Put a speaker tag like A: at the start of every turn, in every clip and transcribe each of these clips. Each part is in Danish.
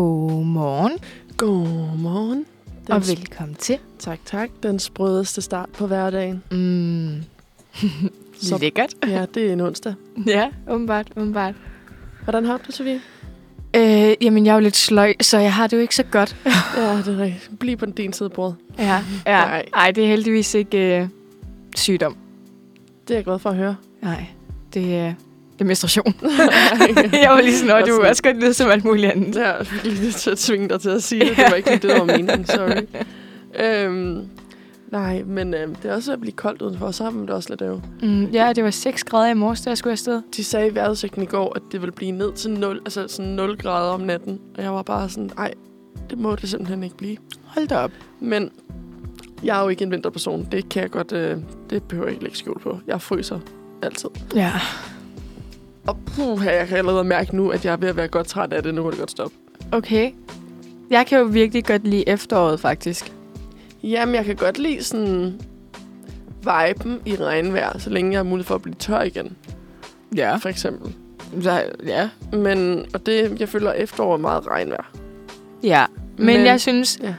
A: Godmorgen
B: Godmorgen. Den
A: og
B: sp-
A: velkommen til.
B: Tak, tak. Den sprødeste start på hverdagen.
A: Mm.
B: Så-
A: Lækkert.
B: Ja, det er en onsdag.
A: Ja, åbenbart, åbenbart.
B: Hvordan har du det, Sofie?
A: Øh, jamen, jeg er jo lidt sløj, så jeg har det jo ikke så godt.
B: Ja, det er rigtigt. Bliv på din side, bror.
A: Ja, ja.
B: Nej.
A: Ej, det er heldigvis ikke øh, sygdom.
B: Det er jeg glad for at høre.
A: Nej, det er, det er menstruation. jeg var lige sådan, "Nå, du
B: Sådan.
A: er også godt lyde som alt muligt andet.
B: Jeg er virkelig nødt til at tvinge dig til at sige det. Det var ikke lige det, der var meningen. Sorry. Øhm, nej, men øhm, det er også ved at blive koldt udenfor, og så har man det også lidt af.
A: Mm, ja, det var 6 grader i morges, da jeg skulle afsted.
B: De sagde i vejrudsigten i går, at det ville blive ned til 0, altså sådan 0 grader om natten. Og jeg var bare sådan, nej, det må det simpelthen ikke blive.
A: Hold da op.
B: Men jeg er jo ikke en vinterperson. Det kan jeg godt... Øh, det behøver jeg ikke lægge skjul på. Jeg fryser altid.
A: Ja.
B: Og puh, jeg kan allerede mærke nu, at jeg er ved at være godt træt af det. Nu må det godt stoppe.
A: Okay. Jeg kan jo virkelig godt lide efteråret, faktisk.
B: Jamen, jeg kan godt lide sådan... Viben i regnvejr, så længe jeg har mulighed for at blive tør igen,
A: Ja.
B: for eksempel.
A: Så, ja.
B: Men, og det, jeg føler efterår er meget regnvejr.
A: Ja. Men, men jeg synes,
B: Ja.
A: ja.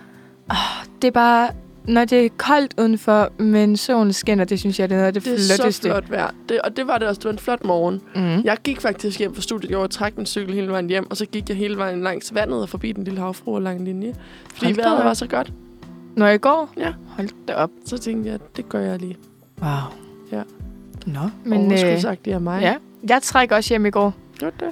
A: oh, det er bare, når det er koldt udenfor, men solen skinner, det synes jeg, det er noget af det,
B: det er
A: flotteste.
B: så flot vejr. Det, og det var det også. Det var en flot morgen.
A: Mm.
B: Jeg gik faktisk hjem fra studiet. Jeg var trak min cykel hele vejen hjem, og så gik jeg hele vejen langs vandet og forbi den lille havfru og lang linje. Fordi
A: Hold da
B: vejret
A: op.
B: var så godt,
A: Når jeg går,
B: Ja.
A: hold da op.
B: så tænkte jeg, at det gør jeg lige.
A: Wow.
B: Ja.
A: Nå,
B: Men
A: men øh,
B: sagt, det er mig.
A: ja. jeg trækker også hjem i går.
B: Gjorde det?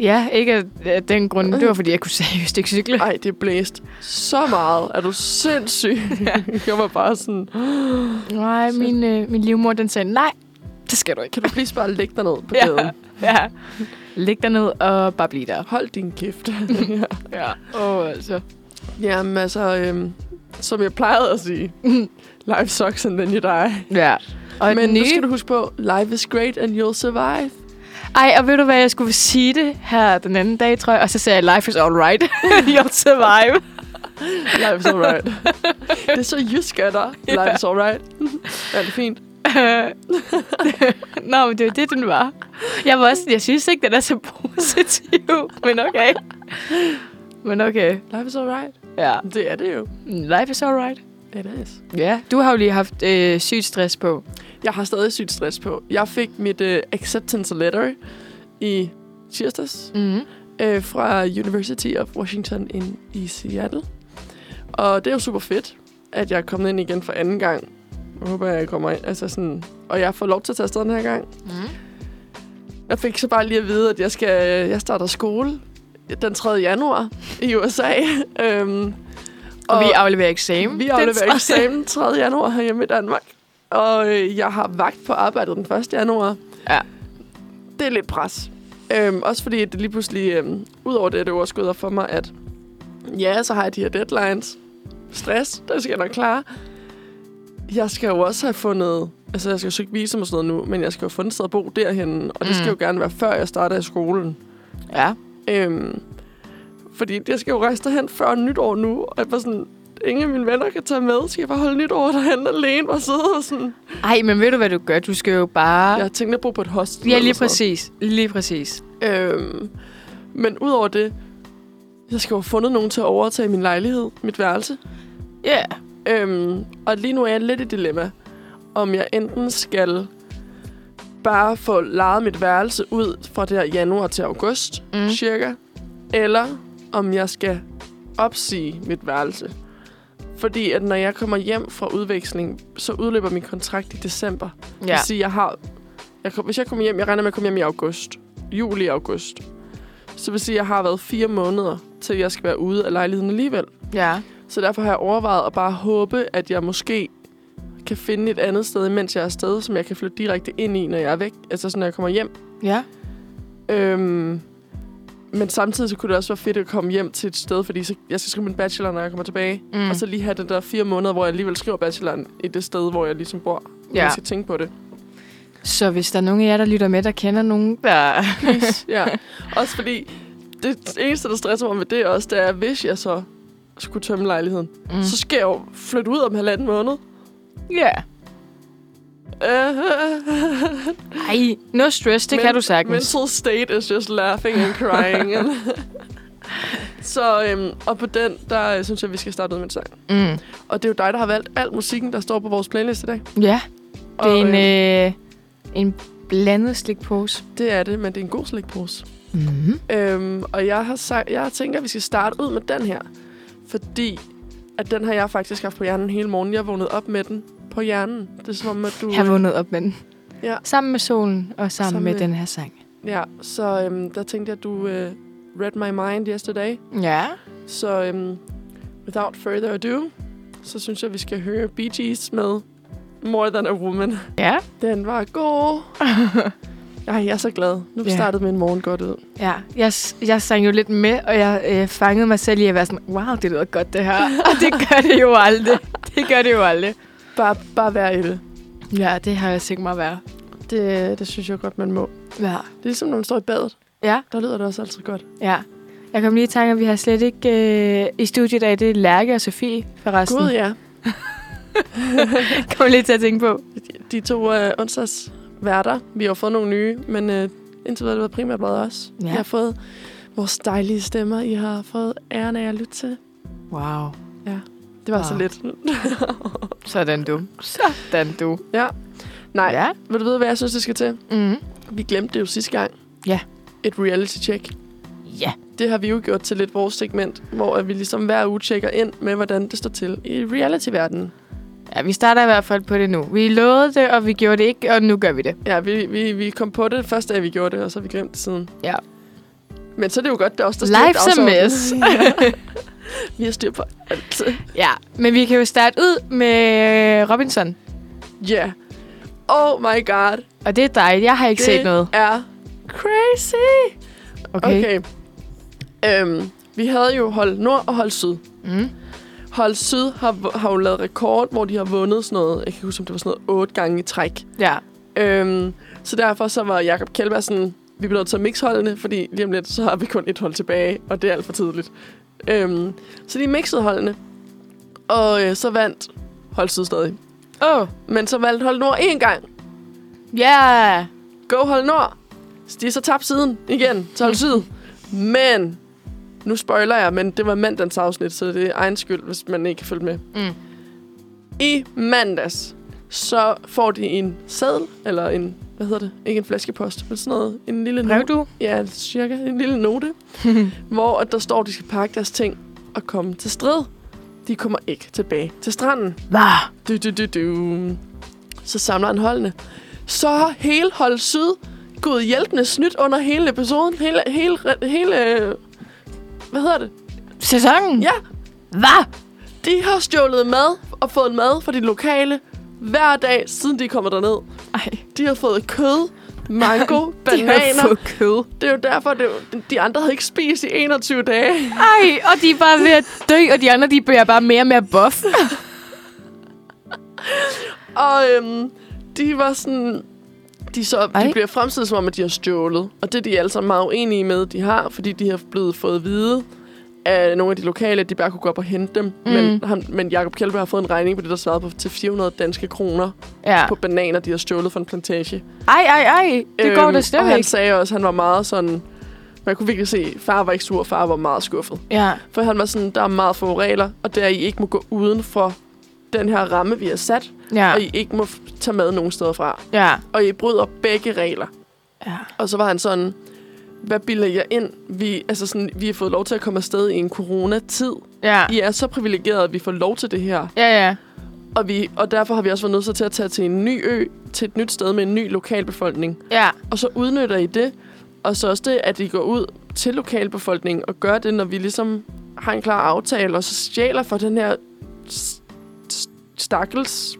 A: Ja, ikke af- af den grund. Det var, fordi jeg kunne seriøst ikke cykle.
B: Øh. Ej, det blæste så meget. Er du sindssyg? jeg var bare sådan,
A: Nej, min, øh, min livmor, den sagde, nej, det skal du ikke.
B: kan du please bare lægge dig ned på
A: Ja.
B: gaden?
A: Ja. Læg dig ned og bare bliv der.
B: Hold din kæft.
A: Ja. Åh, oh, altså.
B: Jamen altså, øhm, som jeg plejede at sige, life sucks and then you die.
A: Ja. Og
B: Men
A: den
B: nu
A: nye...
B: skal du huske på, life is great and you'll survive.
A: Ej, og ved du hvad, jeg skulle sige det her den anden dag, tror jeg, og så sagde jeg, life is alright, you'll survive.
B: Life's alright. det er så jysk af dig. Life's alright. ja, det er fint.
A: Nå, men det var det, den var. Jeg var også, jeg synes ikke, den er så positiv, men okay. Men okay,
B: Life's alright.
A: ja.
B: Det er det jo.
A: Life is alright.
B: Det er nice.
A: Ja, du har jo lige haft øh, sygt stress på.
B: Jeg har stadig sygt stress på. Jeg fik mit uh, acceptance letter i tirsdags
A: Mm.
B: uh, fra University of Washington in, i Seattle. Og det er jo super fedt, at jeg er kommet ind igen for anden gang. Jeg håber, jeg kommer ind. Altså sådan, og jeg får lov til at tage afsted den her gang.
A: Mm.
B: Jeg fik så bare lige at vide, at jeg, skal, øh, jeg starter skole den 3. januar i USA. øhm,
A: Og, og vi afleverer eksamen.
B: vi
A: den
B: afleverer
A: tredje.
B: eksamen 3. januar herhjemme i Danmark. Og øh, jeg har vagt på arbejdet den 1. januar.
A: Ja.
B: Det er lidt pres. Øhm, også fordi det lige pludselig, øhm, ud over det, at det overskud op for mig, at ja, så har jeg de her deadlines. Stress, det skal jeg nok klare. Jeg skal jo også have fundet... Altså, jeg skal jo søge visum og sådan noget nu, men jeg skal jo have fundet et sted at bo derhen, og det mm. skal jo
A: Mm.
B: gerne være før jeg starter i skolen.
A: Ja.
B: Øhm, fordi jeg skal jo rejse derhen før nytår nu, og jeg var sådan, ingen af mine venner kan tage med, så jeg bare holde nytår derhen alene og sidde og sådan.
A: Ej, men ved du, hvad du gør? Du skal jo bare...
B: Jeg tænkte at bo på et hostel.
A: Ja,
B: eller
A: lige
B: sådan
A: præcis. Lige præcis.
B: noget. Øhm, men udover det, jeg skal jo have fundet nogen til at overtage min lejlighed, mit værelse.
A: Ja. Yeah.
B: Øhm, og lige nu er jeg lidt i dilemma, om jeg enten skal bare få lejet mit værelse ud fra der januar til august, mm.
A: Mm.
B: cirka, eller om jeg skal opsige mit værelse. Fordi at når jeg kommer hjem fra udveksling, så udløber min kontrakt i december. Ja. Det vil
A: Ja.
B: sige, jeg har... Jeg kom, hvis jeg kommer hjem, jeg regner med at komme hjem i august. Juli og august. Så det vil sige, at jeg har været fire måneder, til jeg skal være ude af lejligheden alligevel.
A: Ja.
B: Så derfor har jeg overvejet at bare håbe, at jeg måske kan finde et andet sted, mens jeg er afsted, som jeg kan flytte direkte ind i, når jeg er væk. Altså sådan, når jeg kommer hjem.
A: Ja.
B: Øhm, men samtidig så kunne det også være fedt at komme hjem til et sted, fordi så, jeg skal skrive min bachelor, når jeg kommer tilbage. Mm.
A: Mm.
B: Og så lige have den der fire måneder, hvor jeg alligevel skriver bacheloren i det sted, hvor jeg ligesom bor. Ja.
A: Ja.
B: Jeg skal tænke på det.
A: Så hvis der er nogen af jer, der lytter med, der kender nogen, der...
B: Please. ja. Også fordi det eneste, der stresser mig med det også, det er, at hvis jeg så skulle tømme lejligheden, mm.
A: Mm.
B: så skal jeg jo flytte ud om halvanden måned.
A: Ja.
B: Øh,
A: Ej, no stress, det men, kan du sagtens.
B: Mental state is just laughing and crying. Så, øhm, og på den, der øh, synes jeg, vi skal starte ud med en sang.
A: Mm.
B: Og det er jo dig, der har valgt al musikken, der står på vores playlist i dag.
A: Ja, det
B: og,
A: er en,
B: øh,
A: øh, en blandet slikpose.
B: det er det, men det er en god slikpose.
A: Mm.
B: Øhm, og jeg har sagt, jeg tænker, at vi skal starte ud med den her. Fordi at den har jeg faktisk haft på hjernen hele morgen. Jeg vågnede op med den på hjernen. Det er som om, at du...
A: Jeg har vundet op med den.
B: Ja.
A: Sammen med solen og sammen,
B: Sammen
A: med,
B: med-
A: den her sang.
B: Ja, så øhm, der tænkte jeg, at du øh, read my mind yesterday.
A: Ja.
B: Så øhm, without further ado, så synes jeg, vi skal høre Bee Gees med More Than a Woman.
A: Ja.
B: Den var god. Ej, jeg er så glad. Nu
A: Ja.
B: yeah. startede min morgen godt ud.
A: Ja, jeg, s- jeg sang jo lidt med, og jeg øh, fangede mig selv i at være sådan, wow, det lyder godt det her. og det gør det jo aldrig. Det gør det jo aldrig.
B: Bare, bare vær i det.
A: Ja, det har jeg sikkert mig at være.
B: det. Det synes jeg godt, man må.
A: Ja.
B: Det er ligesom, når man står i badet.
A: Ja.
B: Der lyder det også altid godt.
A: Ja. Jeg kom lige i tanke, at vi har slet ikke øh, i studiet i dag, det er Lærke og Sofie forresten.
B: Gud, ja.
A: jeg kom lige til at tænke på.
B: De to øh, onsdags værter. Vi har fået nogle nye, men øh, indtil videre har det primært været os.
A: Ja.
B: Jeg har fået vores dejlige stemmer. I har fået æren af at lytte til.
A: Wow.
B: Det var wow. så
A: Wow.
B: lidt.
A: Sådan du. Sådan du.
B: Nej, ja.
A: Ja.
B: vil du vide, hvad jeg synes, det skal til?
A: Mm.
B: Vi glemte det jo sidste gang.
A: Ja.
B: Et reality check.
A: Ja.
B: Det har vi jo gjort til lidt vores segment, hvor at vi ligesom hver uge tjekker ind med, hvordan det står til i reality-verdenen.
A: Ja, vi starter i hvert fald på det nu. Vi lovede det, og vi gjorde det ikke, og nu gør vi det.
B: Ja, vi, vi, vi kom på det første dag, vi gjorde det, og så har vi glemt det siden.
A: Ja.
B: Men så er det jo godt, det er også der styrer
A: Life's a
B: dagsordenen.
A: mess.
B: Vi har styr på alt.
A: ja, men vi kan jo starte ud med øh, Robinson.
B: Ja. Yeah. Oh my god.
A: Og det er dejligt. Jeg har ikke
B: det
A: set noget.
B: er crazy.
A: Okay. okay.
B: okay. Øhm, vi havde jo hold nord og hold syd.
A: Mm.
B: Hold syd har, har jo lavet rekord, hvor de har vundet sådan noget, jeg kan ikke huske, om det var sådan noget otte gange i træk.
A: Ja.
B: Øhm, så derfor så var Jakob Kjellberg sådan, vi bliver nødt til at mixe holdene, fordi lige om lidt, så har vi kun et hold tilbage, og det er alt for tidligt. Øhm, så de mixede holdene, og øh, så vandt hold syd stadig.
A: Åh. Oh.
B: Men så valgte hold nord én gang.
A: Ja.
B: Go hold nord. Så De så tabt siden igen til hold syd. Men, nu spoiler jeg, men det var mandagens afsnit, så det er egen skyld, hvis man ikke kan følge med.
A: Mm.
B: I mandags, så får de en seddel, eller en, hvad hedder det? Ikke en flaskepost, men sådan noget. En lille
A: Brev
B: note.
A: du?
B: Ja, cirka. En lille note, hvor at der står, at de skal pakke deres ting og komme til strid. De kommer ikke tilbage til stranden.
A: Hvad?
B: Du, du, du, du. Så samler han holdene. Så har hele hold syd gået hjælpende snydt under hele episoden. Hele, hele, hele, øh, hvad hedder det?
A: Sæsonen?
B: Ja,
A: Hvad?
B: de har stjålet mad og fået mad fra de lokale hver dag, siden de kommer derned.
A: Ej.
B: De har fået kød, mango,
A: Bananer.
B: bananer.
A: kød.
B: Det er jo derfor, det er jo, de andre havde ikke spist i 21 dage.
A: Ej, og de er bare ved at dø, og de andre, de bliver bare mere og mere buff.
B: Og øhm, de var sådan... De, så, de
A: Ej.
B: bliver fremstillet som om, at de har stjålet. Og det er de alle sammen meget uenige med, de har. Fordi de har blevet fået at vide af nogle af de lokale, at de bare kunne gå op og hente dem. Mm. Men, han, men Jacob Kjellberg har fået en regning på det, der svarede på til 400 danske kroner
A: Ja.
B: på bananer, de har stjålet fra en plantage. Øhm,
A: Ej, ej, ej. Det går da
B: Og
A: slet
B: han
A: ikke.
B: sagde også, at han var meget sådan... Man kunne virkelig se, at far var ikke sur, far var meget skuffet.
A: Ja.
B: For han var sådan, der er meget få regler, og der I ikke må gå uden for den her ramme, vi har sat.
A: Ja.
B: Og I ikke må f- tage mad nogen steder fra.
A: Ja.
B: Og I bryder begge regler.
A: Ja.
B: Og så var han sådan, hvad bilder jeg ind? Vi, altså sådan, vi har fået lov til at komme afsted i en coronatid.
A: Ja.
B: I er så privilegerede, at vi får lov til det her.
A: Ja, ja.
B: Og, vi, og derfor har vi også været nødt til at tage til en ny ø, til et nyt sted med en ny lokalbefolkning.
A: Ja.
B: Og så udnytter I det. Og så også det, at I går ud til lokalbefolkningen og gør det, når vi ligesom har en klar aftale, og så stjæler for den her s- s- stakkels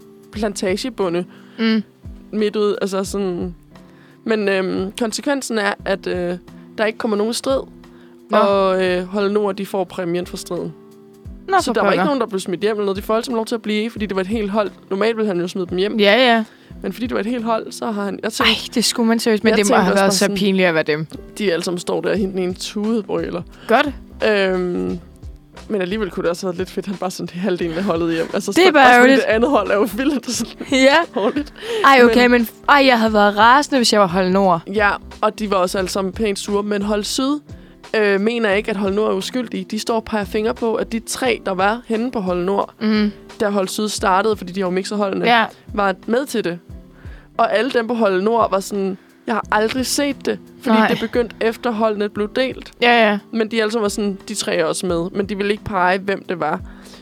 B: plantagebunde
A: Mm.
B: midt ud. Altså sådan... Men øhm, konsekvensen er, at øh, der ikke kommer nogen strid,
A: Nå.
B: og øh, Hold Nord, de får præmien for striden.
A: Nå,
B: så
A: for
B: der var ikke
A: pokker.
B: nogen, der blev smidt hjem eller noget. De får alle sammen lov til at blive, fordi det var et helt hold. Normalt ville han jo smide dem hjem,
A: Ja, ja.
B: men fordi det var et helt hold, så har han... Jeg tænkte,
A: Ej, det skulle man seriøst, men
B: Jeg
A: det må
B: tænkte
A: have
B: også
A: været
B: bare
A: så
B: sådan-
A: pinligt at være dem.
B: de alle sammen står der og henter en tudebrøler.
A: Godt.
B: Øhm, men alligevel kunne det også have været lidt fedt, at han bare sendte halvdelen af holdet hjem. Altså,
A: Det er
B: så-
A: bare
B: også fordi
A: ærgerligt.
B: Det andet hold er jo vildt og sådan
A: Ja.
B: dårligt.
A: Ej, okay, men, ej, jeg havde været rasende, hvis jeg var holdt nord.
B: Ja, og de var også alle sammen pænt sure, men hold syd øh, mener ikke, at Hold Nord er uskyldige. De står og peger fingre på, at de tre, der var henne på Hold Nord,
A: Mm.
B: da Hold Syd startede, fordi de har jo mixet holdene,
A: Ja.
B: var med til det. Og alle dem på Hold Nord var sådan, jeg har aldrig set det. Fordi
A: Nej.
B: Nej. det begyndte efter holdene blev delt.
A: Ja, ja.
B: Men de altså var sådan, de tre er også med. Men de ville ikke pege, hvem det var.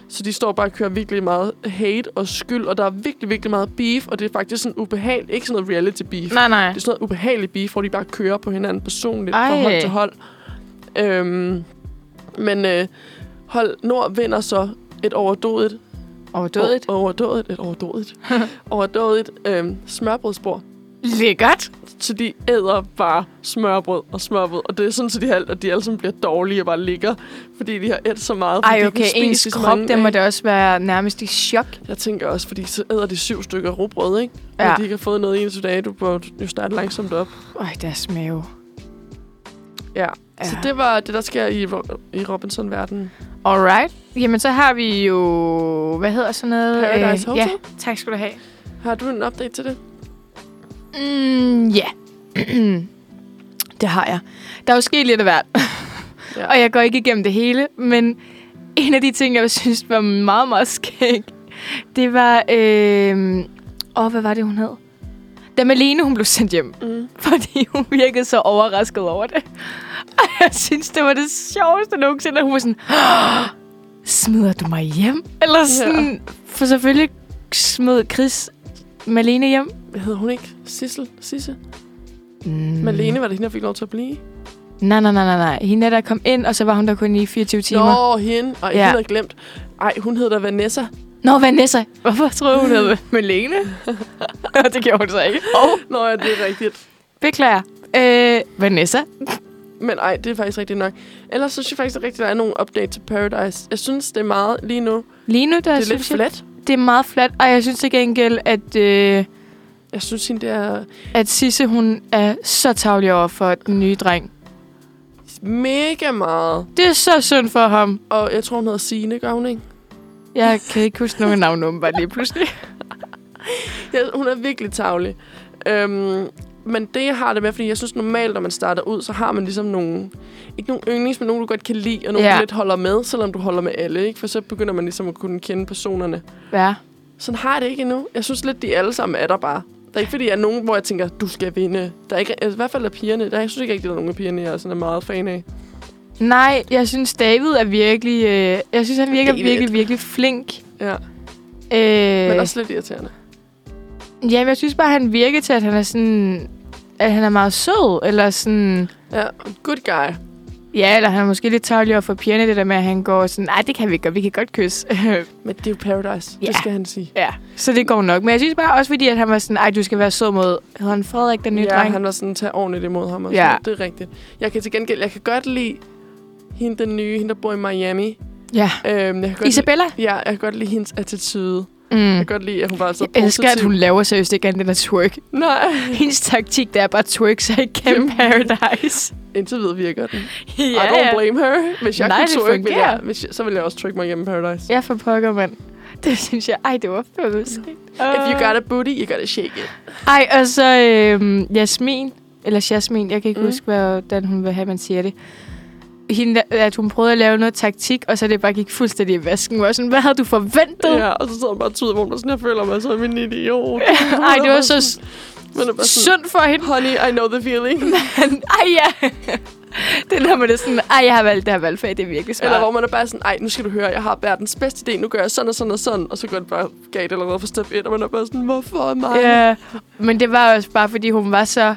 B: Så de står bare og kører virkelig meget hate og skyld. Og der er virkelig, virkelig meget beef. Og det er faktisk sådan ubehageligt. Ikke sådan noget reality beef.
A: Nej, nej.
B: Det er sådan noget ubehageligt beef, hvor de bare kører på hinanden personligt Ej.
A: Ej.
B: fra hold til hold. Øhm, men øh, hold Nord vinder så et overdådigt
A: Overdådigt.
B: O- overdådigt. Et overdådigt. overdådigt øhm, smørbrødsbord.
A: Lækkert.
B: Så de æder bare smørbrød og smørbrød. Og det er sådan, at de, har, at de alle sammen bliver dårlige og bare ligger. Fordi de har ædt så meget. fordi
A: Ej,
B: de ikke
A: okay.
B: har spist
A: Ens
B: i så
A: krop,
B: mange
A: den må
B: dage.
A: da også være nærmest i chok.
B: Jeg tænker også, fordi så æder de syv stykker rugbrød, ikke?
A: Ja.
B: Ja. Og de ikke har fået noget i en dag. Du må jo starte langsomt op.
A: Øj, deres mave.
B: Ja.
A: Ja.
B: Så det var det, der sker i, i Robinson-verdenen.
A: Alright. Jamen, så har vi jo... Hvad hedder sådan noget?
B: Paradise
A: Øh,
B: Hotel.
A: Ja, tak skal du have.
B: Har du en update til det?
A: Mm, ja. det har jeg. Der er jo sket lidt af hvert.
B: Ja.
A: Og jeg går ikke igennem det hele, men en af de ting, jeg synes var meget, meget skæg, det var... Øh... Åh, hvad var det, hun hed? Da Malene, hun blev sendt hjem,
B: Mm.
A: fordi hun virkede så overrasket over det. Og jeg synes, det var det sjoveste nogensinde, at hun var sådan... "Åh, Smider du mig hjem? Eller sådan... Ja. For selvfølgelig smed Chris Malene hjem.
B: Hvad hedder hun ikke? Sissel? Sisse?
A: Mm.
B: Mm. Malene var det hende, der fik lov til at blive?
A: Nej, nej, nej, nej, nej. Hende er der kom ind, og så var hun der kun i 24 timer.
B: Nå, hende. Og ja.
A: Ja.
B: hende havde glemt. Ej, hun hedder da Vanessa.
A: Nå, Vanessa. Hvorfor troede hun hed Malene? det gjorde hun så ikke.
B: Oh. Nå, ja, det er rigtigt.
A: Beklager. Øh, Vanessa?
B: Men ej, det er faktisk rigtigt nok. Ellers synes jeg faktisk at rigtig, der er nogle updates til Paradise. Jeg synes, det er meget lige nu. Det
A: Lige nu, der
B: er lidt
A: synes jeg,
B: flat.
A: det er meget flat. Og jeg synes til gengæld, at, øh,
B: Jeg synes, hende der
A: at Sisse, hun er så tavlig over for den nye dreng.
B: er mega meget.
A: Det er så synd for ham.
B: Og jeg tror, hun hedder Signe, gør hun ikke?
A: Jeg kan ikke huske nogen navn nu, bare lige pludselig.
B: Ja, hun er virkelig tavlig. Øhm, men det jeg har det med, fordi jeg synes normalt, når man starter ud, så har man ligesom nogle... Ikke nogle yndlings, men nogle, du godt kan lide, og nogle,
A: Ja.
B: du lidt holder med, selvom du holder med alle, ikke? For så begynder man ligesom at kunne kende personerne.
A: Ja.
B: Sådan har jeg det ikke endnu. Jeg synes lidt, de alle sammen er der bare. Der er ikke fordi, jeg er nogen, hvor jeg tænker, du skal vinde. Der er ikke, altså, I hvert fald er pigerne. Der, jeg synes ikke rigtig, der er nogen af pigerne, jeg er sådan er meget fan af.
A: Nej, jeg synes, David er virkelig... Øh, jeg synes, han virker
B: David.
A: virkelig, virkelig flink.
B: Ja.
A: Øh,
B: Men også lidt irriterende.
A: Ja, jeg synes bare, han virker til, at han er sådan... At han er meget sød, eller sådan...
B: Ja, good guy.
A: Ja, eller han er måske lidt tavlig over for pigerne, det der med, at han går sådan... Nej, det kan vi ikke gøre, vi kan godt kysse.
B: Men det er jo Paradise.
A: Ja.
B: Det skal han sige.
A: ja, så det går nok. Men jeg synes bare også, fordi at han var sådan... Ej, du skal være sød mod... Hedder han Frederik, den nye
B: ja,
A: dreng?
B: han var sådan, tage ordentligt imod ham. Og
A: Ja.
B: ja. Det er rigtigt. Jeg kan til gengæld, jeg kan godt lide hende den nye, hende der bor i Miami.
A: Ja.
B: Øhm, jeg kan godt
A: Isabella?
B: Lide, ja, jeg kan godt lide hendes attitude. Mm. Jeg
A: Mm.
B: kan godt lide, at hun var så
A: Jeg elsker, at hun laver seriøst ikke andet end at twerk.
B: Nej.
A: Hendes taktik, der er bare at twerk sig igennem Paradise.
B: Indtil videre virker den.
A: ja,
B: Yeah. I don't blame her. Hvis jeg
A: Nej,
B: Nej,
A: det
B: kunne twerk, ville
A: fungerer.
B: jeg, hvis jeg, så ville jeg også trykke mig igennem Paradise.
A: Ja, for pokker, mand. Det synes jeg... Ej, det var fandme sent.
B: If you got a booty, you gotta shake it.
A: Ej, og så øhm, Jasmin, eller Jasmin, jeg kan ikke mm.
B: Mm.
A: huske, hvordan hun vil have, man siger det. Hende, der- at hun prøvede at lave noget taktik, og så det bare gik fuldstændig i vasken. Hvor jeg var sådan, hvad havde du forventet?
B: Ja, og så sidder hun bare og tuder, hvor hun er sådan, jeg føler mig som en idiot.
A: Ej, det var så
B: Men det var sådan,
A: synd for hende.
B: honey, I know the feeling.
A: Ej, ja. det der med det er sådan, ej, jeg har valgt det her valgfag, det er virkelig svært.
B: Eller hvor man er bare sådan, ej, nu skal du høre, jeg har verdens bedste idé, nu gør jeg sådan og sådan og sådan. Og så går det bare galt allerede fra step 1, og man er bare sådan, hvorfor mig?
A: Ja, men det var også bare, fordi hun var så...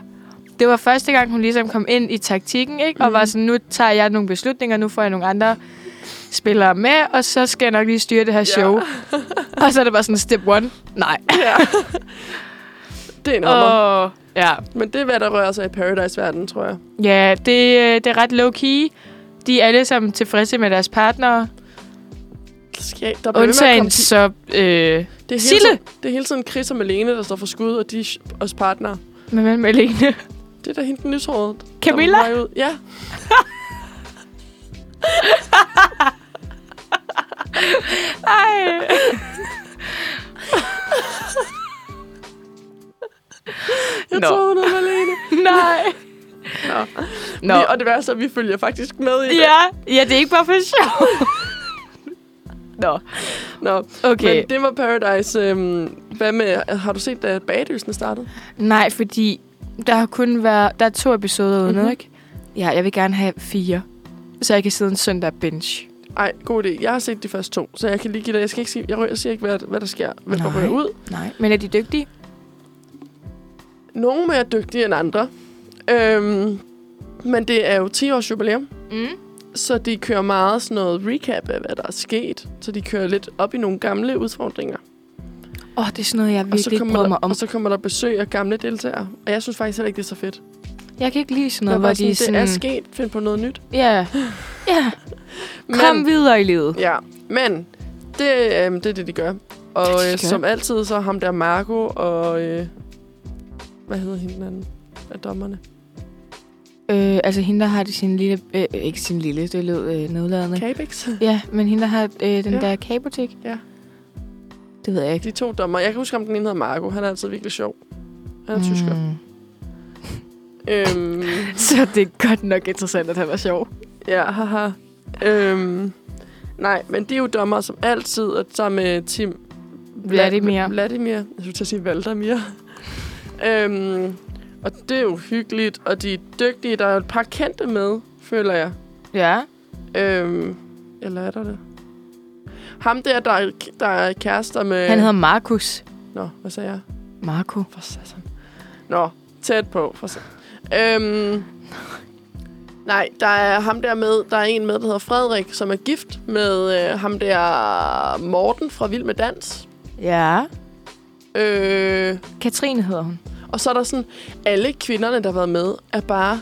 A: Det var første gang, hun ligesom kom ind i taktikken, ikke? Og var sådan, nu tager jeg nogle beslutninger, nu får jeg nogle andre spillere med, og så skal jeg nok lige styre det her show. og så er det bare sådan, step one. Nej.
B: Ja. det er en oh.
A: Og, ja.
B: Men det er, hvad der rører sig i Paradise-verdenen, tror jeg.
A: ja, det, øh, det er ret low-key. De er alle sammen tilfredse med deres partnere.
B: Skal, der bliver ved med at komme
A: Undtagen
B: ti-
A: så... Øh,
B: det er hele
A: Sille.
B: tiden, det er hele tiden Chris og Malene, der står for skud, og de er sh- os partnere.
A: med hvem Malene?
B: Det er da hende den lyshårede. der
A: Camilla?
B: var på vej ud. Ja.
A: Ej.
B: Jeg
A: Nå.
B: tror, hun er Malene.
A: Nej.
B: Nå.
A: Nå.
B: Vi, og det værste er, at vi følger faktisk med i det.
A: Ja, ja, det er ikke bare for sjov. Nå,
B: Nå.
A: okay.
B: Men det var Paradise. Øhm, hvad med, har du set, da bagdysen startede?
A: Nej, fordi der har kun været... Der er to episoder ude
B: Mhm.
A: nu, ikke? Ja, jeg vil gerne have fire. Så jeg kan sidde en søndag binge.
B: Ej, god idé. Jeg har set de første to, så jeg kan lige give dig. Jeg skal ikke sige, jeg, rø- jeg siger ikke, hvad, hvad der sker, hvad der
A: Nej.
B: rører ud.
A: Nej. Men er de dygtige?
B: Nogle er mere dygtige end andre. Øhm, men det er jo 10 års jubilæum,
A: Mm.
B: så de kører meget sådan noget recap af, hvad der er sket. Så de kører lidt op i nogle gamle udfordringer.
A: Åh, oh, det er sådan noget, jeg
B: Og så,
A: virkelig ikke
B: kommer
A: bryder
B: der,
A: mig om.
B: og så kommer der besøg af gamle deltagere. Og jeg synes faktisk heller ikke, det er så fedt.
A: Jeg kan ikke lide sådan
B: Jeg er
A: noget,
B: bare
A: hvor de
B: sådan,
A: sådan...
B: Det er sket. Find på noget nyt.
A: Ja. Ja, kom
B: Men-
A: videre i livet.
B: Ja, men det, øh, det er det, de gør. Og
A: Det er det, de
B: øh,
A: gør.
B: som altid, så ham der Marco og... Øh, hvad hedder hende den anden af dommerne?
A: Øh, altså hende, der har det sin lille... Øh, ikke sin lille, det lød øh, nedladende.
B: Capex.
A: Ja, men hende, der har øh, den
B: Ja.
A: ja. der kagebutik.
B: Ja.
A: Det ved jeg ikke.
B: De to dommer. Jeg kan huske, om den ene hedder Marco. Han er altid virkelig sjov. Han er mm. tysker.
A: Mm.
B: Øhm,
A: Så det er godt nok interessant, at han var sjov.
B: ja, haha. Øhm, nej, men de er jo dommer som altid, og sammen med Tim...
A: Vladimir.
B: Vla- Vladimir. Jeg skulle til at sige Valdemir. øhm, og det er jo hyggeligt, og de er dygtige. Der er jo et par kendte med, føler jeg.
A: Ja.
B: Øhm, eller er der det? Ham der, der, er- der er kærester med...
A: Han hedder Markus.
B: Nå, hvad sagde jeg?
A: Marco.
B: For satan. Nå, tæt på. For satan. Øhm, nej, der er ham der med... Der er en med, der hedder Frederik, som er gift med øh, ham der Morten fra Vild med Dans.
A: Ja.
B: Øh,
A: Katrine hedder hun.
B: og så er der sådan... Alle kvinderne, der har været med, er bare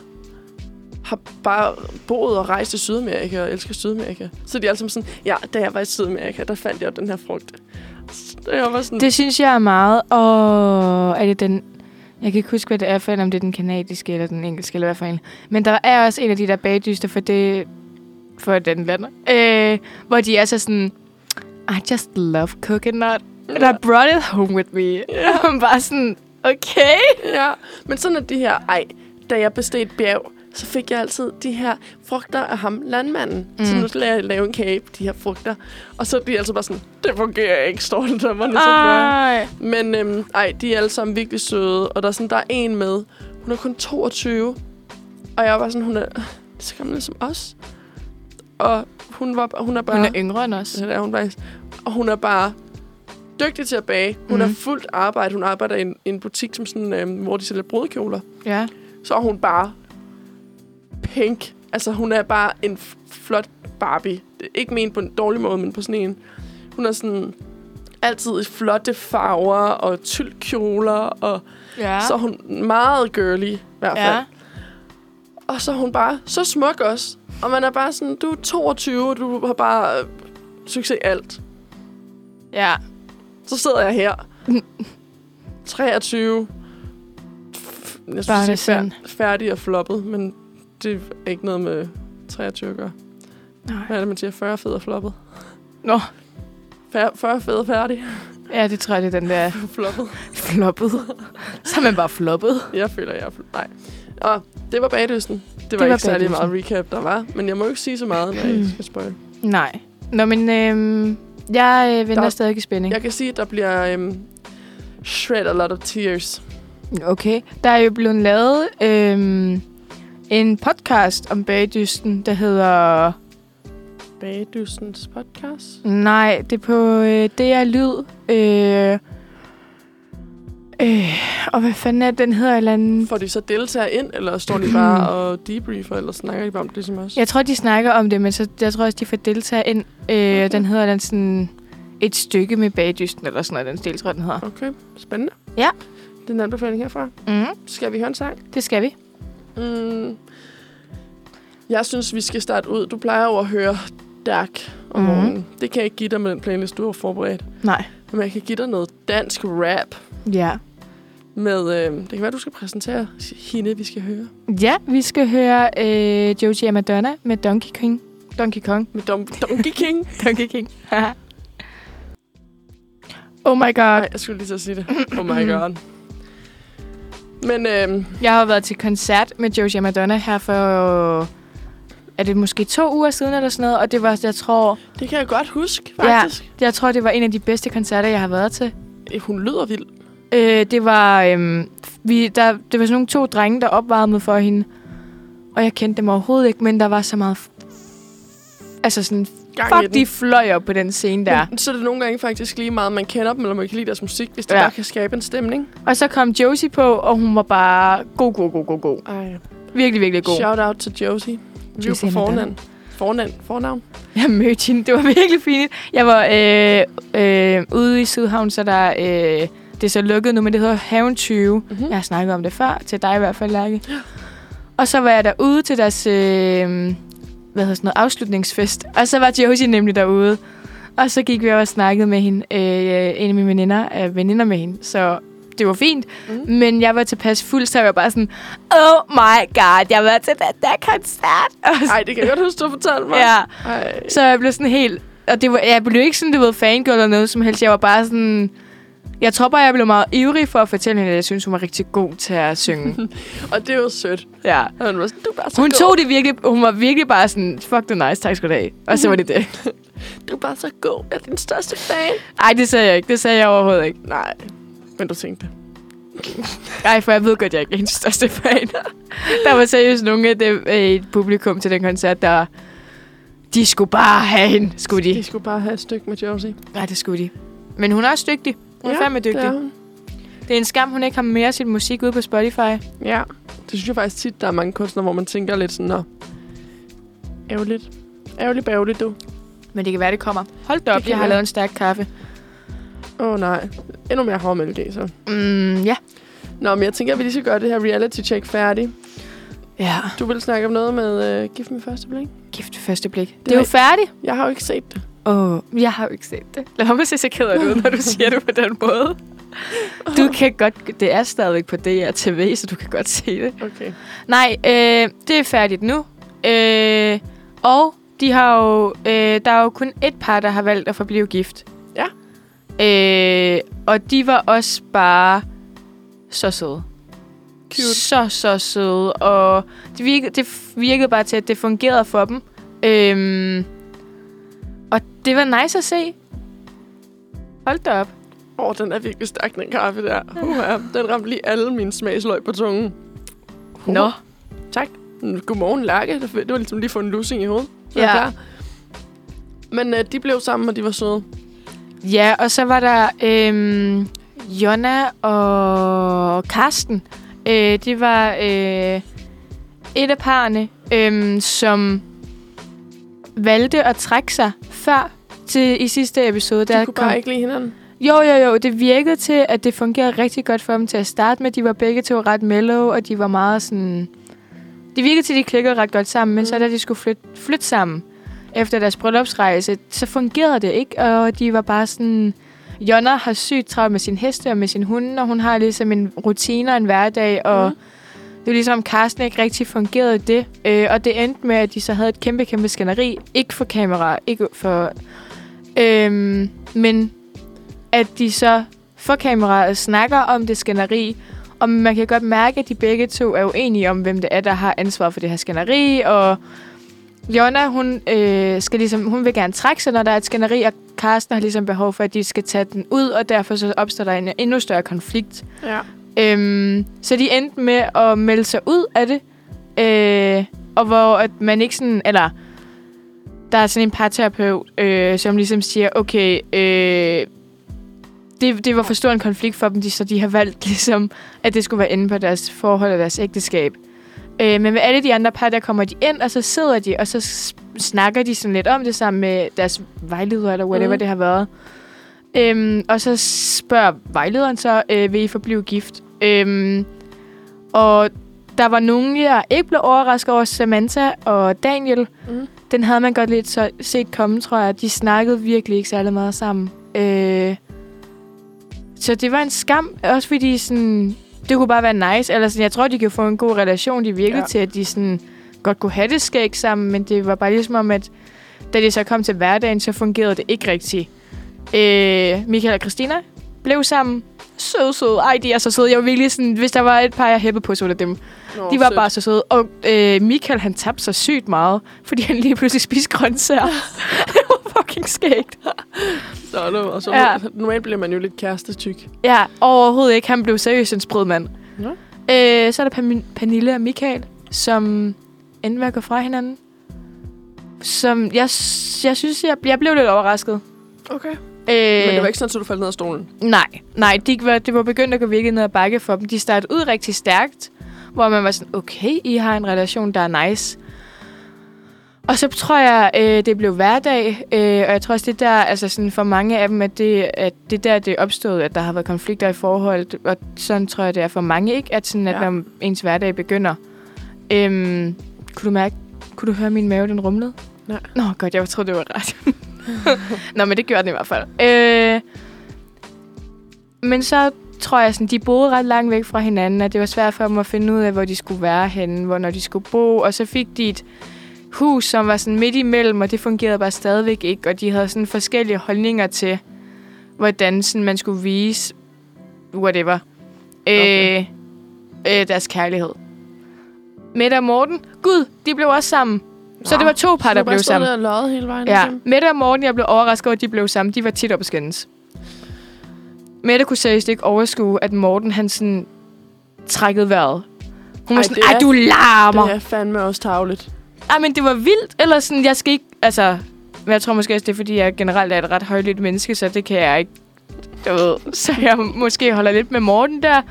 B: har bare boet og rejst til Sydamerika og elsker Sydamerika. Så de er alle sammen sådan, ja, da jeg var i Sydamerika, der fandt jeg jo den her frugt. Så jeg var sådan,
A: Det synes jeg er meget. Og er det den... Jeg kan ikke huske, hvad det er for en, om det er den kanadiske eller den engelske, eller hvad for en. Men der er også en af de der bagdyster for det... For den lander. Øh, hvor de er så sådan... I just love coconut. And I brought it home with me.
B: Ja.
A: Og man bare sådan... Okay.
B: Ja, men sådan er de her, ej, da jeg besteg et bjerg, så fik jeg altid de her frugter af ham, landmanden. Mm. Så
A: Mm.
B: nu skal jeg lave en kage på de her frugter. Og så er de altså bare sådan, det fungerer ikke, står det der, man så
A: Ah.
B: bra.
A: Ej.
B: Men øhm, ej, de er alle sammen virkelig søde, og der er sådan, der er en med, hun er kun 22, og jeg var sådan, hun er så gammel som os. Og hun, var, hun er bare...
A: Hun er yngre end os.
B: Så det er hun faktisk. Og hun er bare dygtig til at bage. Hun mm.
A: Mhm.
B: er fuldt arbejde. Hun arbejder i en, i en butik, som sådan, øhm, hvor de sælger brødkjoler.
A: Ja.
B: Så er hun bare pink. Altså, hun er bare en f- flot Barbie. Det er Ikke ment på en dårlig måde, men på sådan en. Hun er sådan altid i flotte farver og tyldkjoler. Og
A: Ja.
B: ja. så er hun meget girly, i hvert fald.
A: ja.
B: Ja. Og så er hun bare så smuk også. Og man er bare sådan, du er 22, og du har bare øh, succes i alt.
A: Ja.
B: Så sidder jeg her. 23. F- Jeg
A: Bare
B: skulle
A: det
B: sige
A: sådan.
B: fær- færdig og floppet, men det er ikke noget med 23 at gøre.
A: Nej.
B: Hvad er det, man siger? 40 fed og floppet.
A: Nå.
B: Fær- 40 fed og færdig.
A: Ja, det tror jeg, det er den der
B: floppet.
A: floppet. Så er man bare floppet.
B: Jeg føler, jeg er fl- Nej. Og det var bagdysten. Det var,
A: var
B: ikke særlig
A: bagdysten.
B: meget recap, der var. Men jeg må jo ikke sige så meget, når jeg ikke skal spoil.
A: Nej. Nå, men øhm, jeg øh, venter
B: Der-
A: der. stadig i spænding.
B: Jeg kan sige, at der bliver øhm, shred a lot of tears.
A: Okay. Der er jo blevet lavet øhm, en podcast om bagdysten, der hedder...
B: Bagdystens podcast.
A: Nej, det er på øh, DR Lyd. Øh, øh, og hvad fanden er det, den hedder? Et Eller anden...
B: Får de så deltager ind, eller står de bare og debriefer, eller snakker de bare om det som os?
A: Jeg tror, de snakker om det, men så, jeg tror også, de får deltager ind. Øh, okay. Den hedder den sådan... Et stykke med bagdysten, eller sådan noget, den stil, tror jeg, den hedder.
B: Okay, spændende.
A: Ja.
B: Det er en anbefaling herfra.
A: Mm,
B: Skal vi høre en sang?
A: det skal vi.
B: Mm. Jeg synes, vi skal starte ud. Du plejer jo at høre Dark om
A: Mhm.
B: morgenen. Det kan jeg ikke give dig med den playlist, du har forberedt.
A: Nej.
B: Men jeg kan give dig noget dansk rap
A: Ja.
B: med... Øh, det kan være, du skal præsentere hende, vi skal høre.
A: Ja, vi skal høre øh, Joji og Madonna med Donkey King. Donkey Kong.
B: Med Dom Donkey King.
A: Donkey King. oh my god. Mhm.
B: Nej, jeg skulle lige så sige det. Oh my god. Men øhm,
A: Jeg har jo været til koncert med Josie og Madonna her for... Er det måske to uger siden eller sådan noget? Og det var, jeg tror,
B: det kan jeg godt huske, faktisk.
A: jeg tror, det var en af de bedste koncerter, jeg har været til.
B: Ja. Hun lyder vild.
A: Øh, det var... Øhm, vi, der, det var sådan nogle to drenge, der opvarmede for hende. Og jeg kendte dem overhovedet ikke, men der var så meget... F- altså sådan...
B: Gang i
A: Fuck,
B: den.
A: de fløj op på den scene der.
B: Men, så er det nogle gange faktisk lige meget, man kender dem, eller man kan lide deres musik, hvis det
A: Ja.
B: bare kan skabe en stemning.
A: Og så kom Josie på, og hun var bare god, god, god, god, god.
B: Ej.
A: Virkelig, virkelig god.
B: Shout out til Josie. Vi er
A: Josie
B: på
A: Madonna.
B: fornavn. Fornavn. Fornavn.
A: Jeg mødte hende. Det var virkelig fint. Jeg var øh, øh, ude i Sydhavn, så der... Øh, det er så lukket nu, men det hedder Haven 20.
B: Mhm.
A: Jeg har snakket om det før, til dig i hvert fald, Lærke. Og så var jeg derude til deres øh, hvad hedder sådan noget, afslutningsfest. Og så var Josie nemlig derude. Og så gik vi over og snakkede med hende. Øh, en af mine veninder er veninder med hende. Så det var fint.
B: Mhm.
A: Mm. Men jeg var tilpas fuld, så jeg var bare sådan... Oh my god, jeg var til den der koncert. Og så,
B: Ej, det kan jeg godt huske, du fortalte mig.
A: ja.
B: Ej.
A: Så jeg blev sådan helt... Og det var, jeg blev ikke sådan, du ved, fangirl eller noget som helst. Jeg var bare sådan... Jeg tror bare, jeg blev meget ivrig for at fortælle hende, at jeg synes, hun var rigtig god til at synge.
B: Og det er jo sødt.
A: ja.
B: Og Han var sådan, du er bare så
A: Hun
B: god.
A: tog det virkelig... Hun var virkelig bare sådan, fuck, det er nice, tak skal du have. Og så var det det.
B: Du er bare så god. Jeg er din største fan.
A: Ej, det sagde jeg ikke. Det sagde jeg overhovedet ikke.
B: Nej, men du tænkte det.
A: Ej, for jeg ved godt, jeg ikke er hendes største fan. der var seriøst nogle af dem øh, i et publikum til den koncert, der... De skulle bare have hende, skulle
B: De
A: de.
B: skulle bare have et stykke med Josie.
A: Nej, det skulle de. Men hun er også dygtig. Hun er fandme dygtig.
B: Det er hun.
A: Det er en skam, hun ikke har mere af sin musik ude på Spotify.
B: Ja, det synes jeg faktisk tit, der er mange kunstnere, hvor man tænker lidt sådan, nå, ærgerligt. Ærgerligt bærgerligt, du.
A: Men det kan være, det kommer. Hold da op,
B: kan
A: jeg har
B: være.
A: lavet en stærk kaffe.
B: Åh oh, nej, endnu mere hårdmælk i, så.
A: Mm, ja.
B: Nå, men jeg tænker, at vi lige skal gøre det her reality check færdig.
A: Ja.
B: Du vil snakke om noget med uh, Gift med første blik.
A: Gift ved første blik. Det,
B: Det
A: er
B: er-
A: jo færdigt.
B: Jeg har jo ikke set det.
A: Åh, oh, jeg har jo ikke set det. Lad mig se så ked af det ud, når du siger det på den måde. Du kan godt... Det er stadigvæk på DR TV, så du kan godt se det.
B: Okay.
A: Nej, øh, det er færdigt nu. Øh, og de har jo, øh, der er jo kun et par, der har valgt at forblive gift.
B: Ja.
A: Øh, og de var også bare så søde.
B: Cute.
A: Så, så søde. Og det virkede, det virkede bare til, at det fungerede for dem. Øhm, og det var nice at se. Hold da op.
B: Åh, oh, den er virkelig stærk, den kaffe der. Uh, den ramte lige alle mine smagsløg på tungen.
A: Nå. No.
B: Tak. Mm, Godmorgen, Lærke. Det var- det var ligesom lige få en lussing i hovedet. Så
A: Ja.
B: ja. Klar. Men øh, de blev sammen, og de var søde.
A: Ja, og så var der øhm, Jonna og Karsten. Øh, det var øh, et af parerne, øhm, som valgte at trække sig før til i sidste episode.
B: De
A: Der
B: kunne
A: kom...
B: bare ikke lide hinanden.
A: Jo, jo, jo. Det virkede til, at det fungerede rigtig godt for dem til at starte med. De var begge to ret mellow, og de var meget sådan... Det virkede til, at de klikkede ret godt sammen, men mm. så da de skulle flytte, flytte sammen efter deres bryllupsrejse, så fungerede det ikke, og de var bare sådan... Jonna har sygt travlt med sin heste og med sin hund, og hun har ligesom en rutine og en hverdag, og mm. det var ligesom, Karsten ikke rigtig fungerede i det. Øh, og det endte med, at de så havde et kæmpe, kæmpe skænderi. Ikke for kamera, ikke for... Øhm, men at de så for kameraet snakker om det skænderi, og man kan godt mærke, at de begge to er uenige om, hvem det er, der har ansvaret for det her skænderi, og Jonna, hun, øh, skal ligesom, hun vil gerne trække sig, når der er et skænderi, og Karsten har ligesom behov for, at de skal tage den ud, og derfor så opstår der en endnu større konflikt.
B: Ja.
A: Øhm, så de endte med at melde sig ud af det, øh, og hvor at man ikke sådan, eller der er sådan en parterapeut, øh, som ligesom siger, okay, øh, det, det var for stor en konflikt for dem, de, så de har valgt ligesom, at det skulle være inde på deres forhold og deres ægteskab. Øh, men med alle de andre par, der kommer de ind, og så sidder de, og så s- snakker de sådan lidt om det sammen med deres vejleder, eller whatever
B: Mhm.
A: mm. det har været. Øhm, og så spørger vejlederen så, øh, vil I forblive gift? Øhm, og der var nogen, jeg ikke blev overrasket over, Samantha og Daniel.
B: Mhm.
A: Mm. Den havde man godt lidt så set komme, tror jeg. De snakkede virkelig ikke særlig meget sammen. Øh, så det var en skam, også fordi sådan, det kunne bare være nice. Eller sådan, jeg tror, de kan få en god relation. De virkede
B: Ja.
A: ja. til, at de sådan, godt kunne have det skæg sammen, men det var bare ligesom om, at da de så kom til hverdagen, så fungerede det ikke rigtigt. Øh, Michael og Christina blev sammen. så søde. Ej, de er så søde. Jeg var virkelig sådan, hvis der var et par, jeg hæppede på, så var det dem.
B: Nå,
A: De var
B: sødt.
A: bare så søde. Og øh, Michael, han tabte sig sygt meget, fordi han lige pludselig spiste grøntsager. det var fucking skægt.
B: Nå, nå, og så
A: Ja.
B: ja. normalt bliver man jo lidt kærestetyk.
A: Ja, overhovedet ikke. Han blev seriøst en sprød mand.
B: Nå.
A: Øh, så er der Pam- Pernille og Michael, som endte med at gå fra hinanden. Som jeg, s- jeg synes, jeg, jeg blev lidt overrasket.
B: Okay.
A: Øh,
B: Men det var ikke sådan, at du faldt ned af stolen.
A: Nej, nej, det var, det var begyndt at gå virkelig ned ad bakke for dem. De startede ud rigtig stærkt, hvor man var sådan, okay, I har en relation, der er nice. Og så tror jeg, øh, det blev hverdag, øh, og jeg tror også, det der, altså sådan for mange af dem, at det, at det der, det opstod, at der har været konflikter i forhold, og sådan tror jeg, det er for mange, ikke? At sådan, at
B: Ja.
A: ja. når ens hverdag begynder. Øhm, kunne du mærke, kunne du høre min mave, den rumlede?
B: Nej.
A: Nå, godt, jeg troede, det var ret. Nå, men det gjorde den i hvert fald. Øh, men så tror jeg, sådan, de boede ret langt væk fra hinanden, og det var svært for dem at finde ud af, hvor de skulle være henne, hvor når de skulle bo. Og så fik de et hus, som var sådan midt imellem, og det fungerede bare stadigvæk ikke. Og de havde sådan forskellige holdninger til, hvordan sådan, man skulle vise whatever.
B: Okay.
A: Øh, øh, deres kærlighed. Mette og Morten, gud, de blev også sammen. Så
B: Nå,
A: det var to par, der blev sammen.
B: og løjet hele vejen
A: Ja, Mette og Morten, jeg blev overrasket over, at de blev sammen. De var tit op at skændes. Mette kunne seriøst ikke overskue, at Morten han sådan trækkede vejret. Hun var
B: Ej,
A: Ej, sådan,
B: det er-
A: "Ej, du larmer!
B: Det er fandme også tavligt.
A: Ej, men det var vildt. Eller sådan, jeg skal ikke... Altså, men jeg tror måske også, det er, fordi jeg generelt er et ret højlydt menneske, så det kan jeg ikke... Du ved, så jeg måske holder lidt med Morten der.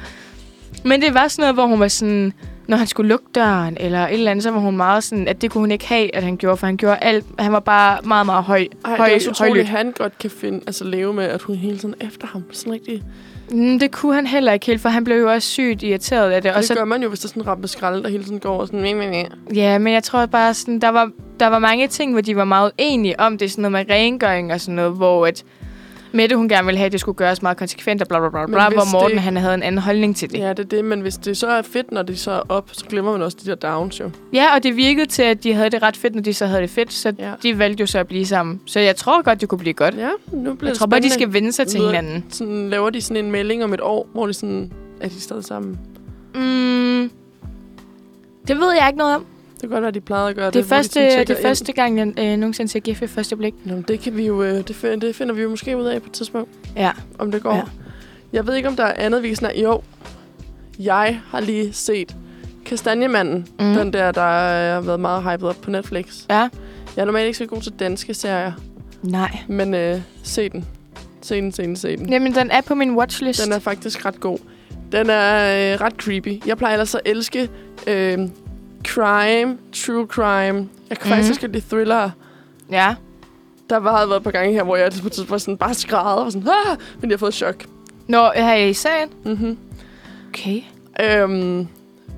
A: Men det var sådan noget, hvor hun var sådan... Når han skulle lukke døren, eller et eller andet, så var hun meget sådan, at det kunne hun ikke have, at han gjorde, for han gjorde alt. Han var bare meget, meget høj.
B: Ej, det er også utroligt, han godt kan finde, altså leve med, at hun hele tiden er efter ham. Sådan rigtig.
A: Mm, det kunne han heller ikke helt, for han blev jo også sygt irriteret af det. Og
B: det
A: så,
B: gør man jo, hvis der er sådan en ramme skrald, der hele tiden går og sådan... Mæ, mæ, mæ.
A: ja, men jeg tror bare, sådan, der, var, der var mange ting, hvor de var meget enige om det. Sådan noget med rengøring og sådan noget, hvor at Mette, hun gerne ville have, at det skulle gøres meget konsekvent, og bla, bla, bla,
B: Men
A: bla
B: hvis
A: hvor Morten,
B: det-
A: det... han havde en anden holdning til det. Ja.
B: Ja, det er det, men hvis det så er fedt, når det så er op, så glemmer man også de der downs jo.
A: ja, og det virkede til, at de havde det ret fedt, når de så havde det fedt, så
B: Ja.
A: ja. de valgte jo så at blive sammen. Så jeg tror godt, det kunne blive godt.
B: Ja, nu bliver
A: Jeg
B: det
A: tror bare, de
B: spændende.
A: skal vende sig til
B: Lyder-
A: hinanden.
B: Sådan laver de sådan en melding om et år, hvor de sådan... Er de stadig sammen?
A: Mm, det ved jeg ikke noget om.
B: Det kan godt være, de plejede at gøre det.
A: Det, det,
B: hvor de sådan
A: første, det,
B: tjekker
A: det
B: ind.
A: første gang, jeg øh, nogensinde ser gift ved første blik.
B: Nå, men det, kan vi jo, øh, det, find, det finder vi jo måske ud af på et tidspunkt,
A: Ja.
B: om det går. Ja.
A: Ja.
B: Jeg ved ikke, om der er andet, vi kan snakke Jo, jeg har lige set Kastanjemanden. Mm.
A: Mm.
B: Den der, der øh, har været meget hyped op på Netflix.
A: Ja.
B: Jeg er normalt ikke så god til danske serier,
A: Nej.
B: men øh, se den. Se den, se den, se den.
A: Jamen, den er på min watchlist.
B: Den er faktisk ret god. Den er øh, ret creepy. Jeg plejer ellers at elske øh, crime, true crime. Jeg kan mm. faktisk
A: Mhm.
B: også godt lide thriller.
A: Ja.
B: Der har været et par gange her, hvor jeg på et tidspunkt sådan bare skrædder og sådan, ah! men jeg har fået chok.
A: Nå, her er I sagen?
B: Mm-hmm.
A: Okay.
B: Øhm,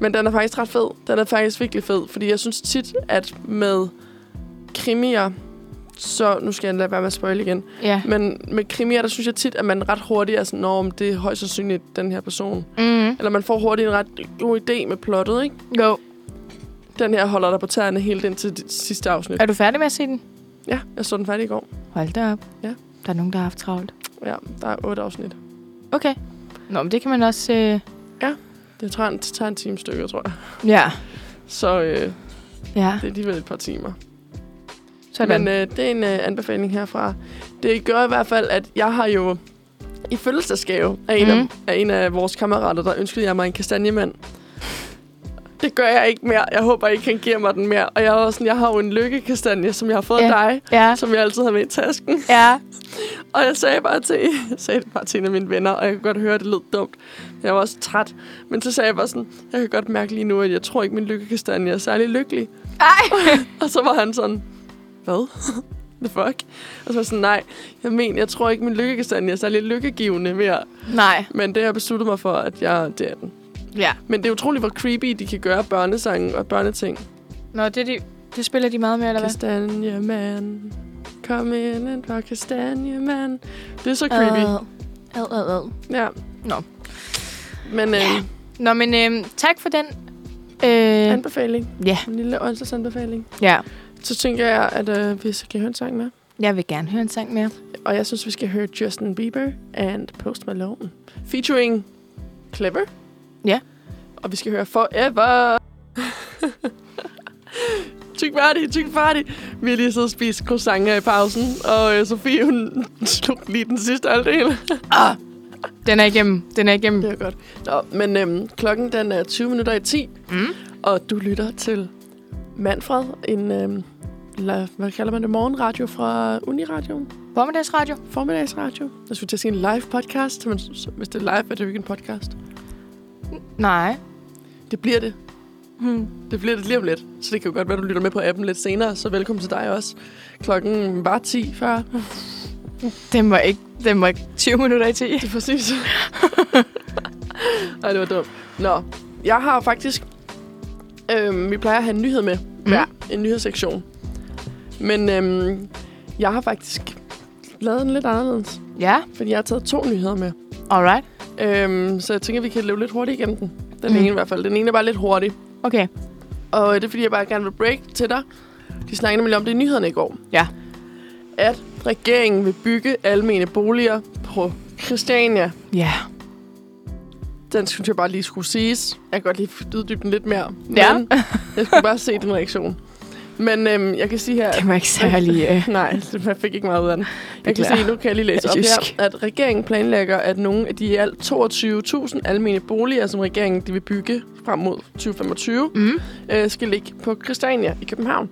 B: men den er faktisk ret fed. Den er faktisk virkelig fed, fordi jeg synes tit, at med krimier, så nu skal jeg lade være med at spoil igen,
A: Ja.
B: men med krimier, der synes jeg tit, at man ret hurtigt er sådan, "Nå, men det er højst sandsynligt den her person.
A: Mm.
B: Eller man får hurtigt en ret god idé med plottet, ikke?
A: Jo.
B: Den her holder dig på tæerne helt indtil det sidste afsnit.
A: Er du færdig med at se den?
B: Ja, jeg så den færdig i går.
A: Hold da op.
B: Ja.
A: Der er nogen, der har haft travlt.
B: Ja, der er otte afsnit.
A: Okay. Nå, men det kan man også... Øh...
B: Det tager en, det tager en time stykker, tror jeg.
A: Ja.
B: Så øh,
A: Ja,
B: det er alligevel et par timer.
A: sådan.
B: Men øh, det er en øh, anbefaling herfra. Det gør i hvert fald, at jeg har jo i fødselsdagsgave af en, mm.
A: Mhm.
B: af, af en af vores kammerater, der ønskede jeg mig en kastanjemand. Det gør jeg ikke mere. Jeg håber, I kan give mig den mere. Og jeg, var sådan, jeg har jo en lykkekastanje, som jeg har fået ja.
A: Ja.
B: dig,
A: ja.
B: som jeg altid har med i tasken.
A: Ja.
B: Og jeg sagde, bare til, jeg sagde det bare til en af mine venner, og jeg kunne godt høre, at det lød dumt. Jeg var også træt. Men så sagde jeg bare sådan, jeg kan godt mærke lige nu, at jeg tror ikke, min lykkekastanje er særlig lykkelig.
A: Ej.
B: Og så var han sådan, hvad? The fuck? Og så var jeg sådan, nej, jeg mener, jeg tror ikke, min lykkekastanje er særlig lykkegivende mere.
A: Nej.
B: Men det har jeg besluttet mig for, at jeg det er den.
A: Ja.
B: Men det er utroligt, hvor creepy de kan gøre børnesange og børneting.
A: Nå, det, er de, det spiller de meget med, eller hvad?
B: Kastanjemand, kom ind and var kastanjemand. Det er så creepy. Uh.
A: Ad, ad, ad.
B: Ja.
A: Øh. Nå.
B: Men øh, yeah.
A: Nå, men øh, tak for den. Øh,
B: anbefaling.
A: ja.
B: En lille onsdagsanbefaling.
A: ja.
B: Så tænker jeg, at øh, vi skal høre en sang med.
A: Jeg vil gerne høre en sang mere.
B: og jeg synes, vi skal høre Justin Bieber and Post Malone. Featuring Clever.
A: Ja.
B: Og vi skal høre Forever. tyk party, tyk party. Vi har lige siddet og spist croissanter i pausen, og øh, Sofie, hun slog lige den sidste halvdel.
A: Den er igennem. Den er igennem.
B: Det er godt. Nå, men øhm, klokken den er 20 minutter i 10,
A: Mm.
B: og du lytter til Manfred, en, øhm, la, hvad kalder man det, morgenradio fra Uniradio,
A: Formiddagsradio.
B: formiddagsradio. Jeg skulle til at sige en live podcast, men s- hvis det er live, er det jo ikke en podcast.
A: Nej.
B: Det bliver det.
A: Hmm.
B: Det bliver det lige om lidt, så det kan jo godt være, du lytter med på appen lidt senere, så velkommen til dig også. Klokken var 10 før.
A: Den var ikke, den var ikke 20 minutter i 10.
B: Det er præcis. Nej, det var dumt. Nå, jeg har faktisk... Øhm, vi plejer at have en nyhed med. Hver en nyhedssektion. Men øhm, jeg har faktisk lavet den lidt anderledes.
A: Ja,
B: Fordi jeg har taget to nyheder med.
A: alright.
B: Øhm, så jeg tænker, vi kan løbe lidt hurtigt igennem den. Den
A: Mm.
B: ene i hvert fald. Den ene er bare lidt hurtig.
A: Okay.
B: Og det er, fordi jeg bare gerne vil break til dig. De snakkede nemlig om det i nyhederne i går.
A: Ja.
B: At regeringen vil bygge almene boliger på Christiania.
A: Ja.
B: Den synes jeg bare lige skulle siges. Jeg kan godt lige uddybe den lidt mere.
A: Ja.
B: Men jeg skulle bare se din reaktion. Men øhm, jeg kan sige her...
A: Den var ikke særlig... Øh.
B: Nej, jeg fik ikke meget ud af den. Jeg kan
A: Beklager.
B: sige, nu kan jeg lige læse op
A: Jysk.
B: her, at regeringen planlægger, at nogle af de i alt 22.000 almene boliger, som regeringen de vil bygge frem mod 2025,
A: Mm.
B: øh, skal ligge på Christiania i København.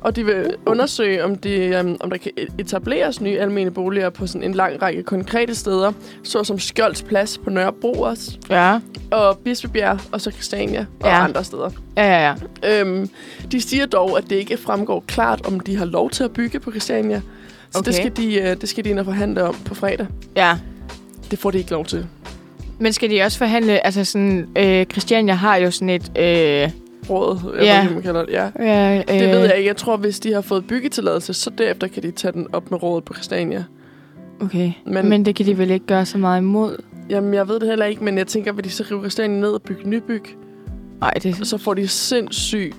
B: Og de
A: Uh.
B: vil undersøge, om, de, um, om der kan e- etableres nye almene boliger på sådan en lang række konkrete steder, såsom Skjolds Plads på Nørrebro også,
A: Ja.
B: og Bispebjerg, og så Christiania og
A: Ja.
B: ja. andre steder.
A: Ja, ja, ja.
B: Øhm, de siger dog, at det ikke fremgår klart, om de har lov til at bygge på Christiania. Så
A: Okay.
B: okay. det, skal de, øh, det skal de ind og forhandle om på fredag.
A: Ja.
B: Det får de ikke lov til.
A: Men skal de også forhandle, altså sådan, øh, Christiania har jo sådan et, øh,
B: Rådet, jeg
A: Ja.
B: ved ikke, om man kalder det. Ja.
A: øh, øh,
B: Det ved jeg ikke. Jeg tror, hvis de har fået byggetilladelse, så derefter kan de tage den op med rådet på Christiania.
A: Okay, men,
B: Men-
A: men det kan de vel ikke gøre så meget imod?
B: Jamen, jeg ved det heller ikke, men jeg tænker, vil de så rive Christiania ned og bygge nybyg,
A: Nej, det...
B: så får de sindssygt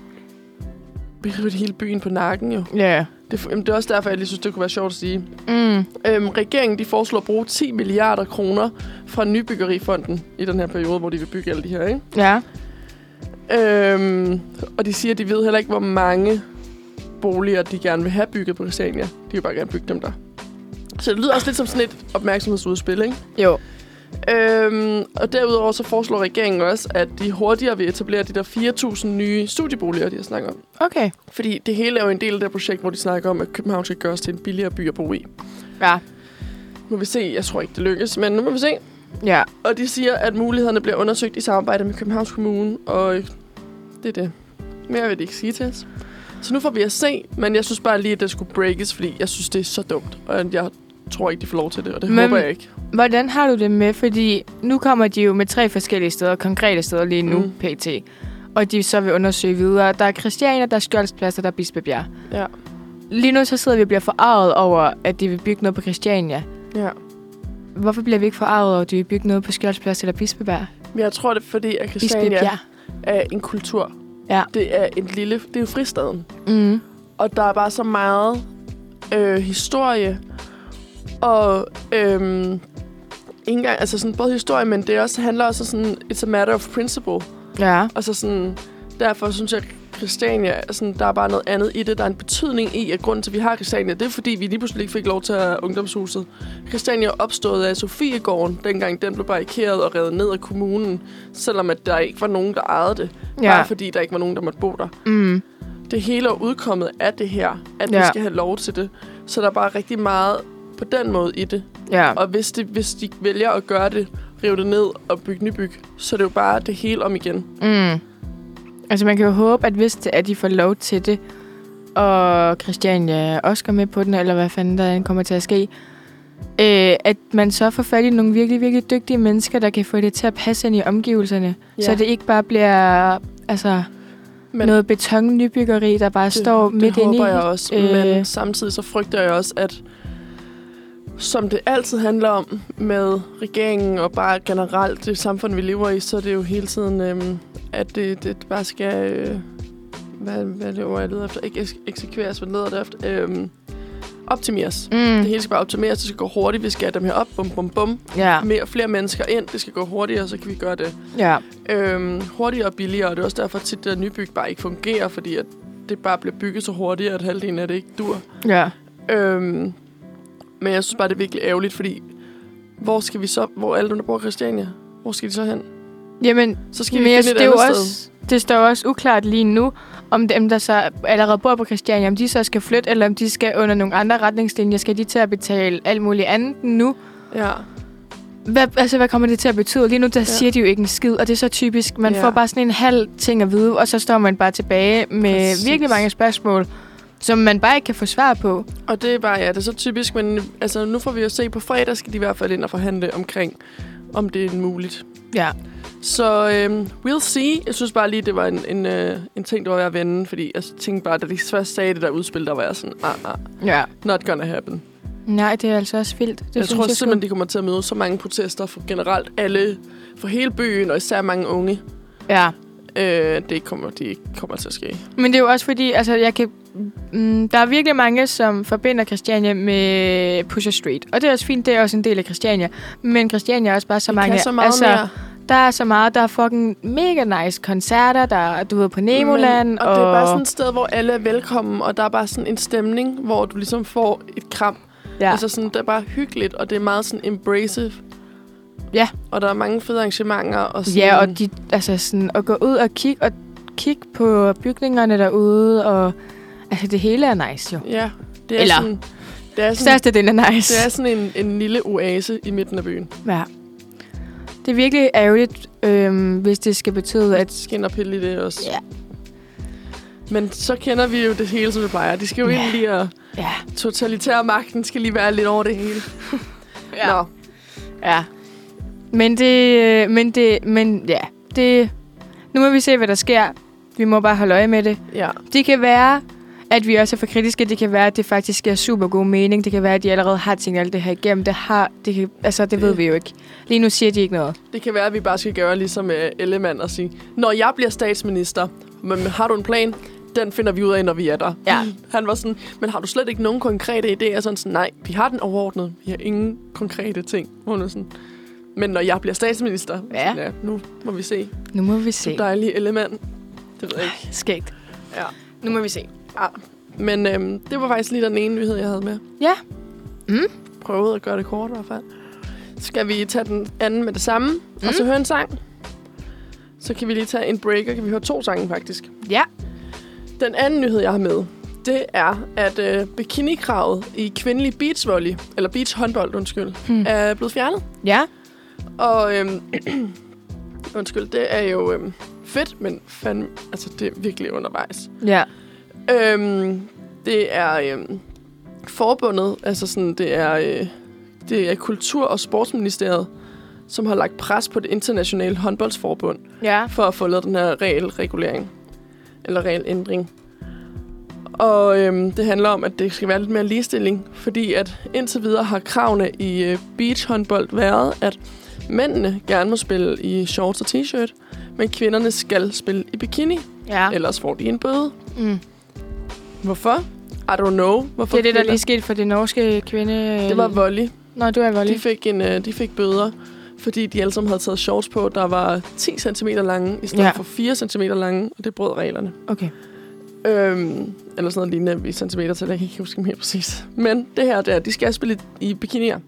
B: rive hele byen på nakken jo.
A: Ja.
B: Det, jamen, det er også derfor, jeg lige synes, det kunne være sjovt at sige.
A: Mm.
B: Øhm, regeringen de foreslår at bruge 10 milliarder kroner fra Nybyggerifonden i den her periode, hvor de vil bygge alle de her. Ikke?
A: Ja.
B: Øhm, og de siger, at de ved heller ikke, hvor mange boliger, de gerne vil have bygget på Christiania. De vil bare gerne bygge dem der. Så det lyder også lidt som sådan et opmærksomhedsudspil, ikke?
A: Jo.
B: Øhm, og derudover så foreslår regeringen også, at de hurtigere vil etablere de der 4.000 nye studieboliger, de har snakket om.
A: Okay.
B: Fordi det hele er jo en del af det her projekt, hvor de snakker om, at København skal gøres til en billigere by at bo i.
A: Ja.
B: Nu må vi se. Jeg tror ikke, det lykkes, men nu må vi se.
A: Ja.
B: Og de siger, at mulighederne bliver undersøgt i samarbejde med Københavns Kommune, og øh, det er det. Mere vil de ikke sige til os. Så nu får vi at se, men jeg synes bare lige, at det skulle breakes, fordi jeg synes, det er så dumt. Og jeg tror ikke, de får lov til det, og det
A: Men-
B: men... håber jeg ikke.
A: Hvordan har du det med, fordi nu kommer de jo med tre forskellige steder, konkrete steder lige nu, mm.
B: Mm.
A: pt. Og de så vil undersøge videre. Der er Christiania, der er Skjoldsplads, og der er Bispebjerg.
B: Ja.
A: Lige nu så sidder vi og bliver forarvet over, at de vil bygge noget på Christiania.
B: ja.
A: Hvorfor bliver vi ikke forarvet over, at de vil bygge noget på Skjoldsplads eller Bispebjerg?
B: Men jeg tror, det er fordi, at Christiania
A: Bispebjerg.
B: er en kultur.
A: Ja.
B: Det er en lille... Det er jo fristaden.
A: Mm.
B: Og der er bare så meget øh, historie. Og øhm, ikke engang, altså sådan både historie, men det også handler også sådan, it's a matter of principle.
A: Ja.
B: Og så sådan, derfor synes jeg, Christiania, sådan, der er bare noget andet i det. Der er en betydning i, at grunden til, at vi har Christiania, det er, fordi vi lige pludselig ikke fik lov til at have ungdomshuset. Christiania er opstået af Sofiegården, dengang den blev barrikeret og revet ned af kommunen, selvom at der ikke var nogen, der ejede det. Ja.
A: Ja.
B: Bare fordi der ikke var nogen, der måtte bo der
A: Mm.
B: det hele er udkommet af det her, at ja.
A: Ja.
B: vi skal have lov til det. Så der er bare rigtig meget på den måde i det.
A: Ja.
B: Og hvis de, hvis de vælger at gøre det, rive det ned og bygge nybyg, så er det jo bare det hele om igen.
A: Mm. Altså, man kan jo håbe, at hvis det er, de får lov til det, og Christiania også går med på den, eller hvad fanden der end kommer til at ske, øh, at man så får fat i nogle virkelig, virkelig dygtige mennesker, der kan få det til at passe ind i omgivelserne. Ja.
B: Ja.
A: Så det ikke bare bliver altså, Men
B: Men-
A: noget betonnybyggeri, der bare det, står
B: det,
A: midt
B: det
A: inde i.
B: håber jeg også, øh... men samtidig så frygter jeg også, at som det altid handler om med regeringen og bare generelt det samfund, vi lever i, så er det jo hele tiden, øhm, at det, det bare skal... Øh, hvad, hvad er det ord, jeg leder efter? Ikke eks- eksekveres, hvad leder det efter? Øhm, optimeres. Mm. Det
A: Mm.
B: hele skal bare optimeres, det skal gå hurtigt, vi skal have dem her op, bum bum bum.
A: Ja.
B: Mere, flere mennesker ind, det skal gå hurtigere, så kan vi gøre det
A: ja.
B: øhm, hurtigere og billigere. Og det er også derfor, at tit det der nybyg bare ikke fungerer, fordi at det bare bliver bygget så hurtigt, at halvdelen af det ikke dur.
A: Ja.
B: Øhm, men jeg synes bare, det er virkelig ærgerligt, fordi hvor skal vi så, hvor er alle dem, der bor i Christiania, hvor skal de så hen?
A: Jamen,
B: Så skal
A: Men
B: vi
A: jeg,
B: finde
A: det,
B: et
A: er
B: andet
A: jo
B: også...
A: også, det står jo også uklart lige nu, om dem, der så allerede bor på Christiania, om de så skal flytte, eller om de skal under nogle andre retningslinjer. Skal de til at betale alt muligt andet nu?
B: sted. Ja.
A: Hvad, altså, hvad kommer det til at betyde? Lige nu, der ja. siger de jo ikke en skid, og det er så typisk. Man
B: Ja.
A: ja. får bare sådan en halv ting at vide, og så står man bare tilbage med
B: Præcis.
A: Præcis. virkelig mange spørgsmål, som man bare ikke kan få svar på.
B: Og det er bare, ja, det er så typisk, men altså, nu får vi jo se, på fredag skal de i hvert fald ind og forhandle omkring, om det er muligt.
A: Ja.
B: Så øhm, we'll see. Jeg synes bare lige, det var en, en, øh, en ting, der var ved at vende, fordi jeg tænkte bare, da de først sagde det der udspil, der var jeg sådan, ah, ah,
A: Ja.
B: not gonna happen. Det
A: Nej, det er altså også vildt. Det
B: jeg
A: synes
B: tror jeg
A: jeg sgu.
B: simpelthen, de kommer til at møde så mange protester fra generelt alle, fra hele byen, og især mange unge.
A: Ja.
B: Øh, det kommer, de ikke kommer til at ske.
A: Men det er jo også fordi, altså, jeg kan, mm, der er virkelig mange, som forbinder Christiania med Pusher Street. Og det er også fint, det er også en del af Christiania. Men Christiania er også bare så
B: De
A: mange...
B: kan så meget
A: altså,
B: mere.
A: Der er så meget, der er fucking mega nice koncerter, der er, du ved, på Nemoland.
B: Men, og, og det er bare sådan et sted, hvor alle er velkommen, og der er bare sådan en stemning, hvor du ligesom får et kram. Ja.
A: ja.
B: Altså sådan, det er bare hyggeligt, og det er meget sådan embracive.
A: Ja.
B: Og der er mange fede arrangementer. Og sådan,
A: ja, og de, altså sådan, at gå ud og kigge, og kigge på bygningerne derude, og altså, det hele er nice, jo.
B: Ja, det er
A: Eller-
B: sådan... Det er sådan,
A: Største den er nice.
B: det er sådan en, en lille oase i midten af byen.
A: Ja. Det er virkelig ærgerligt, øhm, hvis det skal betyde,
B: At
A: at...
B: skinner pille i det også.
A: Ja.
B: Men så kender vi jo det hele, som det plejer. De skal jo
A: Ja.
B: ind lige og
A: Ja.
B: totalitære magten skal lige være lidt over det hele. Nå,
A: Ja. Men det, øh, men det, men ja, det, nu må vi se, hvad der sker. Vi må bare holde øje med det.
B: ja.
A: Det kan være, at vi også er for kritiske. Det kan være, at det faktisk er super god mening. Det kan være, at de allerede har tænkt alt det her igennem. Det har, det kan, altså, det ved
B: Det-
A: vi jo ikke. Lige nu siger de ikke noget.
B: Det kan være, at vi bare skal gøre ligesom uh, Ellemann og sige, når jeg bliver statsminister, men har du en plan? Den finder vi ud af, når vi er der.
A: Ja.
B: Han var sådan, men har du slet ikke nogen konkrete idéer? Sådan sådan, nej, vi har den overordnet. Vi har ingen konkrete ting. Hun er sådan, men når jeg bliver statsminister,
A: Ja.
B: Sådan, ja nu må vi se.
A: Nu må vi se.
B: Du dejlige Ellemann. Det ved jeg ikke.
A: Skægt.
B: Ja.
A: Nu må vi se.
B: Ja. Men øhm, det var faktisk lige den ene nyhed, jeg havde med.
A: Ja.
B: Prøvede at gøre det kort i hvert fald. Skal vi tage den anden med det samme, mm. og så høre en sang? Så kan vi lige tage en break, og kan vi høre to sange faktisk.
A: Ja.
B: Den anden nyhed, jeg har med, det er, at øh, bikinikravet i kvindelig beachvolley, eller beachhåndbold, undskyld, hmm. er blevet fjernet.
A: Ja.
B: Og øhm, undskyld, det er jo øhm, fedt, men fandme, altså det er virkelig undervejs.
A: Ja.
B: Øhm, det er øhm, forbundet, altså sådan, det er, øh, det er Kultur- og Sportsministeriet, som har lagt pres på det internationale håndboldsforbund
A: Ja.
B: for at få lavet den her regelregulering, eller regelændring. Og øhm, det handler om, at det skal være lidt mere ligestilling, fordi at indtil videre har kravene i øh, beachhåndbold været, at mændene gerne må spille i shorts og t-shirt, men kvinderne skal spille i bikini,
A: Ja.
B: ellers får de en bøde.
A: Mm.
B: Hvorfor? I don't know. Hvorfor
A: Det er det, der
B: kvinder-
A: lige skete for det norske kvinde... øh,
B: Det var volley.
A: Nå, du er volley.
B: De fik, en, øh, de fik bøder, fordi de alle sammen havde taget shorts på, der var 10 cm lange, i stedet ja.
A: Ja.
B: for 4 cm lange, og det brød reglerne.
A: Okay.
B: Øhm, eller sådan noget lignende i centimeter, så jeg kan ikke huske dem helt præcis. Men det her, der, de skal spille i, i bikinier.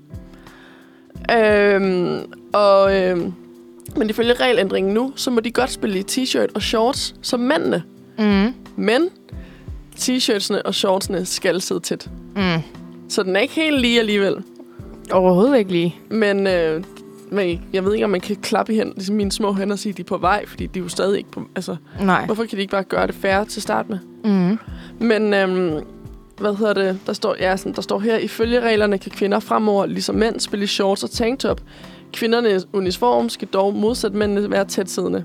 B: Øhm, og, øhm, men ifølge regelændringen nu, så må de godt spille i t-shirt og shorts som mændene.
A: Mm.
B: Men t-shirtsene og shortsene skal sidde tæt.
A: Mm.
B: Så den er ikke helt lige alligevel.
A: Overhovedet ikke lige.
B: Men, øh, men jeg ved ikke, om man kan klappe i hen, ligesom mine små hænder og sige, at de er på vej, fordi de er jo stadig ikke på... Altså,
A: Nej.
B: hvorfor kan de ikke bare gøre det færre til start med?
A: Mm.
B: Men øhm, hvad hedder det? Der står, ja, sådan, der står her, ifølge reglerne kan kvinder fremover, ligesom mænd, spille i shorts og tanktop. Kvindernes uniform skal dog modsat mændene være tæt siddende.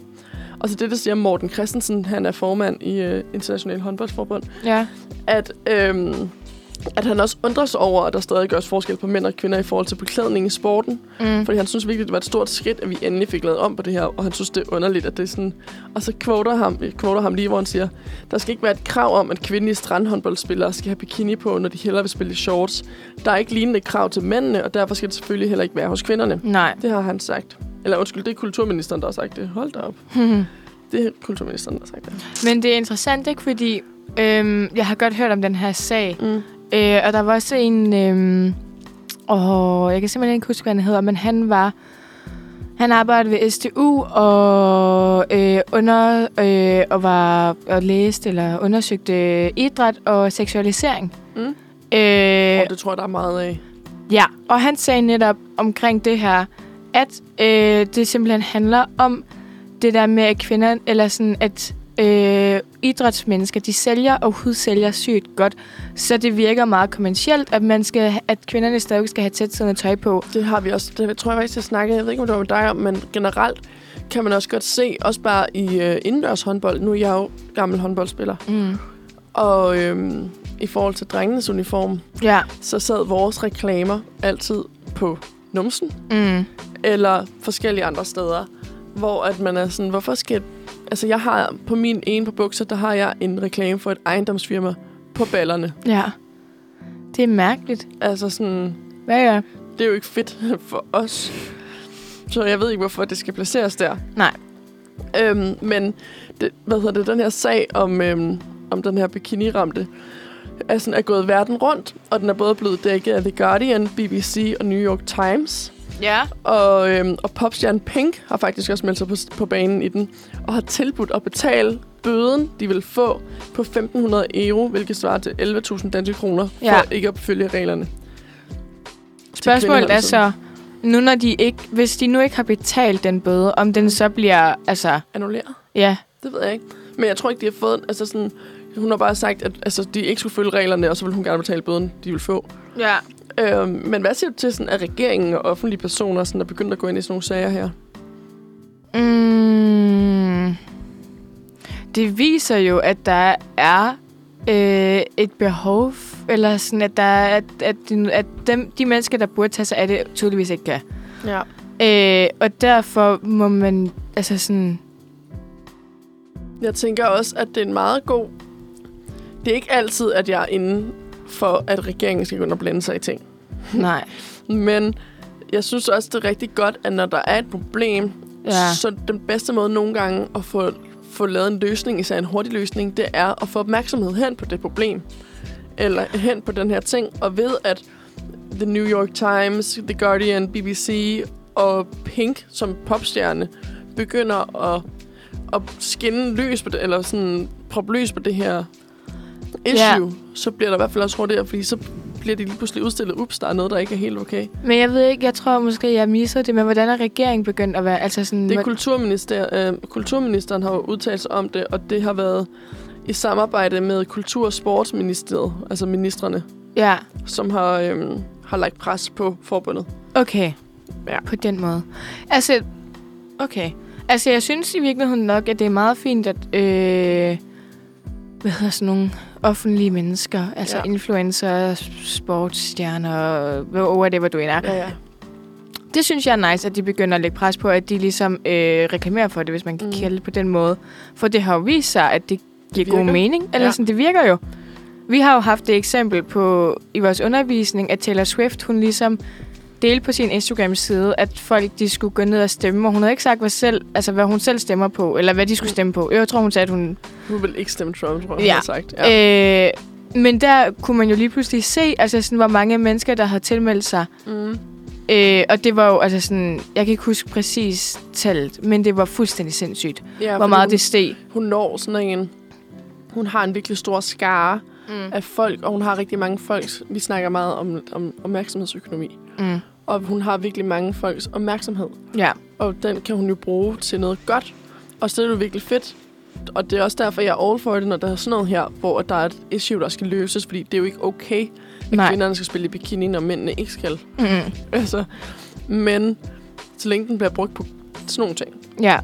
B: Og så det, der siger Morten Christensen, han er formand i øh, International Håndboldsforbund,
A: Ja.
B: at øhm, at han også undrer sig over, at der stadig gøres forskel på mænd og kvinder i forhold til beklædning i sporten.
A: Mm.
B: Fordi han synes virkelig, det var et stort skridt, at vi endelig fik lavet om på det her, og han synes, det er underligt, at det er sådan... Og så quoter ham, jeg quoter ham lige, hvor han siger, der skal ikke være et krav om, at kvindelige strandhåndboldspillere skal have bikini på, når de hellere vil spille i shorts. Der er ikke lignende krav til mændene, og derfor skal det selvfølgelig heller ikke være hos kvinderne.
A: Nej.
B: Det har han sagt. Eller undskyld, det er kulturministeren, der har sagt det. Hold da op. Det er kulturministeren, der har sagt det.
A: Men det er interessant, ikke? Fordi øhm, jeg har godt hørt om den her sag.
B: Mm.
A: Øh, og der var også en... Øhm, åh, jeg kan simpelthen ikke huske, hvad han hedder, men han var... Han arbejdede ved STU og, øh, under, øh, og var og læste eller undersøgte idræt og seksualisering.
B: Mm.
A: Øh,
B: Og det tror jeg, der er meget af.
A: Ja, og han sagde netop omkring det her, at øh, det simpelthen handler om det der med, at kvinder, eller sådan, at øh, idrætsmennesker, de sælger og hudsælger sygt godt, så det virker meget kommercielt, at, man skal, at kvinderne stadig skal have tætsiddende tøj på.
B: Det har vi også. Det tror jeg faktisk, jeg snakkede. Jeg ved ikke, om det var med dig om, men generelt kan man også godt se, også bare i øh, indendørs håndbold. Nu er jeg jo gammel håndboldspiller.
A: Mm.
B: Og øhm, i forhold til drengenes uniform,
A: Ja.
B: så sad vores reklamer altid på numsen.
A: Mm.
B: eller forskellige andre steder, hvor at man er sådan, hvorfor skal... Altså, jeg har på min ene på bukser, der har jeg en reklame for et ejendomsfirma på ballerne.
A: Ja. Det er mærkeligt.
B: Altså sådan,
A: Hvad ja.
B: det er jo ikke fedt for os. Så jeg ved ikke, hvorfor det skal placeres der.
A: Nej.
B: Øhm, men, det, hvad hedder det, den her sag om, øhm, om den her bikiniramte, er, sådan, er gået verden rundt, og den er både blevet dækket af The Guardian, BBC og New York Times.
A: Ja.
B: Og, øhm, og popstjernen Pink har faktisk også meldt sig på, på banen i den, og har tilbudt at betale bøden, de vil få på 1.500 euro, hvilket svarer til 11.000 danske kroner, ja.
A: Ja.
B: for ikke at følge reglerne. altså.
A: Spørgsmålet er
B: kvindehold,
A: så, nu når de ikke, hvis de nu ikke har betalt den bøde, om den så bliver, altså,
B: Annullere?
A: ja,
B: Det ved jeg ikke. Men jeg tror ikke, de har fået... Altså sådan, hun har bare sagt, at altså, de ikke skulle følge reglerne, og så ville hun gerne betale bøden, de vil få.
A: ja.
B: Øhm, men hvad siger du til, sådan, at regeringen og offentlige personer sådan, er begyndt at gå ind i sådan nogle sager her?
A: Mm, det viser jo, at der er øh, et behov, f- eller sådan, at, der, er- at, at, de- at dem, de mennesker, der burde tage sig af det, tydeligvis ikke kan.
B: Ja.
A: Øh, og derfor må man, altså sådan,
B: Jeg tænker også, at det er en meget god... Det er ikke altid, at jeg er inde for, at regeringen skal gå ind og blande sig i ting.
A: nej.
B: Men jeg synes også, det er rigtig godt, at når der er et problem,
A: Ja.
B: ja. så den bedste måde nogle gange at få, få lavet en løsning, især en hurtig løsning, det er at få opmærksomhed hen på det problem. Eller hen på den her ting. Og ved at The New York Times, The Guardian, BBC og Pink som popstjerne begynder at, at skinne løs på det, eller sådan proppe løs på det her issue, yeah. så bliver der i hvert fald også hurtigere, fordi så bliver de lige pludselig udstillet, ups, der er noget, der ikke er helt okay.
A: Men jeg ved ikke, jeg tror måske, jeg missede det, men hvordan er regeringen begyndt at være, altså sådan,
B: Det er
A: hvor-
B: kulturminister, øh, kulturministeren har jo udtalt sig om det, og det har været i samarbejde med Kultur- og Sportsministeriet, altså ministerne,
A: ja,
B: som har, øh, har lagt pres på forbundet.
A: Okay.
B: Ja.
A: På den måde. Altså, okay. Altså, jeg synes i virkeligheden nok, at det er meget fint, at... Øh, hvad hedder sådan nogle offentlige mennesker? Altså
B: Ja.
A: ja. influencer, sportsstjerner, whatever du end er.
B: Ja, ja.
A: Det synes jeg er nice, at de begynder at lægge pres på, at de ligesom øh, reklamerer for det, hvis man kan
B: Mm.
A: mm. kalde det på den måde. For det har jo vist sig, at det giver
B: Virker.
A: god mening. Eller
B: Ja.
A: ja. sådan, det virker jo. Vi har jo haft det eksempel på, i vores undervisning, at Taylor Swift, hun ligesom delte på sin Instagram-side, at folk de skulle gå ned og stemme, og hun havde ikke sagt, hvad, selv, altså, hvad hun selv stemmer på, eller hvad de
B: Mm.
A: skulle stemme på. Jeg tror, hun sagde, at hun
B: Nu vil ikke stemme Trump, tror jeg,
A: Ja.
B: ja. har sagt. Ja.
A: Øh, men der kunne man jo lige pludselig se, altså sådan, hvor mange mennesker, der havde tilmeldt sig.
B: Mm.
A: Øh, og det var jo, altså sådan, jeg kan ikke huske præcis tallet, men det var fuldstændig sindssygt, ja,
B: ja
A: hvor
B: fordi
A: meget
B: hun,
A: det steg.
B: Hun når sådan en... Hun har en virkelig stor skare
A: Mm.
B: af folk, og hun har rigtig mange folk. Vi snakker meget om, om opmærksomhedsøkonomi.
A: Mm.
B: Og hun har virkelig mange folks opmærksomhed.
A: Ja.
B: Og den kan hun jo bruge til noget godt. Og så er det jo virkelig fedt. Og det er også derfor, jeg er all for det, når der er sådan noget her, hvor der er et issue, der skal løses. Fordi det er jo ikke okay, at
A: Nej.
B: kvinderne skal spille i bikini, når mændene ikke skal.
A: Mm.
B: Altså, men så længe den bliver brugt på sådan nogle ting.
A: Ja.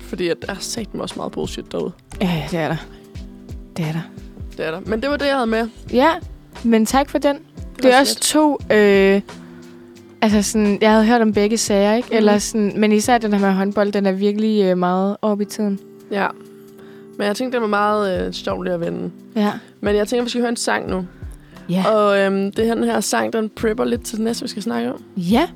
B: Fordi at der er satme også meget bullshit derude.
A: Øh, ja, det er der. Det er der.
B: Det er der. Men det var det, jeg havde med.
A: Ja, Men tak for den. Det, er
B: var
A: også
B: slet.
A: to... Øh, altså sådan, jeg havde hørt om begge sager, ikke?
B: Mhm.
A: Eller sådan, men især den her med håndbold, den er virkelig øh, meget op i tiden.
B: Ja. Men jeg tænkte, det var meget øh, sjovt lige at vende.
A: Ja.
B: Men jeg tænker, vi skal høre en sang nu.
A: Ja.
B: Og øhm, det her, den her sang, den prepper lidt til det næste, vi skal snakke om.
A: Ja.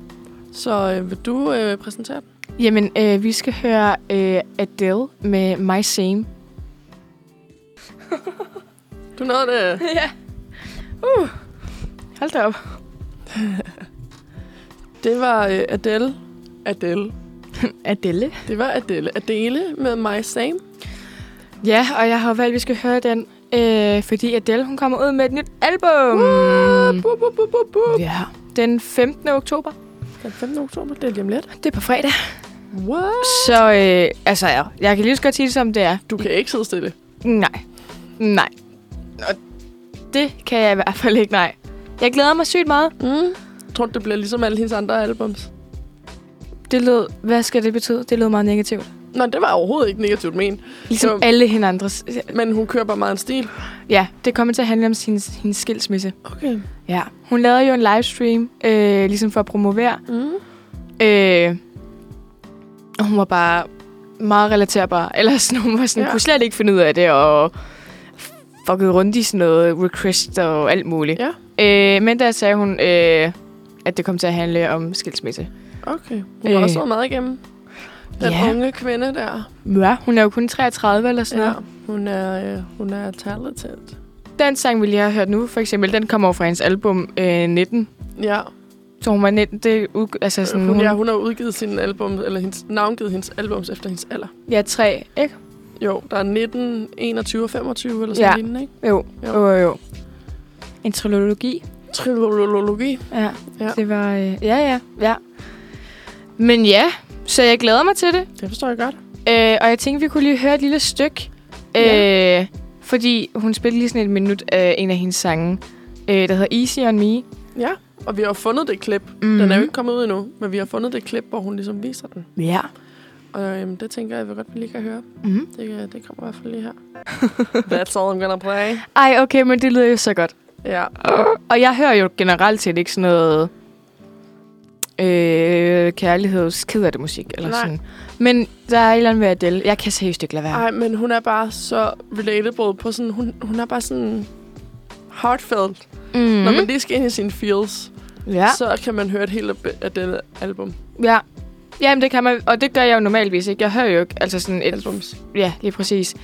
B: Så øh, vil du øh, præsentere den?
A: Jamen, øh, vi skal høre øh, Adele med My Same.
B: Du nåede det.
A: ja. Uh. Hold da op.
B: Det var øh, Adele. Adele.
A: Adele?
B: Det var Adele. Adele med My Same.
A: Ja, og jeg har valgt, at vi skal høre den. Øh, fordi Adele, hun kommer ud med et nyt album.
B: Mm. Bup, bup, bup, bup, bup.
A: Ja. Den 15. oktober.
B: Den 15. oktober, det er lige om lidt.
A: Det er på fredag.
B: What?
A: Så øh, altså, ja, jeg kan lige så godt sige det, som det er.
B: Du kan ikke sidde stille.
A: Nej. Nej. Og det kan jeg i hvert fald ikke, nej. Jeg glæder mig sygt meget.
B: Mm. Tror du, det bliver ligesom alle hendes andre albums?
A: Det lød, hvad skal det betyde? Det lød meget negativt.
B: Nå, det var overhovedet ikke negativt men.
A: Ligesom
B: Jo.
A: alle hinandres.
B: Men hun kører bare meget en stil.
A: Ja, det kommer til at handle om sin, hendes skilsmisse.
B: Okay.
A: Ja. Hun lavede jo en livestream, øh, ligesom for at promovere.
B: Mm.
A: Øh, og hun var bare meget relaterbar. Eller sådan, hun var sådan, ja.
B: Ja.
A: kunne slet ikke finde ud af det, og fuckede rundt i sådan noget request og alt muligt.
B: Ja.
A: Øh, men der sagde hun, øh, at det kom til at handle om skilsmisse.
B: Okay. Hun har
A: Øh.
B: også været meget igennem. Den
A: Ja.
B: unge kvinde der.
A: Ja, hun er jo kun 33 eller sådan
B: Ja.
A: ja.
B: Hun er, øh, hun er talented.
A: Den sang, vi lige har hørt nu, for eksempel, den kommer jo fra hendes album øh, 19.
B: Ja.
A: Så hun var 19, det er ud, altså sådan,
B: Øh, Hun,
A: hun,
B: ja, hun har udgivet sin album, eller hendes, navngivet hendes albums efter hendes alder.
A: ja, tre, ikke?
B: Jo, der er 19, 21 og 25 eller
A: Ja.
B: sådan lignende, ikke?
A: Jo,
B: Jo.
A: jo, jo. jo. En trilogi.
B: Trilologi.
A: Ja,
B: Ja.
A: ja. det var... Øh, ja, ja, ja. Men ja, så jeg glæder mig til det.
B: Det forstår jeg godt.
A: Øh, og jeg tænkte, vi kunne lige høre et lille stykke.
B: Ja.
A: Øh, fordi hun spillede lige sådan et minut af en af hendes sange, øh, der hedder Easy on Me.
B: Ja, og vi har fundet det klip. Mm-hmm.
A: Mm.
B: Den er jo ikke kommet ud endnu, men vi har fundet det klip, hvor hun ligesom viser den.
A: Ja.
B: Og øhm, det tænker jeg, vi godt vi lige kan høre.
A: Mm.
B: Det, øh, det kommer i hvert fald lige her. That's all I'm gonna play.
A: Ej, okay, men det lyder jo så godt.
B: Ja,
A: Og jeg hører jo generelt set ikke sådan noget øh, kærlighedsked af det musik. Eller
B: Nej.
A: sådan. Men der er et eller andet ved Adele. Jeg kan seriøst ikke lade være.
B: Ej, men hun er bare så relatable på sådan... Hun, hun er bare sådan heartfelt. Mm.
A: Mm.
B: Når man lige skal ind i sine feels,
A: ja.
B: ja. så kan man høre et helt af- af det album.
A: ja. Jamen, det kan man, og det gør jeg jo normalvis ikke. Jeg hører jo ikke, altså sådan et,
B: Albums.
A: ja, lige præcis.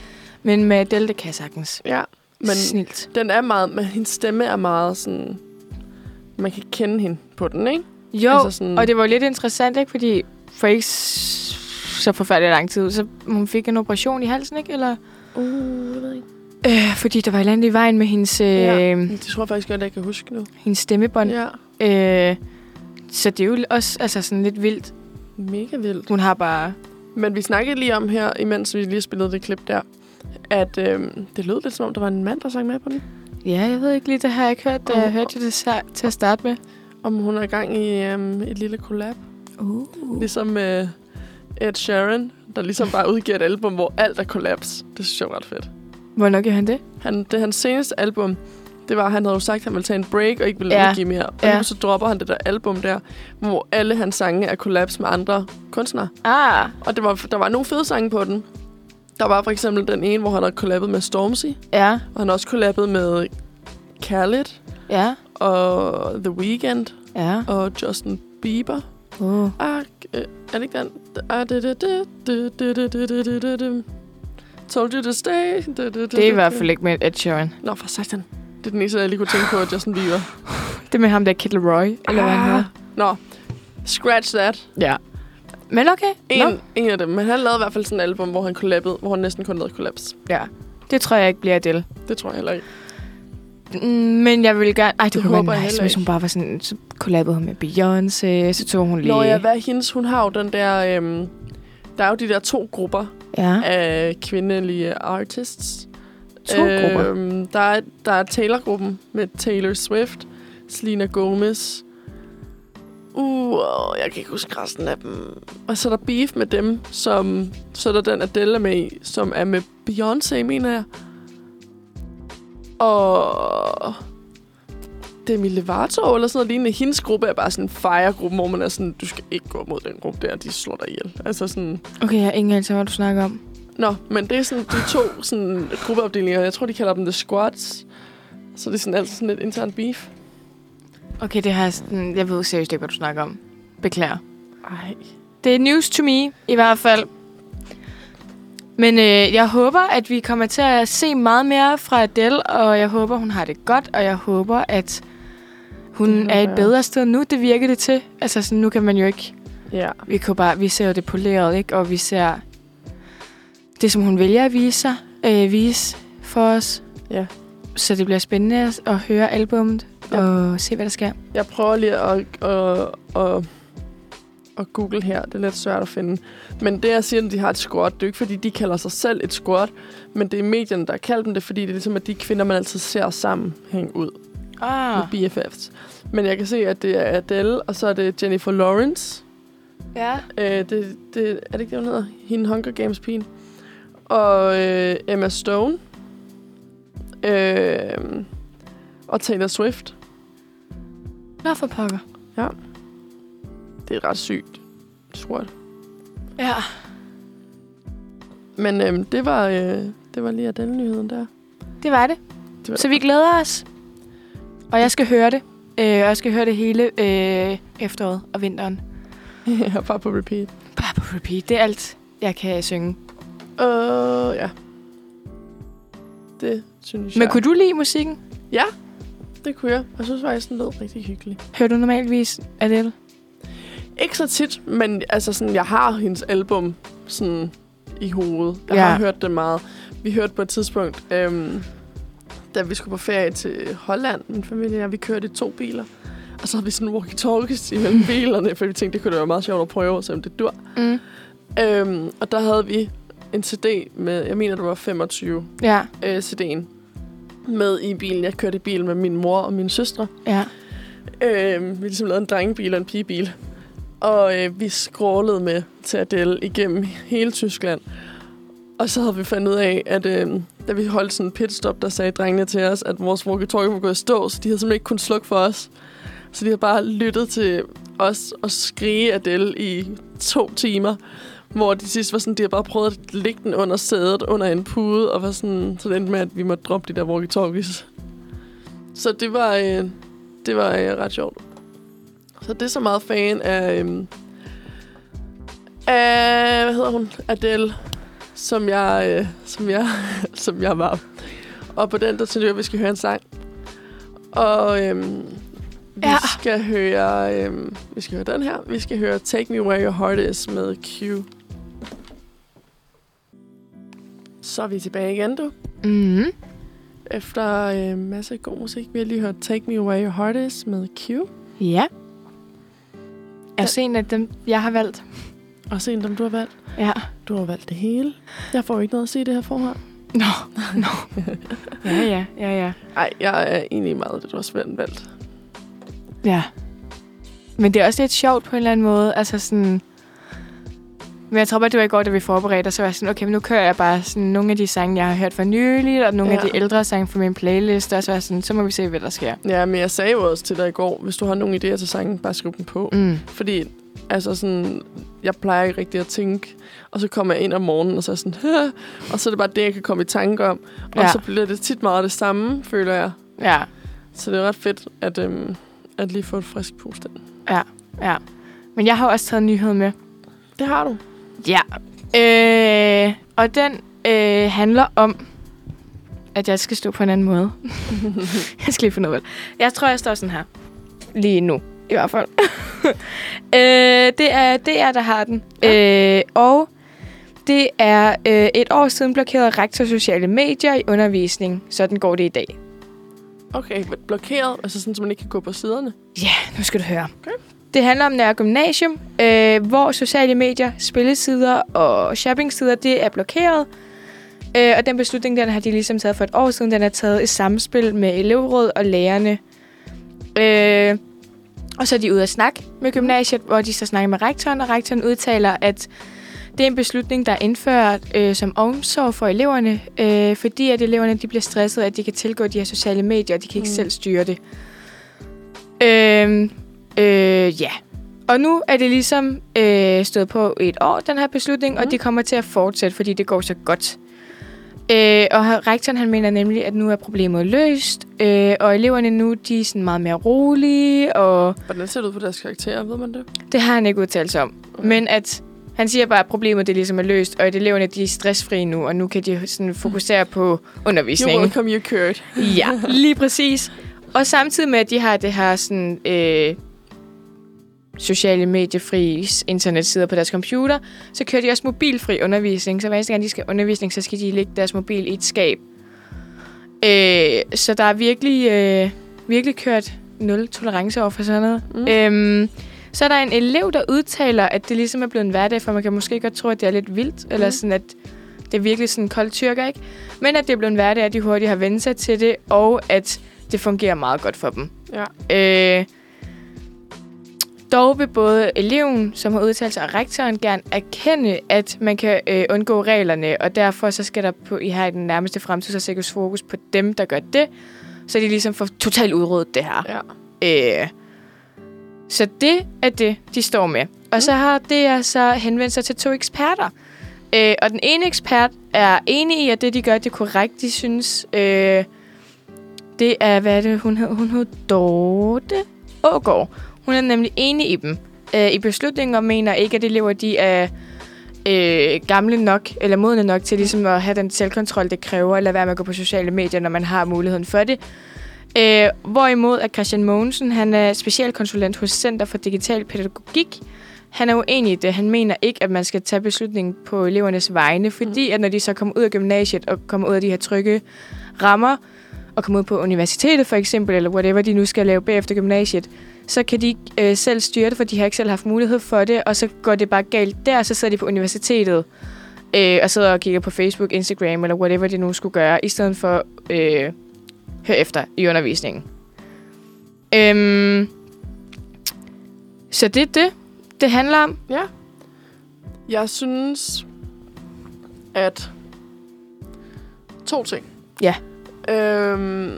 A: Men med Adele, det kan jeg sagtens.
B: Ja,
A: Men,
B: men
A: Snilt.
B: den er meget... Men hendes stemme er meget sådan... Man kan kende hende på den, ikke?
A: Jo,
B: Altså
A: altså
B: sådan-
A: sådan... og det var jo lidt interessant, ikke? Fordi for ikke s- så forfærdelig lang tid, så hun fik en operation i halsen, ikke? Eller,
B: Uh, jeg ved ikke.
A: øh, fordi der var et eller andet i vejen med hendes, øh,
B: Ja.
A: ja.
B: Det tror jeg faktisk godt, jeg kan huske nu.
A: hendes stemmebånd.
B: Ja,
A: Ja. Øh, så det er jo også altså sådan lidt vildt.
B: mega vildt.
A: Hun har bare...
B: Men vi snakkede lige om her, imens vi lige spillede det klip der, at øhm, det lød lidt som om, der var en mand, der sang med på den.
A: Ja, jeg ved ikke lige, det har jeg ikke hørt, da
B: Åh.
A: jeg hørte det sa- til at starte med.
B: Om hun er i gang i øhm, et lille collab.
A: Uh.
B: Ligesom øh, Ed Sheeran, der ligesom bare udgiver et album, hvor alt er kollaps. Det synes jeg var ret fedt.
A: Hvornår gjorde han det?
B: Han, det hans seneste album, det var, at han havde jo sagt, at han ville tage en break og ikke ville ja.
A: Ja.
B: udgive mere. Og
A: Ja.
B: nu så dropper han det der album der, hvor alle hans sange er kollaps med andre kunstnere.
A: Ah,
B: Og det var, der var nogle fede sange på den. Der var for eksempel den ene, hvor han havde kollabet med Stormzy.
A: ja,
B: Og han har også kollabet med Khaled
A: ja,
B: og The Weeknd
A: ja.
B: og Justin Bieber.
A: Uh.
B: Ah, øh, er det ikke den? Ah, du, du, du, du, du, du, du, du, du, du, du. Told you to stay. Du, du, du,
A: Det er i
B: du,
A: hvert
B: du.
A: fald ikke med Ed Sheeran.
B: Nå, for satan. Det er den eneste, jeg lige kunne tænke på, at Justin Bieber. Ah.
A: Det er med ham der Kid Leroy, eller hvad han hedder.
B: Nå, scratch that.
A: Ah. Ja. Men okay.
B: En,
A: Nå.
B: en af dem. Men han lavede i hvert fald sådan et album, hvor han kollabede, hvor han næsten kun lavede kollaps.
A: Ja. Det tror jeg ikke bliver Adele.
B: Det tror jeg heller ikke.
A: Mm, men jeg vil gerne... Ej, det,
B: Det
A: det kunne
B: håber jeg
A: være nice,
B: heller
A: hvis
B: ikke.
A: hun bare var sådan... Så kollabede hun med Beyoncé, så tog hun lige...
B: Nå ja, hvad er hendes? Hun har jo den der... Øhm, der er jo de der to grupper,
A: ja.
B: af kvindelige artists.
A: To øh, grupper.
B: Øhm, der, er, der er Taylor-gruppen med Taylor Swift, Selena Gomez. Uh, og jeg kan ikke huske resten af dem. Og så er der Beef med dem, som... Så er der den Adele er med i, som er med Beyoncé, mener jeg. Og... det er Emilie Vartov eller sådan noget lignende. Hendes gruppe er bare sådan en fejregruppe, hvor man er sådan, du skal ikke gå mod den gruppe der, de slår dig ihjel. Altså sådan,
A: Okay, jeg har ingen anelse om, hvad du snakker om.
B: nå, men det er sådan de to sådan, gruppeopdelinger. Jeg tror, de kalder dem The Squads. Så det er sådan altid sådan lidt intern beef.
A: Okay, det har jeg sådan... Jeg ved seriøst ikke, hvad du snakker om. Beklager.
B: Ej.
A: Det er news to me, i hvert fald. Men øh, jeg håber, at vi kommer til at se meget mere fra Adele, og jeg håber, hun har det godt, og jeg håber, at
B: Det
A: hun
B: håber
A: er
B: jeg.
A: et bedre sted nu. Det virker det til. Altså, sådan, nu kan man jo ikke...
B: Ja.
A: Vi, kan jo bare, vi ser jo det poleret, ikke? Og vi ser det, som hun vælger at vise, sig, øh, vise for os.
B: Ja.
A: Så det bliver spændende at- at høre albumet
B: Ja.
A: og se, hvad der sker.
B: Jeg prøver lige at, at, at, at google her. Det er lidt svært at finde. Men det, jeg siger, at de har et squat, det er jo ikke, fordi de kalder sig selv et squat, men det er medierne, der har kaldt dem det, fordi det er ligesom, at de kvinder, man altid ser sammen hænge ud
A: Ah,
B: i BFFs. Men jeg kan se, at det er Adele, og så er det Jennifer Lawrence.
A: ja.
B: Øh, det, det, er det ikke det, hun hedder? Hende Hunger Games-pigen. Og øh, Emma Stone. Øh, og Taylor Swift.
A: Nå, for pokker.
B: Det er ret sygt, tror jeg.
A: Ja.
B: Men øhm, det var øh, det var lige af den nyheden der.
A: Det var det.
B: Det var
A: Så vi glæder os. Og jeg skal høre det. Øh, og jeg skal høre det hele øh, efteråret og vinteren.
B: Jeg er bare på repeat.
A: Bare på repeat. Det er alt, jeg kan synge.
B: Og ja. Det synes
A: Men
B: jeg.
A: kunne du lide musikken?
B: Det kunne jeg. Jeg synes faktisk, den lød rigtig hyggelig.
A: Hører du normalvis Adele?
B: Ikke så tit, men altså sådan, jeg har hendes album sådan i hovedet. Jeg
A: Ja.
B: har hørt det meget. Vi hørte på et tidspunkt, øhm, da vi skulle på ferie til Holland, min familie og jeg, vi kørte i to biler. Og så havde vi sådan walkie-talkies imellem bilerne, for vi tænkte, det kunne da være meget sjovt at prøve, selvom det dur.
A: Mm.
B: Øhm, og der havde vi en CD med, jeg mener, det var 25
A: Ja,
B: øh, CD'en med i bilen. Jeg kørte i bil med min mor og mine søstre.
A: ja.
B: Øh, vi havde ligesom lavede en drengebil og en pigebil. Og øh, vi scrollede med til Adele igennem hele Tyskland. Og så havde vi fundet ud af, at øh, da vi holdt sådan en pitstop, der sagde drengene til os, at vores walkie-talkie var gået i stå, så de havde simpelthen ikke kunnet slukke for os. Så de havde bare lyttet til os og skrige Adele i to timer. Hvor de sidst var sådan, de havde bare prøvet at lægge den under sædet, under en pude, og var sådan, så det endte med, at vi måtte droppe de der walkie-talkies. Så det var, øh, det var øh, ret sjovt. Så det er så meget fan af, øhm, af hvad hedder hun? Adele, som jeg, øh, som jeg, som jeg var. Og på den, der synes jeg, at vi skal høre en sang. Og øhm, vi
A: Ja.
B: skal høre, øhm, vi skal høre den her. Vi skal høre Take Me Where Your Heart Is med Q. Så er vi tilbage igen, du.
A: Mm.
B: Efter øh, masser af god musik. Vi har lige hørt Take Me Where Your Heart Is med Q.
A: Ja. Er du så en af dem, jeg har valgt?
B: Og se dem, du har valgt.
A: Ja.
B: Du har valgt det hele. Jeg får ikke noget at se i det her forhold.
A: Nå, nå. ja, ja, ja, ja.
B: Nej, jeg er egentlig meget det, du har svært valgt.
A: Ja. Men det er også lidt sjovt på en eller anden måde. Altså sådan... Men jeg tror bare, det var i går, da vi forberedte, og så var jeg sådan, okay, men nu kører jeg bare sådan nogle af de sange, jeg har hørt for nylig, og nogle ja. af
B: Ja.
A: de ældre sange fra min playlist, og så var jeg sådan, så må vi se, hvad der sker.
B: Ja, men jeg sagde jo også til dig i går, hvis du har nogle idéer til sangen, bare skriv dem på. Mm.
A: Mm.
B: Fordi altså sådan, jeg plejer ikke rigtig at tænke, og så kommer jeg ind om morgenen, og så er jeg sådan, Hæ? og så er det bare det, jeg kan komme i tanke om. Og
A: Ja.
B: så bliver det tit meget det samme, føler jeg.
A: Ja,
B: Så det er ret fedt, at, øhm, at lige få et frisk pust ind.
A: ja. Men jeg har jo også taget en nyhed med.
B: Det har du.
A: Ja. Øh, og den øh, handler om, at jeg skal stå på en anden måde. jeg skal lige finde ud af det. Jeg tror, jeg står sådan her. Lige nu, i hvert fald. øh, det er DR, der har den. Ja. Øh, og det er øh, et år siden blokeret rektor sociale medier i undervisning. Sådan går det i dag.
B: Okay, men blokeret, altså sådan, så man ikke kan gå på siderne.
A: Ja, nu skal du høre.
B: Okay.
A: Det handler om Nørre Gymnasium, øh, hvor sociale medier, spillesider og shoppingsider, det er blokeret. Øh, og den beslutning, den har de ligesom taget for et år siden, den er taget i samspil med elevråd og lærerne. Øh, og så er de ude at snakke med gymnasiet, hvor de så snakker med rektoren, og rektoren udtaler, at det er en beslutning, der er indført øh, som omsorg for eleverne, øh, fordi at eleverne de bliver stresset, at de kan tilgå de her sociale medier, og de kan ikke
B: Mm.
A: selv styre det. Øhm, øh, ja. Og nu er det ligesom øh, stået på et år, den her beslutning, mm. og det kommer til at fortsætte, fordi det går så godt. Øh, og her- rektoren han mener nemlig, at nu er problemet løst, øh, og eleverne nu de er sådan meget mere rolige, og
B: Hvordan ser det ud på deres karakterer, ved man det?
A: det har han ikke udtalt sig om. Okay. Men at han siger bare, at problemet det ligesom er løst, og at eleverne de er stressfrie nu, og nu kan de sådan fokusere på
B: You're
A: undervisningen.
B: welcome, you cured.
A: Ja, lige præcis. Og samtidig med, at de har det her sådan, øh, sociale mediefri internetsider på deres computer, så kører de også mobilfri undervisning. Så hver eneste gang, de skal undervisning, så skal de lægge deres mobil i et skab. Øh, så der er virkelig, øh, virkelig kørt nul tolerance over for sådan noget.
B: Mm.
A: Mm. Øhm, så er der en elev, der udtaler, at det ligesom er blevet en hverdag, for man kan måske godt tro, at det er lidt vildt, mm. eller
B: Mhm.
A: sådan, at det er virkelig sådan en kold tyrker, ikke? Men at det er blevet en hverdag, at de hurtigt har vendt sig til det, og at det fungerer meget godt for dem.
B: Ja.
A: Øh, dog vil både eleven, som har udtalt sig, og rektoren gerne erkende, at man kan øh, undgå reglerne, og derfor så skal der på, i her i den nærmeste fremtid så sættes fokus på dem, der gør det, så de ligesom får totalt udryddet det her.
B: Ja.
A: Øh, så det er det, de står med. Og så har det altså henvendt sig til to eksperter. Øh, og den ene ekspert er enig i, at det, de gør, det er korrekt. De synes, øh, det er, hvad er det, hun hed? Hun hed Dorte Ågaard. Hun er nemlig enig i dem øh, i beslutningen og mener ikke, at elever de er øh, gamle nok, eller modne nok til ligesom at have den selvkontrol, det kræver, eller være med at gå på sociale medier, når man har muligheden for det. Øh, hvorimod at Christian Mogensen, han er specialkonsulent hos Center for Digital Pædagogik. Han er uenig i det. Han mener ikke, at man skal tage beslutningen på elevernes vegne, fordi at når de så kommer ud af gymnasiet og kommer ud af de her trygge rammer, og kommer ud på universitetet for eksempel, eller whatever de nu skal lave bagefter gymnasiet, så kan de ikke øh, selv styre det, for de har ikke selv haft mulighed for det, og så går det bare galt der, og så sidder de på universitetet øh, og sidder og kigger på Facebook, Instagram, eller whatever de nu skulle gøre, i stedet for øh, høre efter i undervisningen. Øhm, så det er det, det handler om.
B: Ja. Jeg synes, at... To ting.
A: Ja.
B: Øhm,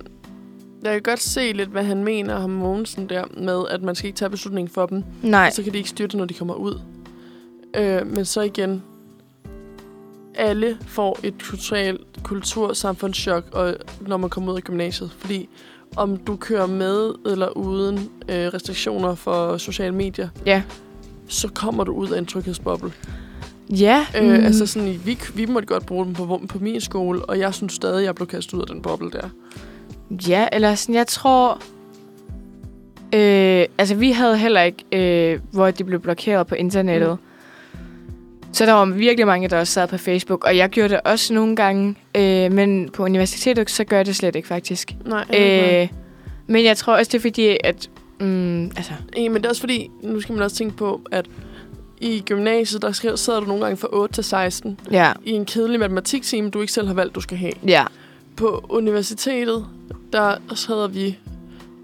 B: jeg kan godt se lidt, hvad han mener, ham Mogensen der, med, at man skal ikke tage beslutningen for dem.
A: Nej,
B: Så kan de ikke styre det, når de kommer ud. Øh, men så igen, alle får et kulturelt kultursamfundschok, og, når man kommer ud af gymnasiet. Fordi om du kører med eller uden øh, restriktioner for sociale medier,
A: ja.
B: så kommer du ud af en tryghedsboble.
A: Ja,
B: Mm. Øh, altså sådan, vi, vi måtte godt bruge dem på, på min skole, og jeg synes stadig, jeg blev kastet ud af den boble der.
A: Ja, eller sådan, jeg tror... Øh, altså, vi havde heller ikke, øh, hvor de blev blokeret på internettet. Mm. Så der var virkelig mange, der også sad på Facebook, og jeg gjorde det også nogle gange. Øh, men på universitetet, så gør jeg det slet ikke, faktisk.
B: Nej, øh.
A: Øh, men jeg tror også, det er fordi, at... Mm, altså,
B: Ej, men det er også fordi, nu skal man også tænke på, at i gymnasiet, der skrev- sidder du nogle gange fra 8 til 16
A: ja.
B: i en kedelig matematiktime, du ikke selv har valgt, du skal have.
A: Ja.
B: På universitetet, der sidder vi,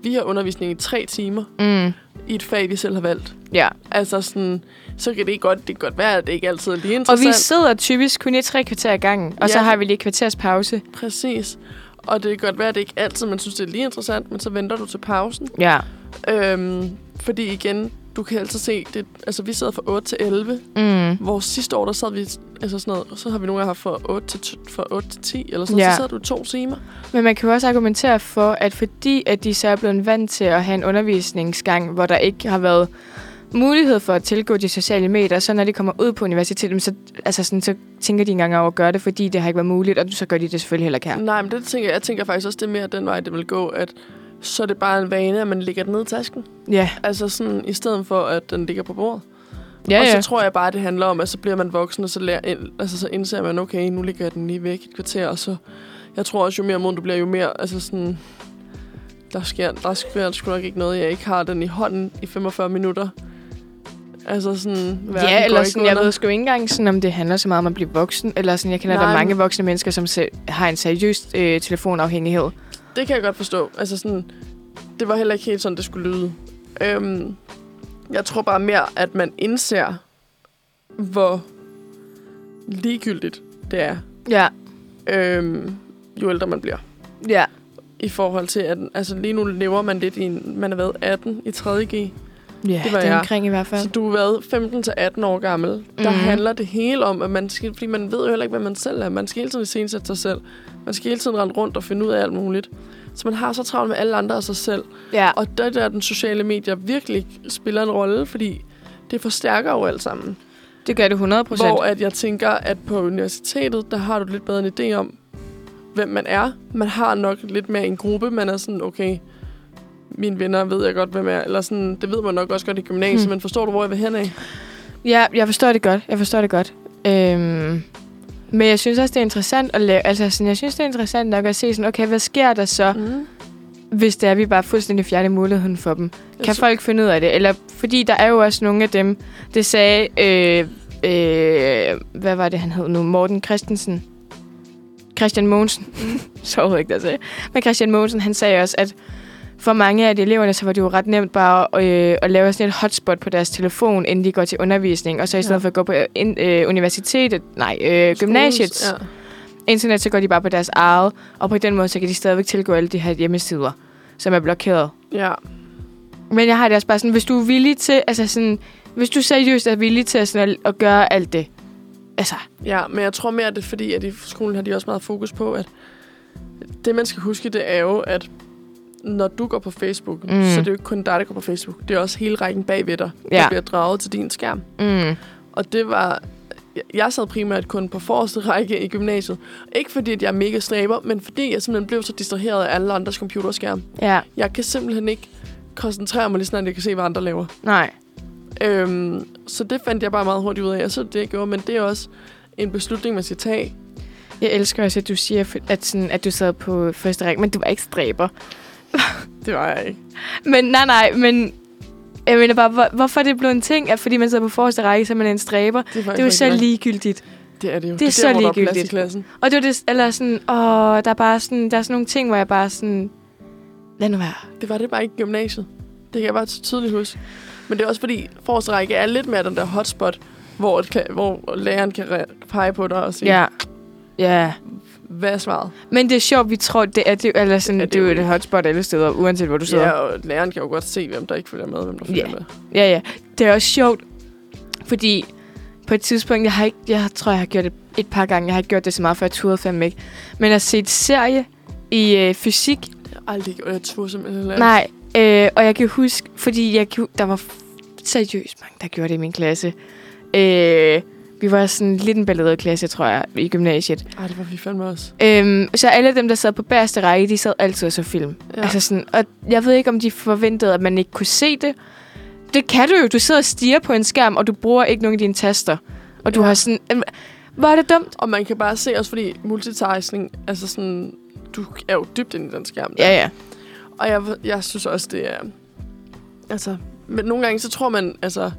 B: vi har undervisning i tre timer
A: Mm,
B: i et fag, vi selv har valgt.
A: ja.
B: Altså sådan, så kan det godt, det kan godt være, at det ikke altid er lige
A: Og
B: interessant.
A: vi sidder typisk kun i tre kvarter ad gangen, og ja. så
B: Ja.
A: har vi lige et kvarters pause.
B: Præcis. Og det kan godt være, at det ikke altid, man synes, det er lige interessant, men så venter du til pausen.
A: Ja.
B: Øhm, fordi igen, du kan altid se, det, altså vi sidder fra 8 til 11,
A: Mm.
B: hvor sidste år, der sad vi, altså sådan noget, så har vi nogle gange haft fra 8 til, t- fra 8 til 10, eller sådan ja.
A: Ja.
B: så sidder du i to timer.
A: Men man kan jo også argumentere for, at fordi at de så er blevet vant til at have en undervisningsgang, hvor der ikke har været mulighed for at tilgå de sociale medier, så når de kommer ud på universitetet, jamen så, altså sådan, så tænker de ikke engang over at gøre det, fordi det har ikke været muligt, og så gør de det selvfølgelig heller ikke
B: Ja.
A: her.
B: Nej, men det tænker jeg, jeg tænker faktisk også, det er mere den vej, det vil gå, at så er det bare en vane, at man lægger den ned i tasken.
A: Ja,
B: Altså sådan, i stedet for, at den ligger på bordet.
A: ja,
B: og så
A: ja.
B: tror jeg bare, det handler om, at så bliver man voksen, og så, lærer, altså, så indser man, okay, nu ligger jeg den lige væk et kvarter, og så... Jeg tror også, jo mere moden du bliver, jo mere... Altså sådan, der sker, der sker sgu nok ikke noget, jeg ikke har den i hånden i 45 minutter. Altså sådan... verden går
A: Ja, eller
B: ikke
A: sådan, jeg
B: under.
A: ved sgu ikke engang, sådan, om det handler så meget om at blive voksen, eller sådan, jeg kender, at der er
B: Nej, men-
A: mange voksne mennesker, som se, har en seriøs øh, telefonafhængighed.
B: Det kan jeg godt forstå. Altså sådan... Det var heller ikke helt sådan, det skulle lyde. Øhm, jeg tror bare mere, at man indser, hvor ligegyldigt det er,
A: Ja,
B: øhm, jo ældre man bliver.
A: ja.
B: i forhold til, at altså, lige nu lever man lidt i en, man er været 18 i 3.G.
A: Ja,
B: Det
A: det
B: var
A: var
B: jeg.
A: omkring i hvert fald.
B: Så du har været 15-18 år gammel. Mm. Der
A: Mhm.
B: handler det hele om, at man skal... Fordi man ved jo heller ikke, hvad man selv er. Man skal hele tiden iscenesætte sig selv. Man skal hele tiden rende rundt og finde ud af alt muligt. Så man har så travlt med alle andre og sig selv.
A: Ja,
B: Og der der den sociale medier virkelig spiller en rolle, fordi det forstærker jo alt sammen.
A: det gør det 100 procent.
B: Hvor at jeg tænker, at på universitetet, der har du lidt bedre en idé om, hvem man er. Man har nok lidt mere en gruppe. Man er sådan, okay, mine venner ved jeg godt, hvem jeg er. Eller sådan, det ved man nok også godt i gymnasiet,
A: Hmm.
B: men forstår du, hvor jeg vil hen af?
A: Ja, jeg forstår det godt. Jeg forstår det godt. Øhm, men jeg synes også, det er interessant at lave... Altså, sådan, jeg synes, det er interessant nok at se sådan, okay, hvad sker der så,
B: Mm.
A: hvis det er, vi bare fuldstændig fjerner muligheden for dem? Kan
B: Altså-
A: folk finde ud af det? Eller, fordi der er jo også nogle af dem, det sagde... Øh, øh, hvad var det, han hed nu? Morten Christensen. Christian Mogensen. så overhovedet ikke, der sagde. Men Christian Mogensen, han sagde også, at for mange af de eleverne, så var det jo ret nemt bare øh, at lave sådan et hotspot på deres telefon, inden de går til undervisning. Og så i stedet
B: Ja.
A: ja. for at gå på øh, ind, øh, universitetet, nej, øh, gymnasiets ja.
B: Skolens-
A: internet, så går de bare på deres eget. Og på den måde, så kan de stadigvæk tilgå alle de her hjemmesider, som er blokeret.
B: Ja. ja.
A: Men jeg har det også bare sådan, hvis du er villig til, altså sådan, hvis du seriøst er villig til at, sådan, at- at gøre alt det, altså,
B: Ja, men jeg tror mere, at det er fordi, at i skolen har de også meget fokus på, at det, man skal huske, det er jo, at når du går på Facebook, mm. så
A: Mm.
B: er det jo ikke kun dig, der går på Facebook. Det er også hele rækken bagved dig, der
A: Ja.
B: bliver draget til din skærm.
A: mm,
B: Og det var... Jeg sad primært kun på forreste række i gymnasiet. Ikke fordi, at jeg er mega slæber, men fordi jeg simpelthen blev så distraheret af alle andres computerskærm.
A: ja,
B: Jeg kan simpelthen ikke koncentrere mig lige snart, jeg kan se, hvad andre laver.
A: nej,
B: Øhm, så det fandt jeg bare meget hurtigt ud af, og så er det, jeg gjorde. Men det er også en beslutning, man skal tage.
A: jeg elsker også, at du siger, at, sådan, at du sad på første række, men du var ikke stræber.
B: Det var jeg ikke.
A: Men nej, nej, men jeg mener bare, hvor, hvorfor det blev en ting, at fordi man sidder på forreste række, så er man en stræber.
B: Det er,
A: Det er jo så ligegyldigt.
B: Det er det jo.
A: Det er så
B: der, hvor der plads
A: ligegyldigt.
B: i klassen.
A: Og det var det, eller sådan, åh, der er bare sådan, der er sådan nogle ting, hvor jeg bare sådan, lad nu være.
B: Det var det bare ikke i gymnasiet. Det kan jeg bare så tydeligt huske. Men det er også fordi, forreste række er lidt mere den der hotspot, hvor, et, kla- hvor læreren kan re- pege på dig og sige, ja.
A: Ja.
B: hvad er svaret?
A: Men det er sjovt, vi tror, det er, det, eller sådan,
B: Ja,
A: ja, det,
B: det
A: det
B: er
A: er jo
B: jo-
A: et hotspot alle steder, uanset hvor du sidder.
B: Ja, og læreren kan jo godt se, hvem der ikke følger med, og hvem der følger
A: Ja.
B: med.
A: Ja, ja. Det er også sjovt, fordi på et tidspunkt, jeg har ikke, jeg tror, jeg har gjort det et par gange, jeg har ikke gjort det så meget, for jeg turde fandme ikke. Men at se et serie i øh, fysik,
B: Jeg har aldrig gjort jeg turde simpelthen lærer.
A: nej, øh, og jeg kan huske, fordi jeg kan, hu- der var f- seriøst mange, der gjorde det i min klasse. Øh, vi var sådan lidt en balladeklasse, tror jeg, i gymnasiet.
B: Ej, det var vi fandme også.
A: Øhm, så alle dem, der sad på bagerste række, de sad altid og så film.
B: Ja.
A: Ja. Altså sådan, og jeg ved ikke, om de forventede, at man ikke kunne se det. Det kan du jo. Du sidder og stiger på en skærm, og du bruger ikke nogen af dine taster. Og du
B: Ja.
A: har sådan... øhm, Hvor er det dumt?
B: Og man kan bare se også, fordi multitasking, altså sådan, du er jo dybt inde i den skærm. der.
A: Ja, ja.
B: Og jeg, jeg synes også, det er... Altså, men nogle gange, så tror man, altså,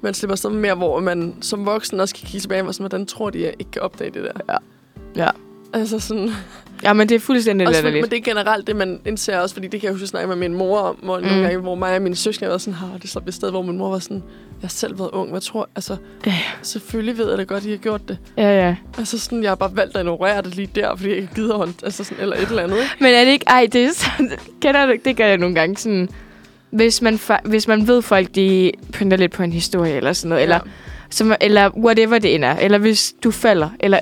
B: man slipper sådan mere, hvor man som voksen også kan kigge tilbage og sådan, hvordan tror de, jeg ikke kan opdage det der?
A: Ja. Ja.
B: Altså sådan,
A: Ja, men det er fuldstændig
B: også, men
A: latterligt.
B: det er generelt det, man indser også, fordi det kan jeg huske, jeg snakke med min mor om, hvor, mm. nogle
A: Mm.
B: gange, hvor mig og mine søskende var sådan, har det er så et sted, hvor min mor var sådan, jeg har selv været ung, hvad tror altså,
A: Ja.
B: selvfølgelig ved jeg da godt, I har gjort det.
A: Ja, ja.
B: Altså sådan, jeg har bare valgt at ignorere det lige der, fordi jeg ikke gider hånd, altså sådan, eller et eller andet. ikke?
A: Men er det ikke... Ej, det er sådan... Kender du ikke? Det gør jeg nogle gange sådan... Hvis man, fa- hvis man ved, folk de pynter lidt på en historie eller sådan noget, ja. eller, som, eller whatever det end er, eller hvis du falder, eller...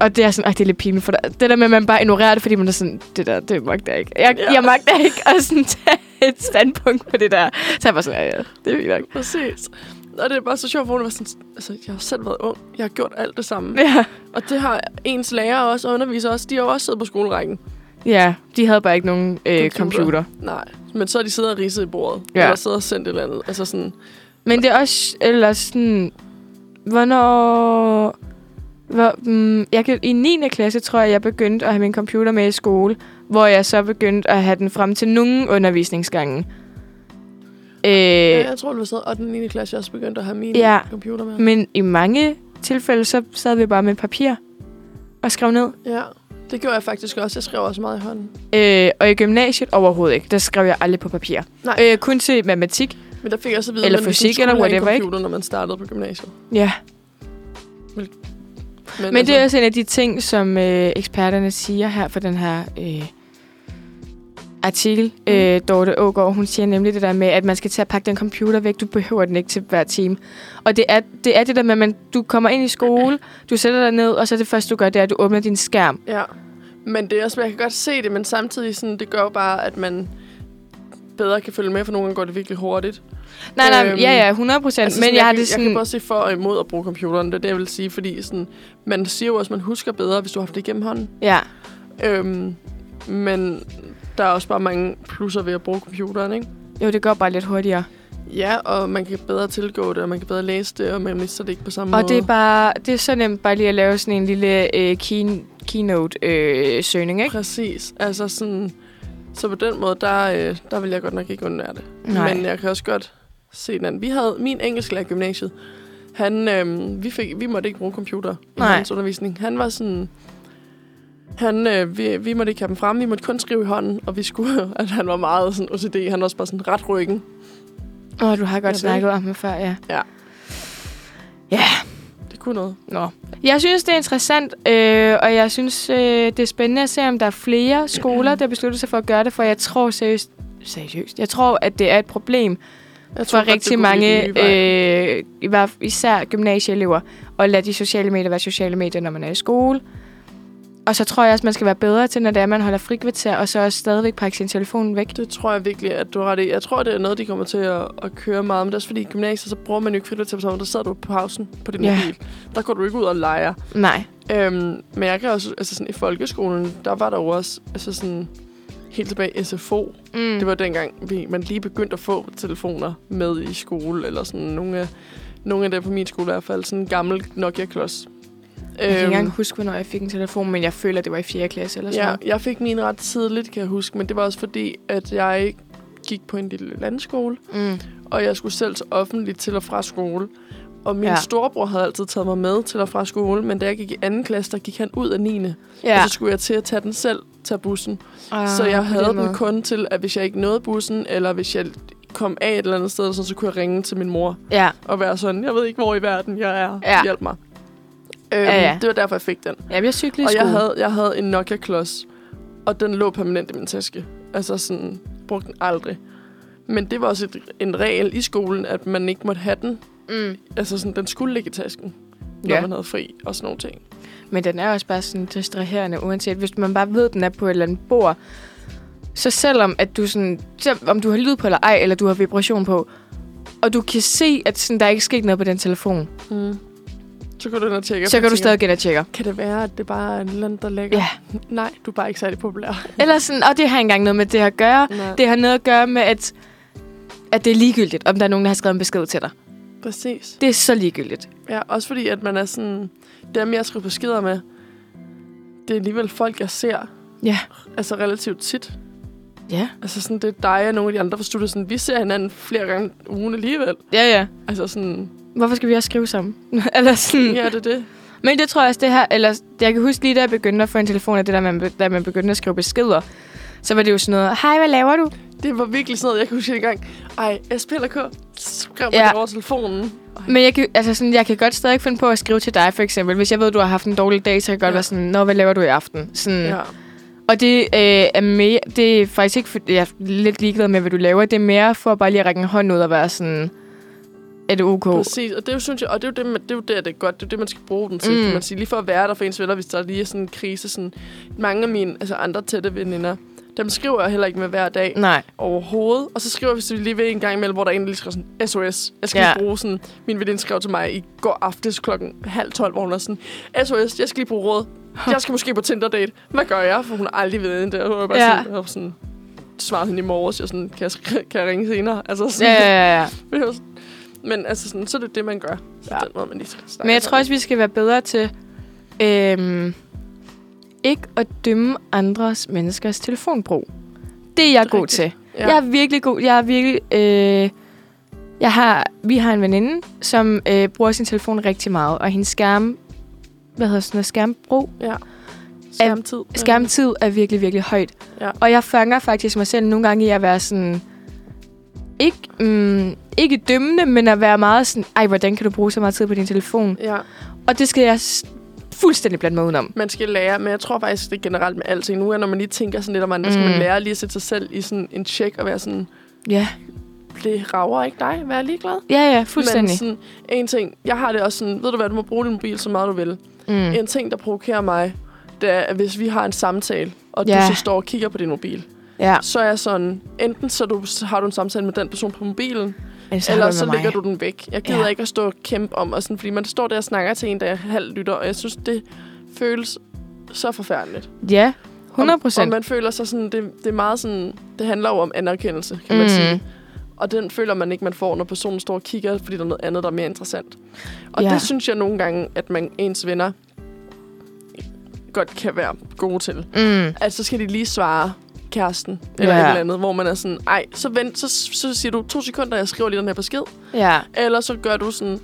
A: Og det er sådan, at det er lidt pinligt for dig. Det der med, at man bare ignorerer det, fordi man er sådan, det der, det magter jeg ikke. Jeg,
B: Ja.
A: ja. jeg magter ikke at sådan tage et standpunkt på det der. Så jeg bare sådan, ja, ja det er fint nok.
B: Præcis. Og det er bare så sjovt, hvor hun var sådan, altså, jeg har jo selv været ung. Jeg har gjort alt det samme.
A: Ja.
B: Og det har ens lærer også, og underviser også. De har jo også siddet på skolerækken.
A: ja, de havde bare ikke nogen øh,
B: Computer.
A: computer. computer.
B: Nej, men så har de siddet og ridset i bordet. Ja.
A: Ja. Øh.
B: Eller siddet og sendt et eller andet. Altså sådan,
A: Men det er også ellers sådan... Hvornår... Hvor, mm, jeg kan, I 9. klasse tror jeg, jeg begyndte at have min computer med i skole, hvor jeg så begyndte at have den frem til nogle undervisningsgange.
B: ja,
A: Øh,
B: jeg tror, det var sådan, og den 9. klasse, jeg også begyndte at have min ja.
A: Ja. Mm.
B: computer med.
A: men i mange tilfælde, så sad vi bare med papir og skrev ned.
B: Ja, det gjorde jeg faktisk også. Jeg skrev også meget i hånden.
A: Øh, og i gymnasiet overhovedet ikke. Der skrev jeg aldrig på papir.
B: Nej.
A: Øh, kun til matematik.
B: Men der fik jeg også at vide,
A: Eller
B: at man ligesom
A: fysik,
B: skulle
A: eller
B: have en
A: whatever, ikke?
B: computer, når man startede på gymnasiet.
A: Ja. altså-
B: altså,
A: Men det er også en af de ting, som øh, eksperterne siger her for den her øh, artikel, øh, Dorte Ågaard, hun siger nemlig det der med, at man skal til at pakke den computer væk, du behøver den ikke til hver time. Og det er det, er det der med, at man, du kommer ind i skole, du sætter dig ned, og så er det første, du gør, det er, at du åbner din skærm.
B: Ja. Men det er også, jeg kan godt se det, men samtidig sådan, det gør jo bare, at man bedre kan følge med, for nogle gange går det virkelig hurtigt.
A: Nej, nej,
B: Øhm,
A: ja, ja, 100 procent,
B: Altså,
A: altså, men
B: sådan,
A: jeg, har
B: kan,
A: det
B: Jeg kan
A: sådan...
B: både se for og imod at bruge computeren, det er det, jeg vil sige, fordi sådan, man siger jo også, at man husker bedre, hvis du har haft det igennem hånden.
A: Ja,
B: Øhm, men der er også bare mange plusser ved at bruge computeren, ikke?
A: jo, det går bare lidt hurtigere.
B: Ja, og man kan bedre tilgå det, og man kan bedre læse det, og man mister det ikke på samme
A: Og
B: måde.
A: det er bare, det er så nemt bare lige at lave sådan en lille øh, key, keynote-søgning, øh, søgning, ikke?
B: Præcis. Altså sådan... Så på den måde, der, øh, der vil jeg godt nok ikke undvære det.
A: Nej.
B: Men jeg kan også godt se den anden. Vi havde min engelsklærer i gymnasiet. Han, øh, vi, fik, vi måtte ikke bruge computer i
A: Nej.
B: hans undervisning. Han var sådan... Han, øh, vi, vi måtte ikke have dem frem. Vi måtte kun skrive i hånden. Og vi skulle... At han var meget sådan OCD. Han var også bare sådan ret ryggen.
A: Åh, oh, du har godt
B: Jeg ved.
A: snakket om det før, ja.
B: Det kunne noget.
A: Nå. Jeg synes, det er interessant, øh, og jeg synes, øh, det er spændende at se, om der er flere skoler, der beslutter sig for at gøre det, for jeg tror seriøst, seriøst jeg tror, at det er et problem
B: Jeg
A: for
B: godt, det
A: rigtig
B: kunne blive
A: mange,
B: den nye vej.
A: øh, i hvert fald især gymnasieelever, at lade de sociale medier være sociale medier, når man er i skole. Og så tror jeg også, man skal være bedre til, når det er, man holder frikvarter, og så også stadigvæk pakke sin telefon væk.
B: Det tror jeg virkelig, at du har ret i. Jeg tror, det er noget, de kommer til at, at køre meget. Men det er også fordi, i gymnasiet, så bruger man jo ikke frikvarter på samme måde. Der sidder du på pausen på din
A: Ja.
B: yeah. mobil. Der går du ikke ud og leger.
A: Nej.
B: Øhm, men jeg kan også... Altså sådan, i folkeskolen, der var der jo også... Altså sådan, helt tilbage i SFO. Mm.
A: Mm.
B: Det var dengang, vi, man lige begyndte at få telefoner med i skole. Eller sådan nogle af, nogle af dem på min skole i hvert fald. Sådan en gammel Nokia-klods.
A: Jeg kan ikke engang
B: Øhm,
A: huske, hvornår jeg fik en telefon, men jeg føler, det var i 4. klasse eller sådan
B: Ja,
A: noget.
B: jeg fik min ret tidligt, kan jeg huske. Men det var også fordi, at jeg gik på en lille landskole.
A: Mm.
B: og jeg skulle selv offentligt til og fra skole. Og min
A: Ja.
B: ja. storebror havde altid taget mig med til og fra skole, men da jeg gik i anden klasse, der gik han ud af 9. Ja.
A: Ja.
B: Og så skulle jeg til at tage den selv, tage bussen.
A: Ah,
B: Ah, Altså, så jeg
A: på
B: havde den
A: måde.
B: kun til, at hvis jeg ikke nåede bussen, eller hvis jeg kom af et eller andet sted, så, så kunne jeg ringe til min mor
A: Ja,
B: og være sådan, jeg ved ikke, hvor i verden jeg er.
A: Ja.
B: Hjælp mig. Øhm, ja,
A: ja.
B: ja. Det var derfor, jeg fik den.
A: Jamen, jeg cyklede i
B: Og
A: skole.
B: jeg havde, jeg havde en Nokia-klods, og den lå permanent i min taske. Altså sådan, brugte den aldrig. Men det var også et, en regel i skolen, at man ikke måtte have den.
A: Mm.
B: Altså sådan, den skulle ligge i tasken, når
A: Ja.
B: man havde fri og sådan nogle ting.
A: Men den er også bare sådan distraherende, uanset hvis man bare ved, at den er på et eller andet bord. Så selvom at du sådan, selv om du har lyd på eller ej, eller du har vibration på, og du kan se, at sådan, der ikke er sket noget på den telefon,
B: Mm. Så kan du den og tjekke.
A: så
B: og
A: kan du
B: tænker,
A: stadig gå ind og tjekke.
B: Kan det være, at det bare er en land, der ligger?
A: Ja.
B: Nej, du er bare ikke særlig populær.
A: Eller sådan, og det har ikke engang noget med det at gøre.
B: Nej. Det.
A: Det har noget at gøre med, at, at det er ligegyldigt, om der er nogen, der har skrevet en besked til dig.
B: Præcis.
A: Det er så ligegyldigt.
B: Ja, også fordi, at man er sådan... Dem, jeg skriver beskeder med, det er alligevel folk, jeg ser.
A: Ja.
B: Altså relativt tit.
A: Ja.
B: Altså sådan, det er dig og nogle af de andre fra studiet. Sådan, vi ser hinanden flere gange om ugen alligevel.
A: Ja, ja.
B: Altså sådan,
A: Hvorfor skal vi også skrive sammen? eller sådan.
B: ja, det er det.
A: Men det tror jeg også, det her... Eller, jeg kan huske lige, da jeg begyndte at få en telefon, at det der, man, be- da man begyndte at skrive beskeder, så var det jo sådan noget, hej, hvad laver du?
B: Det var virkelig sådan noget, jeg kan huske en gang. Ej, SP eller K? Skrev man
A: Ja.
B: ja. over telefonen.
A: Men jeg kan, altså sådan, jeg kan godt stadig finde på at skrive til dig, for eksempel. Hvis jeg ved, du har haft en dårlig dag, så kan jeg godt ja.
B: Ja.
A: være sådan, nå, hvad laver du i aften? Sådan.
B: Ja.
A: Ja. Og det, øh, er mere, det er faktisk ikke... for- Jeg er lidt ligeglad med, hvad du laver. Det er mere for bare lige at række en hånd ud og være sådan, er det ok?
B: Præcis, og det er jo, synes jeg, og det er jo det, man, det er jo der, det er godt, det er det, man skal bruge den til,
A: Mm.
B: mm. kan man sige. Lige for at være der for ens venner, hvis der lige er sådan en krise. Sådan, mange af mine altså andre tætte veninder, dem skriver jeg heller ikke med hver dag.
A: Nej.
B: overhovedet. Og så skriver vi så lige ved en gang imellem, hvor der egentlig skriver sådan, SOS. Jeg skal
A: Ja.
B: ja. lige bruge sådan, min veninde skrev til mig i går aftes klokken halv tolv, hvor hun er sådan, SOS, jeg skal lige bruge råd. Jeg skal måske på Tinder-date. Hvad gør jeg? For hun har aldrig ved det. Og hun var bare
A: Ja.
B: ja. sådan, jeg var sådan svarede hende i morges, jeg sådan, kan jeg, sk- kan jeg ringe senere? Altså
A: Ja,
B: sådan,
A: ja, ja, ja.
B: ja. Men altså sådan, så er det det, man gør. Så
A: Ja.
B: ja. den måde, man lige skal snakke
A: Men jeg tror
B: sammen.
A: også, vi skal være bedre til øhm, ikke at dømme andres menneskers telefonbrug. Det er jeg
B: Det er
A: god
B: rigtigt.
A: til. Ja.
B: Ja.
A: Jeg er virkelig god. Jeg er virkelig... Øh, jeg har, vi har en veninde, som øh, bruger sin telefon rigtig meget, og hendes skærm... Hvad hedder sådan noget? Skærmbrug?
B: Skærmtid.
A: Skærmtid er virkelig, virkelig højt.
B: Ja.
A: Og jeg fanger faktisk mig selv nogle gange i at være sådan... Ikke, mm, ikke dømmende, men at være meget sådan... Ej, hvordan kan du bruge så meget tid på din telefon?
B: Ja.
A: Og det skal jeg s- fuldstændig blande mig udenom.
B: man skal lære, men jeg tror faktisk, det er generelt med alting. Nu er når man lige tænker sådan lidt om andre, mm. skal
A: Mm.
B: man lære lige at sætte sig selv i sådan en check og være sådan,
A: Ja,
B: det rager ikke dig, vær ligeglad.
A: ja, ja fuldstændig.
B: Men sådan, en ting, jeg har det også sådan, ved du hvad, du må bruge din mobil så meget du vil.
A: mm.
B: Mm. En ting, der provokerer mig, det er, at hvis vi har en samtale, og
A: Ja.
B: du så står og kigger på din mobil,
A: Ja,
B: så er jeg sådan, enten så, du, så har du en samtale med den person på mobilen,
A: men så
B: Ellers
A: Ellers
B: så
A: med
B: lægger
A: mig.
B: du den væk. Jeg gider
A: Ja.
B: ja. ikke at stå og kæmpe om, og sådan, fordi man står der og snakker til en, der halv lytter, og jeg synes, det føles så forfærdeligt.
A: Ja, 100
B: Og, og
A: procent.
B: man føler sig sådan, det, det er meget sådan, det handler jo om anerkendelse, kan mm. man sige. Og den føler man ikke, man får, når personen står og kigger, fordi der er noget andet, der er mere interessant. Og
A: Ja.
B: ja. det synes jeg nogle gange, at man ens venner godt kan være gode til.
A: Mm.
B: At så skal de lige svare kæresten, eller
A: Ja.
B: ja. et eller andet, hvor man er sådan, ej, så vent, så, så siger du to sekunder, jeg skriver lige den her besked.
A: Ja,
B: Eller så gør du sådan...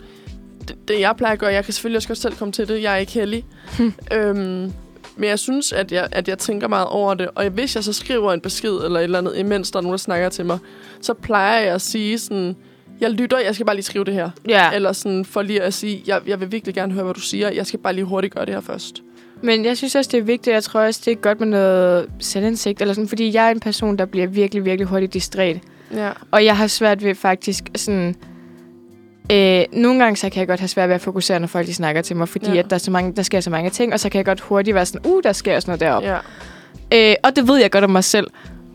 B: Det, det jeg plejer at gøre, jeg kan selvfølgelig også godt selv komme til det, jeg er ikke heldig. øhm, men jeg synes, at jeg, at jeg tænker meget over det. Og hvis jeg så skriver en besked eller et eller andet, imens der er nogen, der snakker til mig, så plejer jeg at sige sådan... Jeg lytter, jeg skal bare lige skrive det her.
A: ja.
B: Eller sådan for lige at sige, jeg, jeg vil virkelig gerne høre, hvad du siger. Jeg skal bare lige hurtigt gøre det her først.
A: Men jeg synes også, det er vigtigt. Jeg tror også, det er godt med noget selvindsigt. Eller sådan, fordi jeg er en person, der bliver virkelig, virkelig hurtigt distræt.
B: Ja.
A: Og jeg har svært ved faktisk sådan... Øh, nogle gange så kan jeg godt have svært ved at fokusere, når folk de snakker til mig, fordi ja.
B: Ja.
A: at der, er så mange, der sker så mange ting, og så kan jeg godt hurtigt være sådan, uh, der sker også noget deroppe.
B: ja.
A: Ja. Øh, og det ved jeg godt om mig selv.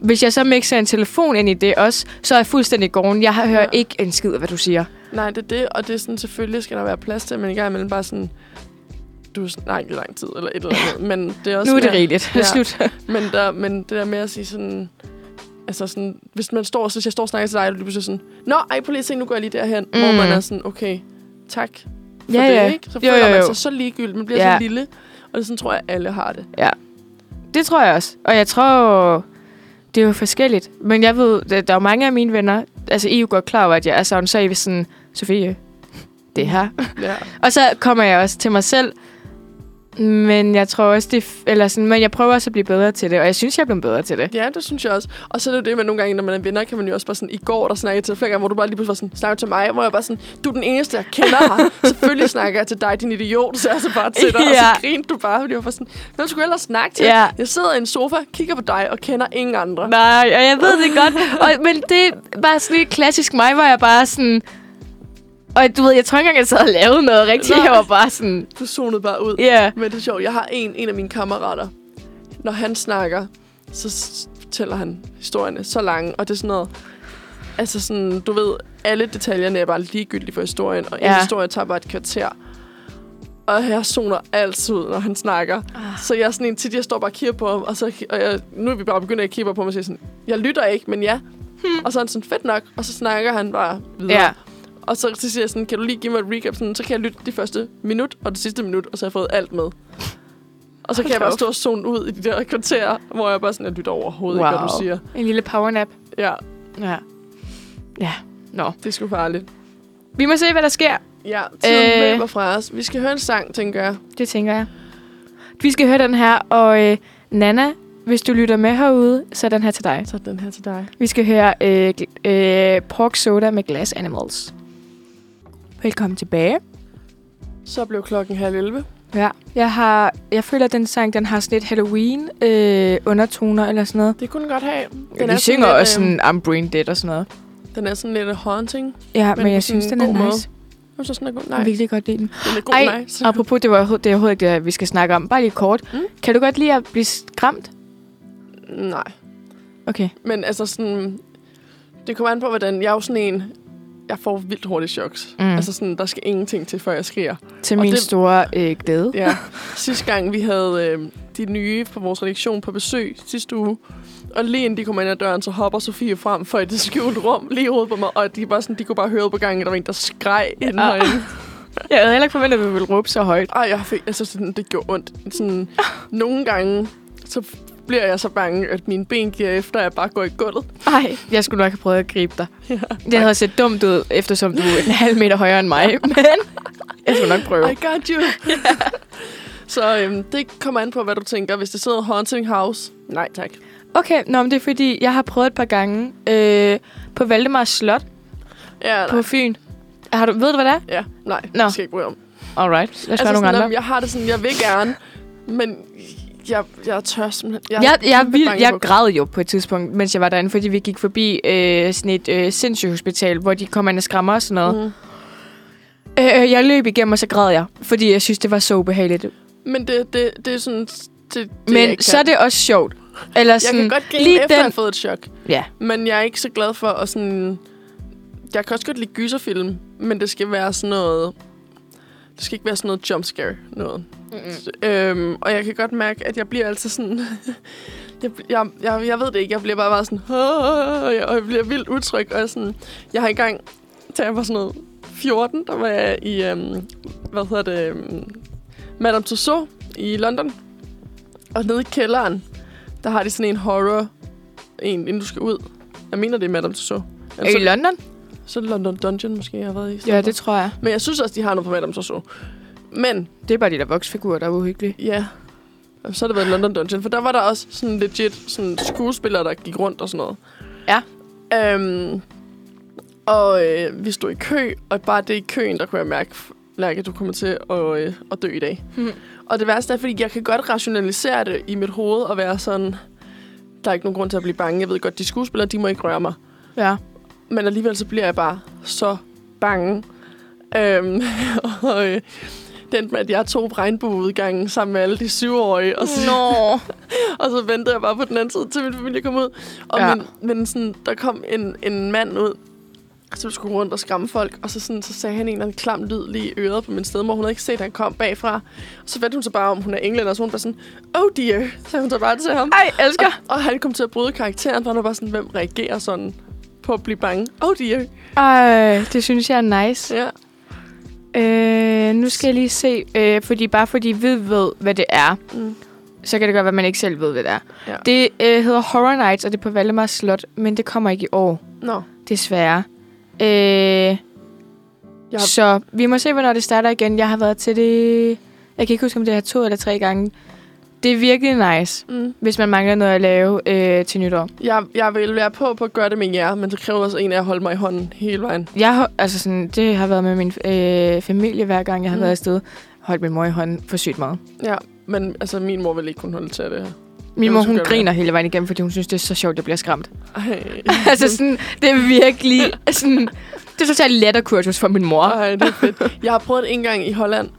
A: Hvis jeg så mixer en telefon ind i det også, så er jeg fuldstændig gården. Jeg hører ja.
B: Ja.
A: ikke en skid af, hvad du siger.
B: Nej, det er det, og det er sådan, selvfølgelig skal der være plads til, men i gang imellem bare sådan, du snakker i lang tid, eller et eller andet. Men det er også
A: Nu er det
B: mere-
A: rigeligt. Ja.
B: Ja.
A: Slut.
B: Men, der, men det der med at sige sådan... Altså sådan, hvis man står, så hvis jeg står og snakker til dig, og du pludselig sådan, Nå, ej, prøv lige at se, nu går jeg lige derhen. Mm. Hvor
A: Mm.
B: man er sådan, okay, tak for
A: Ja,
B: det,
A: ja.
B: ikke? Så
A: Jo,
B: føler jo,
A: jo,
B: jo. man
A: jo.
B: sig så ligegyldig, man bliver
A: Ja.
B: ja. så lille. Og det er sådan, tror jeg, alle har det.
A: Det tror jeg også. Og jeg tror, det er jo forskelligt. Men jeg ved, der, der er jo mange af mine venner, altså I er jo godt klar over, at jeg er sådan, så er I sådan, Sofie, det her.
B: Ja.
A: Og så kommer jeg også til mig selv. Men jeg tror også, det... f- Eller sådan, men jeg prøver også at blive bedre til det, og jeg synes, jeg er blevet bedre til det.
B: ja, det synes jeg også. Og så er det jo det, man nogle gange, når man er venner, kan man jo også bare sådan, i går, der snakkede jeg til dig flere gange, hvor du bare lige pludselig var sådan, snakker til mig, hvor jeg bare sådan, du er den eneste, jeg kender her. Selvfølgelig snakker jeg til dig, din idiot, så jeg så bare til dig, ja. og
A: Ja.
B: så grinte du bare, fordi jeg var sådan, hvem skulle jeg ellers snakke til?
A: Ja.
B: Jeg sidder i en sofa, kigger på dig og kender ingen andre.
A: Nej, og jeg ved det godt. Og, men det er bare sådan lidt klassisk mig, hvor jeg bare sådan... Og du ved, jeg tror ikke engang, jeg sad og lavede noget rigtigt.
B: Nej.
A: Jeg var bare sådan...
B: Du zonede bare ud.
A: Ja, yeah.
B: Men det er sjovt. Jeg har en, en af mine kammerater. Når han snakker, så s- fortæller han historierne så lange. Og det er sådan noget... Altså sådan, du ved, alle detaljerne er bare ligegyldige for historien. Og ja.
A: Ja.
B: en historie tager bare et kvarter. Og jeg zoner altid ud, når han snakker. Ah. Så jeg er sådan en tit, jeg står bare og kigger på ham. Og, så, og jeg, nu er vi bare begyndt at kigge på ham og sige sådan, jeg lytter ikke, men ja. Hmm. Og så er han sådan, fedt nok. Og så snakker han bare videre.
A: ja.
B: Og så, så siger jeg sådan, kan du lige give mig et recap? Sådan, så kan jeg lytte det første minut og det sidste minut, og så har jeg fået alt med. Og så kan
A: Hold
B: jeg bare
A: da op.
B: stå og zone ud i de der kvarterer, hvor jeg bare sådan, jeg lytter overhovedet wow. ikke, hvad du siger.
A: En lille powernap.
B: Ja,
A: Ja. Ja. Nå.
B: det er sgu farligt.
A: Vi må se, hvad der sker.
B: Ja, tiden
A: Øh.
B: øh... løber fra os. Vi skal høre en sang, tænker jeg.
A: Det tænker jeg. Vi skal høre den her, og øh, Nana, hvis du lytter med herude, så er den her til dig.
B: Så er den her til dig.
A: Vi skal høre øh, gl- øh, Pork Soda med Glass Animals. Velkommen tilbage.
B: Så blev klokken halv 11.
A: Ja. Jeg, har, jeg føler, at den sang den har sådan lidt Halloween-undertoner eller sådan noget.
B: Det kunne den godt have. Den
A: Ja, de
B: sådan
A: synger
B: lidt,
A: også sådan, I'm brain dead og sådan noget.
B: Øh, den er sådan lidt haunting.
A: Ja, men,
B: Men
A: men jeg
B: på sådan
A: synes, den
B: en
A: er
B: god
A: nice.
B: måde.
A: Måde.
B: Jeg synes, den er god.
A: Jeg
B: Nej,
A: kan virkelig godt lide den.
B: den er god.
A: Ej,
B: nej. Så-
A: Apropos, det var overhovedet- det er overhovedet ikke det, vi skal snakke om. Bare lige kort. Mm?
B: Mm.
A: Kan du godt lide at blive skræmt?
B: Nej.
A: Okay.
B: Men altså sådan... Det kommer an på, hvordan... Jeg er jo sådan en... Jeg får vildt hurtigt choks.
A: Mm.
B: Mm. Altså sådan, der skal ingenting til, før jeg skriger.
A: Til
B: Og
A: min det...
B: det-
A: store øh, glæde.
B: Ja. Sidste gang, vi havde øh, de nye fra vores redaktion på besøg sidste uge. Og lige inden de kommer ind ad døren, så hopper Sofie frem for et skjult rum lige i hovedet på mig. Og de, var sådan, de kunne bare høre ud på gangen, at der var en, der skreg inden
A: Ah.
B: og inden.
A: Jeg havde heller ikke forventet, at vi ville råbe så højt.
B: Ej, jeg fik, altså, sådan, det gjorde ondt. Sådan, nogle gange, så bliver jeg så bange, at mine ben giver efter, at jeg bare går i gulvet.
A: Nej, jeg skulle nok have prøvet at gribe dig.
B: Ja.
A: Det havde set dumt ud, eftersom du er en halv meter højere end mig, men jeg skulle nok prøve.
B: I got you. så øhm, det kommer an på, hvad du tænker. Hvis det sidder Haunting House, nej tak.
A: Okay, nå, men det er fordi, jeg har prøvet et par gange øh, på Valdemars Slot
B: Ja,
A: på
B: nej.
A: Fyn. Har du, ved du, hvad det er?
B: Ja, nej.
A: Nå.
B: Det skal jeg ikke bryde om.
A: alright. Lad os
B: Altså,
A: altså, nogle
B: sådan,
A: andre.
B: om jeg har det sådan, jeg vil gerne, men jeg, jeg tør simpelthen.
A: Jeg, jeg,
B: kæmpe
A: vil,
B: bange
A: jeg
B: på-
A: græd jo på et tidspunkt, mens jeg var derinde, fordi vi gik forbi øh, sådan et øh, sindssygehospital, hvor de kom ind og skræmmer og sådan noget.
B: Mhm.
A: Mm. Øh, jeg løb igennem, og så græd jeg, fordi jeg synes, det var så ubehageligt.
B: Men det, det, det er sådan... Det, det, jeg
A: Men
B: ikke
A: så
B: kan.
A: er det også sjovt. Eller
B: Jeg
A: sådan,
B: kan godt grine
A: lige
B: lige efter, den... jeg har
A: den-
B: fået et chok.
A: Ja.
B: Men jeg er ikke så glad for at sådan... Jeg kan også godt lide gyserfilm, men det skal være sådan noget... Det skal ikke være sådan noget jumpscare noget. Mm. Øhm, og jeg kan godt mærke, at jeg bliver altid sådan... jeg, bl- jeg, jeg, jeg ved det ikke. Jeg bliver bare meget sådan... Og jeg, og jeg bliver vildt utryg. Og jeg sådan, jeg har engang... Da jeg var sådan noget 14, der var jeg i... Øhm, hvad hedder det? Øhm, Madame Tussauds i London. Og nede i kælderen, der har de sådan en horror... En, inden du skal ud. Jeg mener, det er Madame Tussauds. Altså, Eller
A: Er I
B: så,
A: London?
B: så er det London Dungeon, måske, jeg har været i.
A: Ja, det tror jeg.
B: Men jeg synes også, de har noget på Madame Tussauds. Men
A: Det er bare de der voksfigurer, der er uhyggelige.
B: Ja. Og så har det været London Dungeon, for der var der også sådan legit sådan skuespillere, der gik rundt og sådan noget. Ja. Øhm, og øh, vi stod i kø, og bare det i køen, der kunne jeg mærke, Lærke, du kommer til at, øh, at dø i dag.
A: Mhm.
B: Og det værste er, fordi jeg kan godt rationalisere det i mit hoved og være sådan, der er ikke nogen grund til at blive bange. Jeg ved godt, de skuespillere, de må ikke røre mig.
A: Ja.
B: Men alligevel så bliver jeg bare så bange. Øhm, og øh, det endte med, at jeg tog regnbueudgangen sammen med alle de syvårige. Og så,
A: Nå.
B: og så ventede jeg bare på den anden side, til min familie kom ud. Og
A: Ja.
B: ja. min, men sådan, der kom en, en mand ud, som skulle rundt og skræmme folk. Og så, sådan, så sagde han en eller anden klam lyd lige i øret på min stedmor. Hun havde ikke set, at han kom bagfra. Og så vendte hun sig bare om, hun er englænder. Og så hun bare sådan, oh dear, sagde hun så bare til ham.
A: Ej, elsker.
B: Og, og han kom til at bryde karakteren, for han var bare sådan, hvem reagerer sådan på at blive bange? Oh dear.
A: Ej, det synes jeg er nice.
B: Ja.
A: Øh, nu skal jeg lige se, øh, fordi bare fordi vi ved, hvad det er,
B: Mm.
A: så kan det godt være, at man ikke selv ved, hvad det er.
B: Ja.
A: Det øh, hedder Horror Nights, og det er på Valdemars Slot, men det kommer ikke i år,
B: Nå.
A: desværre. Øh,
B: Jeg,
A: Så vi må se, hvornår det starter igen. Jeg har været til det... Jeg kan ikke huske, om det er to eller tre gange. Det er virkelig nice,
B: mm,
A: hvis man mangler noget at lave øh, til nytår.
B: jeg, jeg vil være på på at gøre det med jer, men det kræver også en af jer at holde mig i hånden hele vejen.
A: Jeg har, altså sådan, det har været med min øh, familie, hver gang jeg har
B: Mm.
A: mm. været afsted. Holdt min mor i hånden for sygt meget.
B: Ja, men altså, min mor vil ikke kunne holde til det her.
A: Min
B: Det
A: mor,
B: må
A: hun
B: selvfølgelig
A: griner hele vejen igennem, fordi hun synes, det er så sjovt, at jeg bliver skræmt.
B: Ej,
A: altså sådan, det er virkelig sådan... Det er totalt letterkursus for min mor.
B: Ej, det er fedt. Jeg har prøvet det en gang i Holland,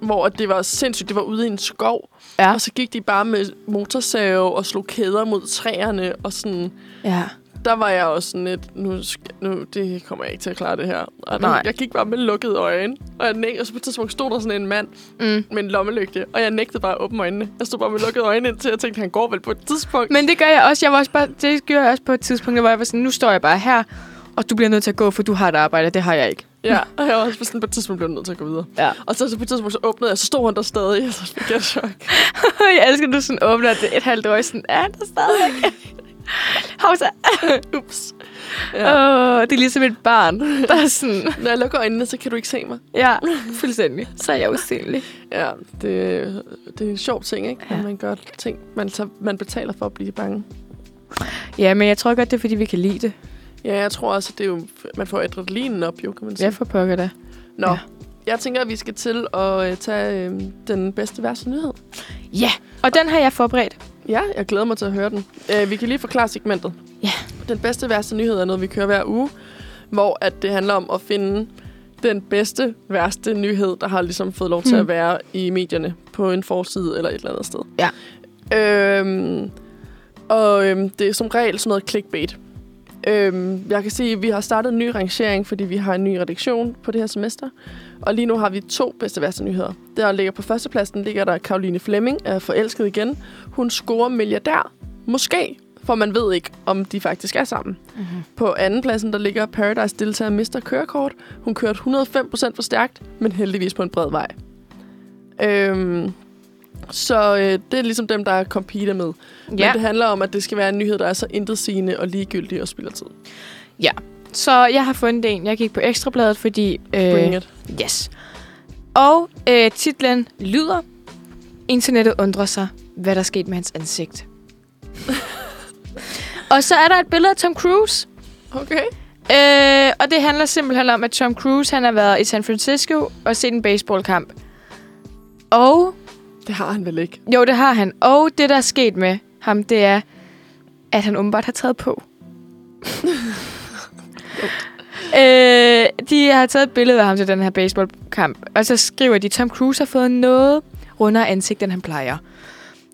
B: hvor det var sindssygt. Det var ude i en skov,
A: Ja.
B: og så gik de bare med motorsave og slog kæder mod træerne. Og sådan,
A: ja.
B: der var jeg også sådan lidt, nu, sk- nu det kommer jeg ikke til at klare det her. Og der,
A: Nej.
B: jeg gik bare med lukkede øjne, og, jeg næg, og så på et tidspunkt stod der sådan en mand
A: Mm.
B: med en lommelygte, og jeg nægtede bare at åbne øjnene. Jeg stod bare med lukkede øjne indtil jeg tænkte, han går vel på et tidspunkt.
A: Men det gør jeg også. Jeg var også bare, det gør jeg også på et tidspunkt, hvor jeg var sådan, nu står jeg bare her, og du bliver nødt til at gå, for du har et arbejde, og det har jeg ikke.
B: Ja, og jeg var også sådan, på et tidspunkt blev jeg nødt til at gå videre.
A: Ja.
B: Og så, så på et tidspunkt så åbnede jeg, så stod han der stadig, og så fik jeg chok.
A: jeg elsker, at du sådan åbner det et halvt år, sådan, ja, der er stadigvæk. Havsa.
B: Ups.
A: Ja. Oh, det er ligesom et barn, der er sådan,
B: Når jeg lukker øjnene, så kan du ikke se mig.
A: ja, fuldstændig. Så er jeg usynlig.
B: Ja, det, det er en sjov ting, ikke? Ja.
A: Ja.
B: Man gør ting, man, så, man betaler for at blive bange.
A: Ja, men jeg tror godt, det er, fordi vi kan lide det.
B: Ja, jeg tror også, at det er jo, man får adrenalinen op, jo, kan man sige.
A: Ja, for pokker da.
B: Nå,
A: ja.
B: jeg tænker, at vi skal til at øh, tage øh, den bedste værste nyhed.
A: Ja, og den har jeg forberedt.
B: Ja, jeg glæder mig til at høre den. Øh, vi kan lige forklare segmentet.
A: Ja.
B: Den bedste værste nyhed er noget, vi kører hver uge, hvor at det handler om at finde den bedste værste nyhed, der har ligesom fået lov til
A: Hmm.
B: at være i medierne på en forside eller et eller andet sted.
A: Ja.
B: Øhm, og øhm, det er som regel sådan noget clickbait. Øhm, jeg kan sige, at vi har startet en ny rangering, fordi vi har en ny redaktion på det her semester. Og lige nu har vi to bedste værste nyheder. Der ligger på førstepladsen ligger der Karoline Flemming er forelsket igen. Hun scorer milliardær. Måske, for man ved ikke, om de faktisk er sammen.
A: Mhm.
B: På andenpladsen der ligger Paradise deltager mister kørekort. Hun kørte 105% for stærkt, men heldigvis på en bred vej. Øhm, så øh, det er ligesom dem, der er competer med. Men
A: Ja,
B: det handler om, at det skal være en nyhed, der er så intetsigende og ligegyldig og spilder tid.
A: så jeg har fundet en. Jeg gik på Ekstrabladet, fordi... øh,
B: Bring it.
A: Yes. Og øh, titlen lyder, Internettet undrer sig, hvad der skete med hans ansigt. og så er der et billede af Tom Cruise,
B: Okay.
A: Øh, og det handler simpelthen om, at Tom Cruise han har været i San Francisco og set en baseballkamp. Og,
B: Det har han vel ikke.
A: jo det har han, og det der er sket med ham, det er, at han åbenbart har taget på. øh, de har taget et billede af ham til den her baseballkamp, og så skriver de, Tom Cruise har fået noget rundere ansigt, end han plejer.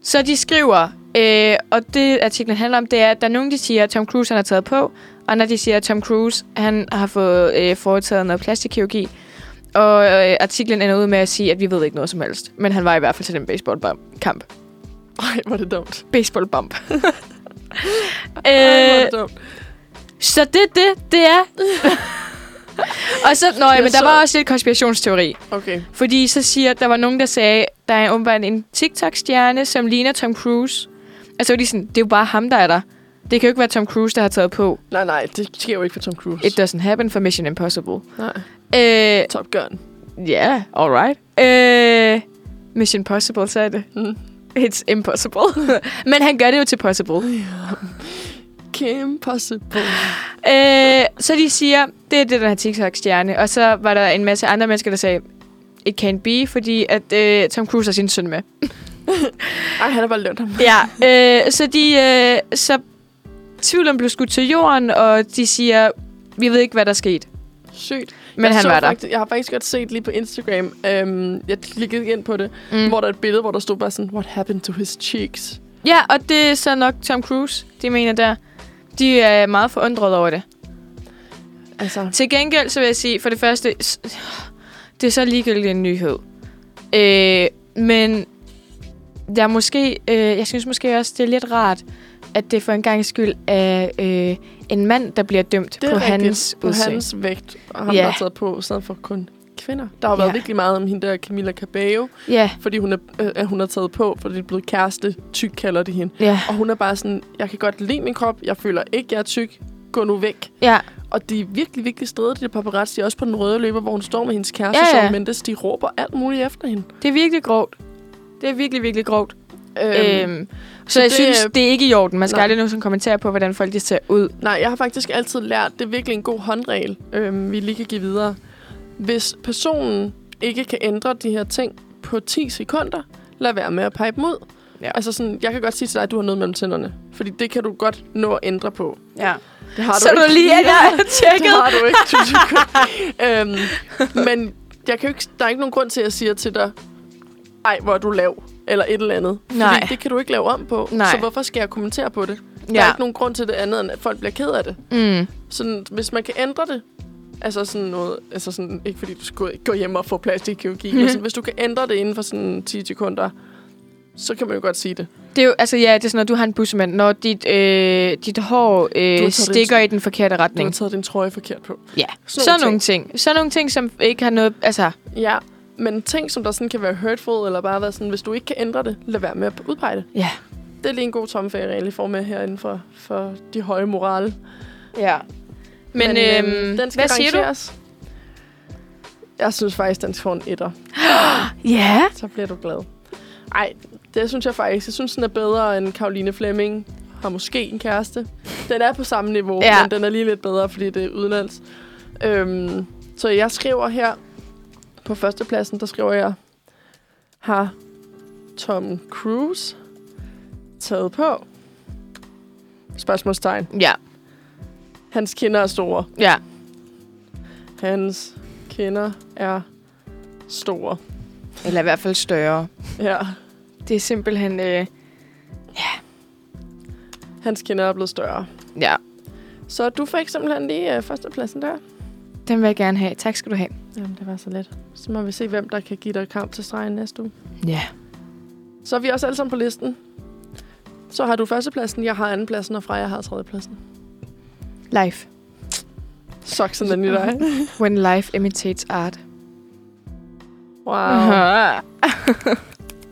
A: Så de skriver, øh, og det artiklen handler om, det er, at der er nogen, der siger, at Tom Cruise han har taget på, og når de siger, at Tom Cruise han har fået øh, foretaget noget plastikkirurgi, og øh, artiklen ender ud med at sige, at vi ved ikke noget som helst. Men han var i hvert fald til den baseballkamp.
B: Ej, hvor er det dumt.
A: Baseballbump.
B: Ej, hvor
A: øh,
B: er det dumt.
A: så det er det, det er. og så, nå, ja, men der
B: så-
A: var også lidt konspirationsteori.
B: Okay.
A: Fordi så siger, der var nogen, der sagde, der er åbenbart en TikTok-stjerne, som ligner Tom Cruise. Og så var de sådan, det er jo bare ham, der er der. Det kan jo ikke være Tom Cruise, der har taget på.
B: Nej, nej, det sker jo ikke for Tom Cruise.
A: It doesn't happen for Mission Impossible.
B: Nej.
A: Øh,
B: Top Gun.
A: Ja, yeah, all right. Øh, Mission Possible, så er det.
B: Mm.
A: It's impossible. Men han gør det jo til possible.
B: Kim Possible.
A: Øh, så de siger, det er det, der er TikTok-stjerne. Og så var der en masse andre mennesker, der sagde, it can't be, fordi at øh, Tom Cruise har sin søn med.
B: Ej, han har bare lønt ham.
A: Ja, øh, så de... Øh, så tvivlen blev skudt til jorden, og de siger, vi ved ikke, hvad der skete.
B: Sygt.
A: Men
B: jeg
A: han
B: så
A: var der.
B: faktisk, Jeg har faktisk godt set lige på Instagram, øhm, jeg klikkede ind på det, mm. hvor der er et billede, hvor der stod bare sådan, what happened to his cheeks?
A: Ja, og det er så nok Tom Cruise, de mener der. De er meget forundret over det.
B: Altså,
A: Til gengæld så vil jeg sige, for det første, s- det er så ligegyldigt en nyhed. Øh, men der er måske, øh, jeg synes måske også, det er lidt rart, at det for en gang skyld er øh, en mand, der bliver dømt
B: det er
A: på
B: rigtigt,
A: hans
B: på
A: udseende.
B: hans vægt, og
A: Ja.
B: ham yeah. der er taget på, i stedet for kun kvinder. Der har jo været
A: Ja.
B: virkelig meget om hende der Camilla Cabello,
A: Ja,
B: fordi hun er, øh, at hun er taget på, fordi det er blevet kæreste, tyk kalder de hende.
A: ja,
B: Og hun er bare sådan, jeg kan godt lide min krop, jeg føler ikke, jeg er tyk, gå nu væk.
A: ja.
B: Og de er virkelig, virkelig steder, de der paparazzi, også på den røde løber, hvor hun står med hendes kæreste,
A: Ja,
B: ja,
A: ja.
B: ja. Shawn Mendes, de råber alt muligt efter hende.
A: Det er virkelig grovt. Det er virkelig, virkelig grovt. Øhm,
B: Øhm,
A: øhm, så,
B: så
A: jeg
B: det
A: synes,
B: er-
A: det er ikke i orden. Man skal
B: Nej.
A: aldrig nogen kommentere på, hvordan folk de ser ud.
B: Nej, jeg har faktisk altid lært, det er virkelig en god håndregel, øhm, vi lige kan give videre. Hvis personen ikke kan ændre de her ting på 10 sekunder, lad være med at pege dem ud.
A: Ja.
B: Ja. Altså sådan, jeg kan godt sige til dig, at du har noget mellem tænderne. Fordi det kan du godt nå at ændre på.
A: Ja.
B: Det har du
A: Så
B: ikke.
A: du lige, at jeg
B: Det
A: tjekket?
B: har du ikke, synes jeg øhm, Men jeg kan jo ikke, der er ikke nogen grund til, at jeg siger til dig, ej, hvor er du lav, eller et eller andet.
A: Nej.
B: Fordi det kan du ikke lave om på.
A: Nej.
B: Så hvorfor skal jeg kommentere på det? Der er
A: Ja.
B: ikke nogen grund til det andet, end at folk bliver ked af det.
A: Mm.
B: Sådan, hvis man kan ændre det, altså sådan noget, altså sådan, ikke fordi du skal gå- gå hjem og få plastikkirurgi,
A: Mhm.
B: men sådan, hvis du kan ændre det inden for sådan 10 sekunder, så kan man jo godt sige det.
A: Det er jo, altså ja, det er sådan noget, du har en bussemand, når dit, øh, dit hår øh,
B: det
A: stikker i den forkerte
B: Du har
A: retning.
B: taget din trøje forkert på.
A: Ja,
B: Sådan
A: sådan nogle
B: nogle
A: ting. Sådan nogle ting, som ikke har noget... Altså,
B: Ja, men ting, som der sådan kan være hurtful, eller bare være sådan, hvis du ikke kan ændre det, lad være med at udpege det.
A: ja.
B: Det er lige en god tommelfingerregel, I får med herinde for, for de høje morale.
A: ja. Men, men øhm,
B: den skal
A: hvad siger du?
B: rangeres. Jeg synes faktisk, den får en etter.
A: Ja.
B: Så bliver du glad. Ej, det synes jeg faktisk. Jeg synes, den er bedre end Karoline Flemming. Har måske en kæreste. Den er på samme niveau,
A: Ja.
B: ja. men den er lige lidt bedre, fordi det er udenlands. Øhm, så jeg skriver her, på førstepladsen, der skriver jeg, har Tom Cruise taget på? Spørgsmålstegn.
A: Ja,
B: Hans kinder er store.
A: ja.
B: Hans kinder er store.
A: Eller i hvert fald større.
B: Ja,
A: Det er simpelthen... Øh,
B: hans kinder er blevet større.
A: ja,
B: Så du fik simpelthen lige øh, førstepladsen der.
A: den vil jeg gerne have. Tak skal du have.
B: Jamen, det var så let. Så må vi se, hvem der kan give dig kamp til stregen næste uge.
A: Ja.
B: Så er vi også alle sammen på listen. Så har du førstepladsen, jeg har andenpladsen, og Freja har tredjepladsen.
A: Life.
B: Sok sådan den i dig.
A: When life imitates art.
B: Wow.
A: Aha.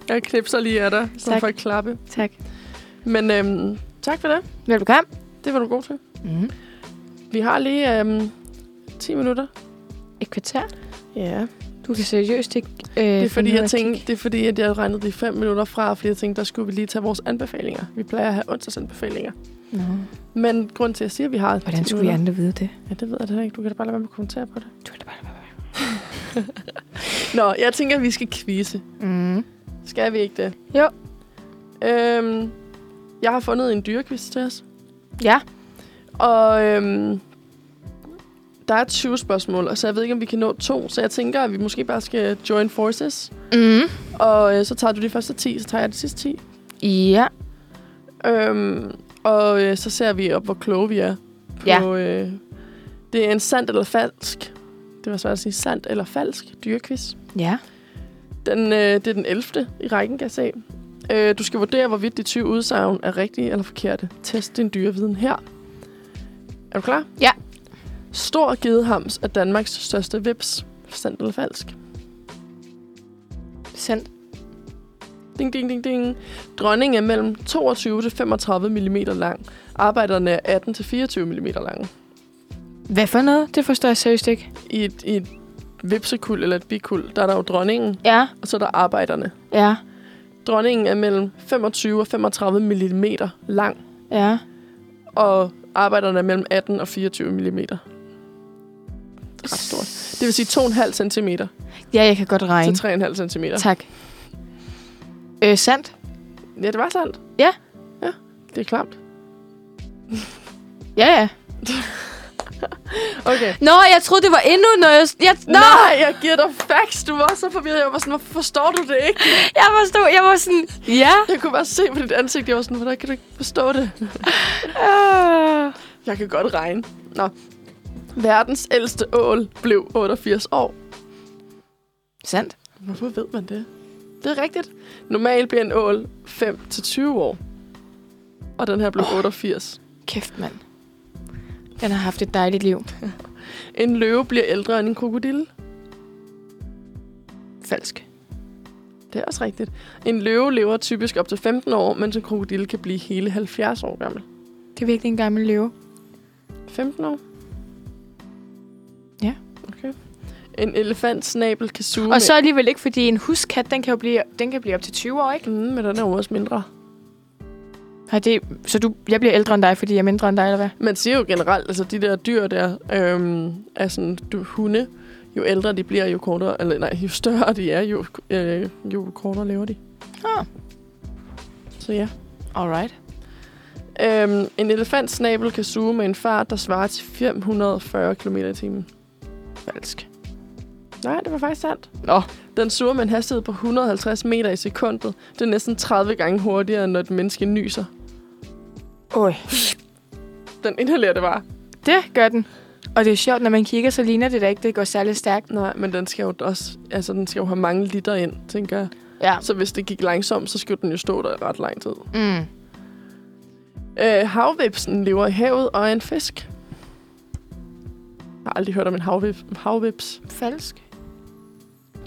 B: Jeg knipser lige af dig, så
A: Tak.
B: får jeg klappe.
A: tak.
B: Men øhm, tak for det.
A: Velbekomme.
B: Det var du god til.
A: Mm.
B: Vi har lige øhm, 10 minutter.
A: Et kvarter.
B: Ja.
A: Du kan seriøst ikke... Øh,
B: Det er, fordi, jeg
A: tænker...
B: tænkte, det er fordi, at jeg regnede de 5 minutter fra, fordi jeg tænkte, der skulle vi lige tage vores anbefalinger. Vi plejer at have onsdagsanbefalinger.
A: Nå.
B: Men grund til, at jeg siger, at vi har...
A: Hvordan
B: 10
A: skulle vi
B: minutter-
A: andre vide det?
B: Ja, det ved jeg da ikke. Du kan da bare lade være med at kommentere på det.
A: Du er da bare...
B: Nå, jeg tænker, at vi skal quizze.
A: Mm.
B: Skal vi ikke det?
A: Jo.
B: Øhm, jeg har fundet en dyrekvist til os.
A: Ja.
B: Og øhm, der er 20 spørgsmål, og så jeg ved ikke, om vi kan nå to. Så jeg tænker, at vi måske bare skal join forces.
A: Mm.
B: Og øh, så tager du de første 10, så tager jeg de sidste 10.
A: Ja.
B: Øhm, og øh, så ser vi op, hvor kloge vi er. På,
A: Ja.
B: øh, det er en sandt eller falsk. Det var svært at sige. Sandt eller falsk dyrekvist.
A: Ja.
B: Den, øh, det er den 11. i rækken, kan jeg se. Øh, du skal vurdere, hvorvidt de 20 udsagn er rigtige eller forkerte. Test din dyreviden her. Er du klar?
A: Ja.
B: Stor gedehams er Danmarks største vips. Sandt eller falsk?
A: Sendt.
B: Ding, ding, ding, ding. Dronningen er mellem 22 til 35 mm lang. Arbejderne er 18 til 24 mm lang.
A: Hvad for noget? Det forstår jeg seriøst ikke.
B: I et, i et vipsekuld eller et bikuld, der er der jo dronningen,
A: Ja.
B: og så er der arbejderne.
A: Ja.
B: Dronningen er mellem 25 og 35 mm lang.
A: Ja.
B: og arbejderne er mellem 18 og 24 mm. Det er ret stort. Det vil sige 2,5 cm
A: Ja, jeg kan godt regne.
B: til 3,5 cm.
A: Tak. Øh, sandt.
B: Ja, det var sandt.
A: Ja.
B: Ja, det er klamt.
A: Ja, ja.
B: Okay.
A: Nå, jeg troede, det var endnu noget. Jeg, jeg, nå,
B: Nej, jeg giver dig facts. Du var så forvirret. Jeg var sådan, hvorfor forstår du det ikke?
A: jeg forstod. Jeg var sådan, ja.
B: Jeg kunne bare se på dit ansigt. Jeg var sådan, hvordan kan du ikke forstå det?
A: Øh.
B: Jeg kan godt regne. Nå. Verdens ældste ål blev 88 år.
A: Sandt.
B: Hvorfor ved man det? Det er rigtigt. Normalt bliver en ål 5-20 år. Og den her blev 88.
A: Kæft, mand. Den har haft et dejligt liv.
B: En løve bliver ældre end en krokodille.
A: Falsk.
B: Det er også rigtigt. En løve lever typisk op til 15 år, mens en krokodille kan blive hele 70 år gammel.
A: Det er virkelig en gammel løve.
B: 15 år?
A: Ja.
B: Okay. En elefantsnabel kan suge...
A: Mm. Og så alligevel ikke, fordi en huskat, den kan jo blive, den kan blive op til 20 år, ikke?
B: Med... Mm, men den er jo også mindre.
A: Har det, så du, jeg bliver ældre end dig, fordi jeg er mindre end dig, eller hvad?
B: Man siger jo generelt, altså de der dyr der, øhm, er sådan du, hunde, jo ældre de bliver, jo kortere, eller nej, jo større de er, jo, øh, jo kortere lever de.
A: Ah.
B: Så ja.
A: Alright.
B: Øhm, en elefantsnabel kan suge med en fart, der svarer til 540 km i timen.
A: Falsk.
B: Nej, det var faktisk sandt.
A: Nå.
B: Den suger med en hastighed på 150 meter i sekundet. Det er næsten 30 gange hurtigere, end når et menneske nyser.
A: Oj.
B: Den inhalerer det bare.
A: Det gør den. Og det er sjovt, når man kigger, så ligner det da ikke, det går særlig stærkt.
B: Nej, men den skal jo også, altså, den skal jo have mange liter ind, tænker jeg.
A: Ja.
B: Så hvis det gik langsomt, så skulle den jo stå der i ret lang tid.
A: Mm.
B: Øh, havvipsen lever i havet og er en fisk. Jeg har aldrig hørt om en havvips. havvips.
A: Falsk.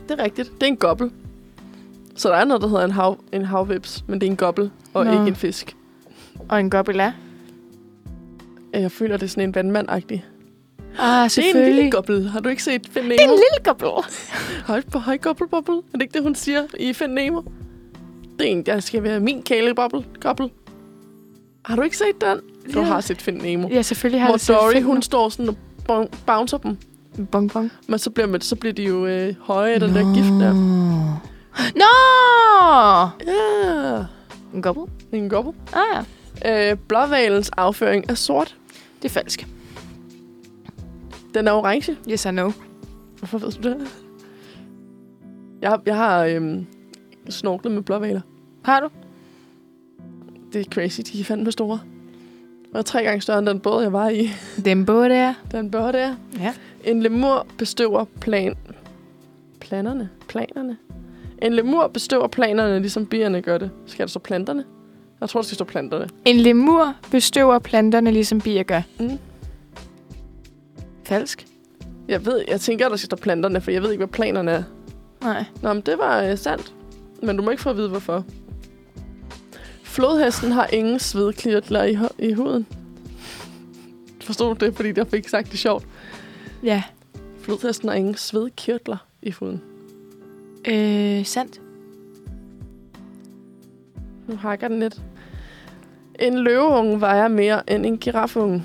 B: Det er rigtigt. Det er en gobbel. Så der er noget, der hedder en, hav, en havvips, men det er en gobbel og
A: Nå.
B: Nå. ikke en fisk.
A: Og en gobbel er?
B: Øh, Jeg føler, det er sådan en vandmand-agtig.
A: Ah,
B: Det er en lille
A: gobbel.
B: gobbel. Har du ikke set Find Nemo?
A: Det er en lille gobbel.
B: Hej, på hej, gobbelbobbel. Er det ikke det, hun siger i Find Nemo? Det er en, der skal være min kælebobbel. Gobbel. Har du ikke set den? Du
A: Ja.
B: har set Find Nemo.
A: Ja, selvfølgelig har jeg
B: Hvor
A: set
B: Dory,
A: film.
B: hun står sådan og bon- bouncer dem.
A: Bong, bong.
B: Men så bliver, man, så bliver de jo øh, høje af den der gift der.
A: Nå!
B: Ja,
A: En gobbel?
B: en gobbel.
A: Ah, ja.
B: Øh, blåvalens afføring er sort.
A: det er falsk.
B: Den er orange.
A: Yes, I know.
B: Hvorfor ved du det? Jeg, jeg har øhm, snorklet med blåvaler.
A: Har du?
B: Det er crazy, de er fandme store. Og tre gange større end den båd, jeg var i.
A: Den både der.
B: Den båd der.
A: Ja.
B: En lemur bestøver plan... Planerne? Planerne? En lemur bestøver planerne, ligesom bierne gør det. Skal der stå planterne? Jeg tror, der skal stå planterne.
A: En lemur bestøver planterne, ligesom bier gør.
B: Mm.
A: Falsk?
B: Jeg ved, jeg tænker, der skal stå planterne, for jeg ved ikke, hvad planerne er.
A: Nej.
B: Nå, men det var øh, sandt. Men du må ikke få at vide, hvorfor. Flodhesten har ingen svedkirtler i, hu- i huden. Forstod du det? Fordi jeg fik sagt det sjovt.
A: Ja.
B: Flodhesten har ingen svedkirtler i huden.
A: Øh, sandt.
B: Nu hakker den lidt. En løveunge vejer mere end en girafunge.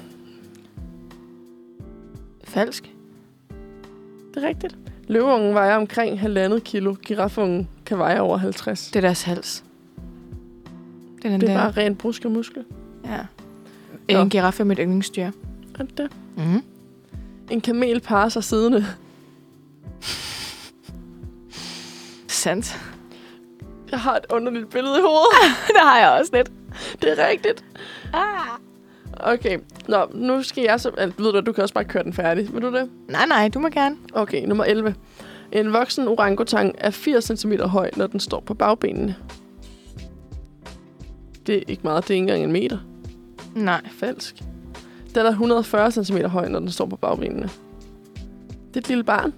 A: Falsk.
B: Det er rigtigt. Løveungen vejer omkring halvandet kilo. Giraffungen kan veje over 50.
A: Det er deres hals. Det er den
B: Det er
A: der.
B: bare ren brusk og muskel.
A: Ja.
B: Nå.
A: En giraf er mit yndlingsdyr.
B: Er det det?
A: Mm.
B: En kamel parer sig siddende.
A: Sandt.
B: Jeg har et underligt billede i hovedet.
A: det har jeg også lidt.
B: Det er rigtigt.
A: Ah.
B: Okay, nå, nu skal jeg så... Altså, ved du, hvad, du kan også bare køre den færdig. Vil du det?
A: Nej, nej, du må gerne.
B: Okay, nummer 11. En voksen orangutang er 80 cm høj, når den står på bagbenene. Det er ikke meget. Det er ikke engang en meter.
A: Nej.
B: Falsk. Den er 140 cm høj, når den står på bagbenene. Det er et lille barn.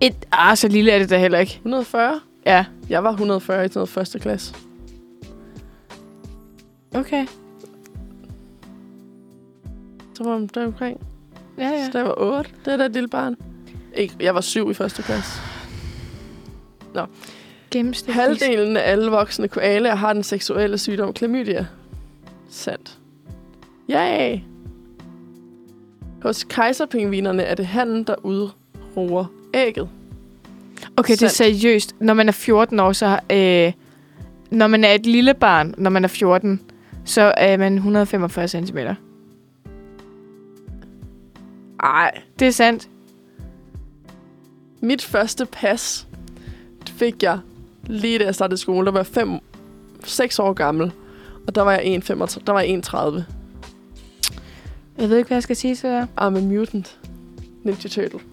A: Et, ah, så lille er det da heller ikke.
B: 140.
A: Ja.
B: Jeg var 140 i sådan noget første klasse.
A: Okay.
B: Så var der omkring.
A: Ja,
B: Ja.
A: ja.
B: Så der var 8. Det er da et lille barn. Ikke, jeg var 7 i første klasse.
A: Gennemsnitligt.
B: Halvdelen af alle voksne koalaer har den seksuelle sygdom klamydia. Sandt. Yay! Hos kejserpingvinerne er det handen, der udroer ægget.
A: Okay, det er seriøst. Når man er 14 år, så... Øh, når man er et lille barn, når man er 14, så er man 145 cm.
B: Ej.
A: Det er sandt.
B: Mit første pas fik jeg lige da jeg startede i skole. Der var jeg 5, 6 år gammel. Og der var jeg 1,35. Der var jeg 1,30.
A: Jeg ved ikke, hvad jeg skal sige, så der.
B: I'm a mutant. Ninja Turtle.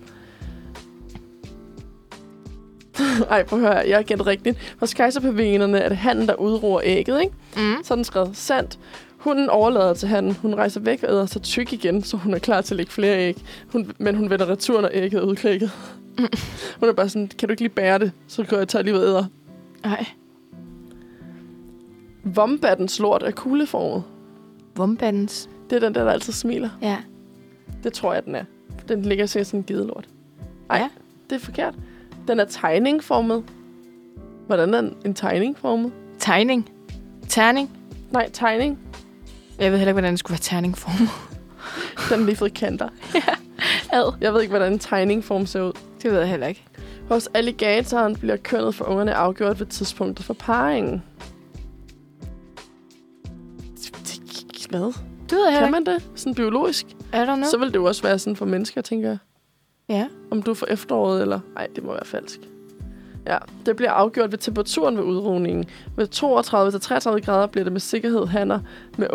B: Ej, prøv at høre, jeg gætter rigtigt. Hos kejserpavinerne er det handen, der udroer ægget, ikke?
A: Mm.
B: Sådan skrevet sandt. Hunden overlader til handen. Hun rejser væk og æder sig tyk igen, så hun er klar til at lægge flere æg. Hun, men hun vender retur, når ægget er udklækket. Hun er bare sådan, kan du ikke lige bære det? Så går jeg og tager lige ved æder.
A: Nej.
B: Vombattens lort er kugleformet.
A: Vombandens.
B: Det er den der, der altid smiler.
A: Ja.
B: Det tror jeg, den er. Den ligger sikkert sådan en gidelort. Ej,
A: Ja.
B: ja. det er forkert. Den er tegningformet. Hvordan er en tegning formet?
A: Tegning. Terning.
B: Nej, tegning.
A: Jeg ved heller ikke, hvordan det skulle være terningformet.
B: Den er lige fået kanter. ja. Jeg ved ikke, hvordan en tegningform ser ud.
A: Det ved jeg heller ikke.
B: Hos alligatoren bliver kønnet for ungerne afgjort ved tidspunktet for parringen. Hvad?
A: Det ved jeg heller
B: Kan
A: ikke.
B: man det? Sådan biologisk?
A: Er der noget?
B: Så vil det jo også være sådan for mennesker, tænker jeg.
A: Ja.
B: Om du er for efteråret, eller... Nej, det må være falsk. Ja, det bliver afgjort ved temperaturen ved udrugningen. Ved 32-33 grader bliver det med sikkerhed hanner. Med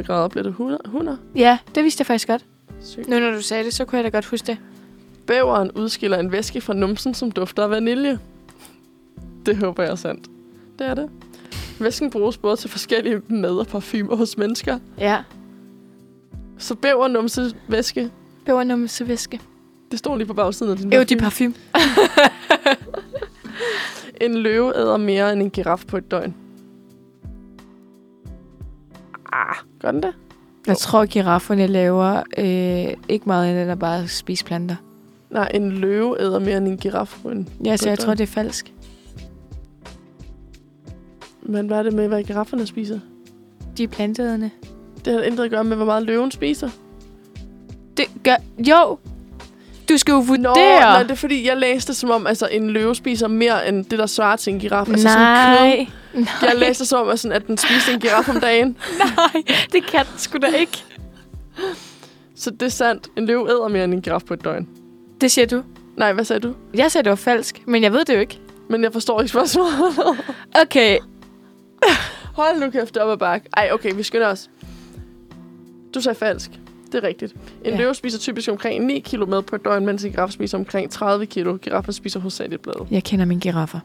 B: 28-31 grader bliver det hunner. hunner.
A: Ja, det vidste jeg faktisk godt.
B: Sygt.
A: Nu når du sagde det, så kunne jeg da godt huske det.
B: Bæveren udskiller en væske fra numsen, som dufter af vanilje. Det håber jeg er sandt. Det er det. Væsken bruges både til forskellige mad og parfumer hos mennesker.
A: Ja.
B: Så bæver numse væske.
A: Bævernumsevæske.
B: Det står lige på bagsiden af din
A: Øv de parfume.
B: En løve æder mere end en giraf på et døgn. Ah, gør den det?
A: Jeg tror, girafferne laver øh, ikke meget andet end at bare spise planter.
B: Nej, en løve æder mere end en giraf på en...
A: Ja, så jeg
B: Planter.
A: tror, det er falsk.
B: Men hvad er det med, hvad girafferne spiser?
A: De er planteædende.
B: Det har intet at gøre med, hvor meget løven spiser.
A: Det gør... Jo! Du skal jo
B: Nå,
A: vurdere!
B: nej, det er fordi, jeg læste som om, altså en løve spiser mere end det, der svarer til en giraf. Altså, sådan
A: nej,
B: kød. Jeg læste som om, at sådan, at den spiste en giraf om dagen.
A: nej, det kan den sgu da ikke.
B: Så det er sandt. En løve æder mere end en giraf på et døgn.
A: Det siger du.
B: Nej, hvad sagde du?
A: Jeg sagde, det var falsk, men jeg ved det jo ikke.
B: Men jeg forstår ikke spørgsmålet.
A: Okay,
B: Hold nu kæft op ad bakke. Ej, okay, vi skynder os. Du sagde falsk. Det er rigtigt. En
A: Ja.
B: ja. løve spiser typisk omkring 9 kg mad på et døgn, mens en giraf spiser omkring 30 kg. Giraffen spiser hovedsageligt blade.
A: jeg kender mine giraffer.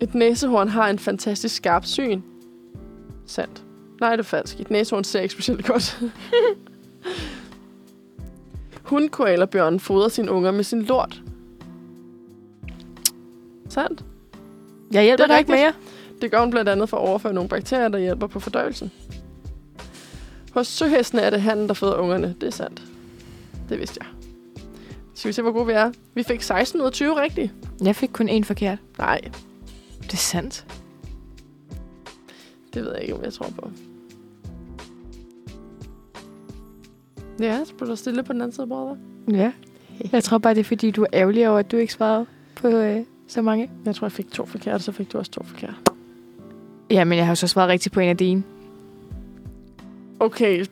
B: Et næsehorn har en fantastisk skarp syn. Sandt. Nej, det er falsk. Et næsehorn ser ikke specielt godt. Hundkoalabjørnen fodrer sine unger med sin lort. Sandt.
A: Jeg hjælper
B: Det er
A: dig ikke mere.
B: rigtigt. Det gør hun blandt andet for at overføre nogle bakterier, der hjælper på fordøjelsen. Hos søhestene er det handen, der føder ungerne. Det er sandt. Det vidste jeg. Skal vi se, hvor gode vi er? Vi fik 16 ud af 20 rigtigt.
A: Jeg fik kun en forkert.
B: Nej,
A: Det er sandt.
B: Det ved jeg ikke, om jeg tror på. Ja, så blev du stille på den anden side, bror.
A: Ja. Jeg tror bare, det er, fordi du er ærgerlig over, at du ikke svarede på øh, så mange.
B: Jeg tror, jeg fik to forkerte, så fik du også to forkerte.
A: Ja, men jeg har jo så svaret rigtigt på en af dine.
B: Okay.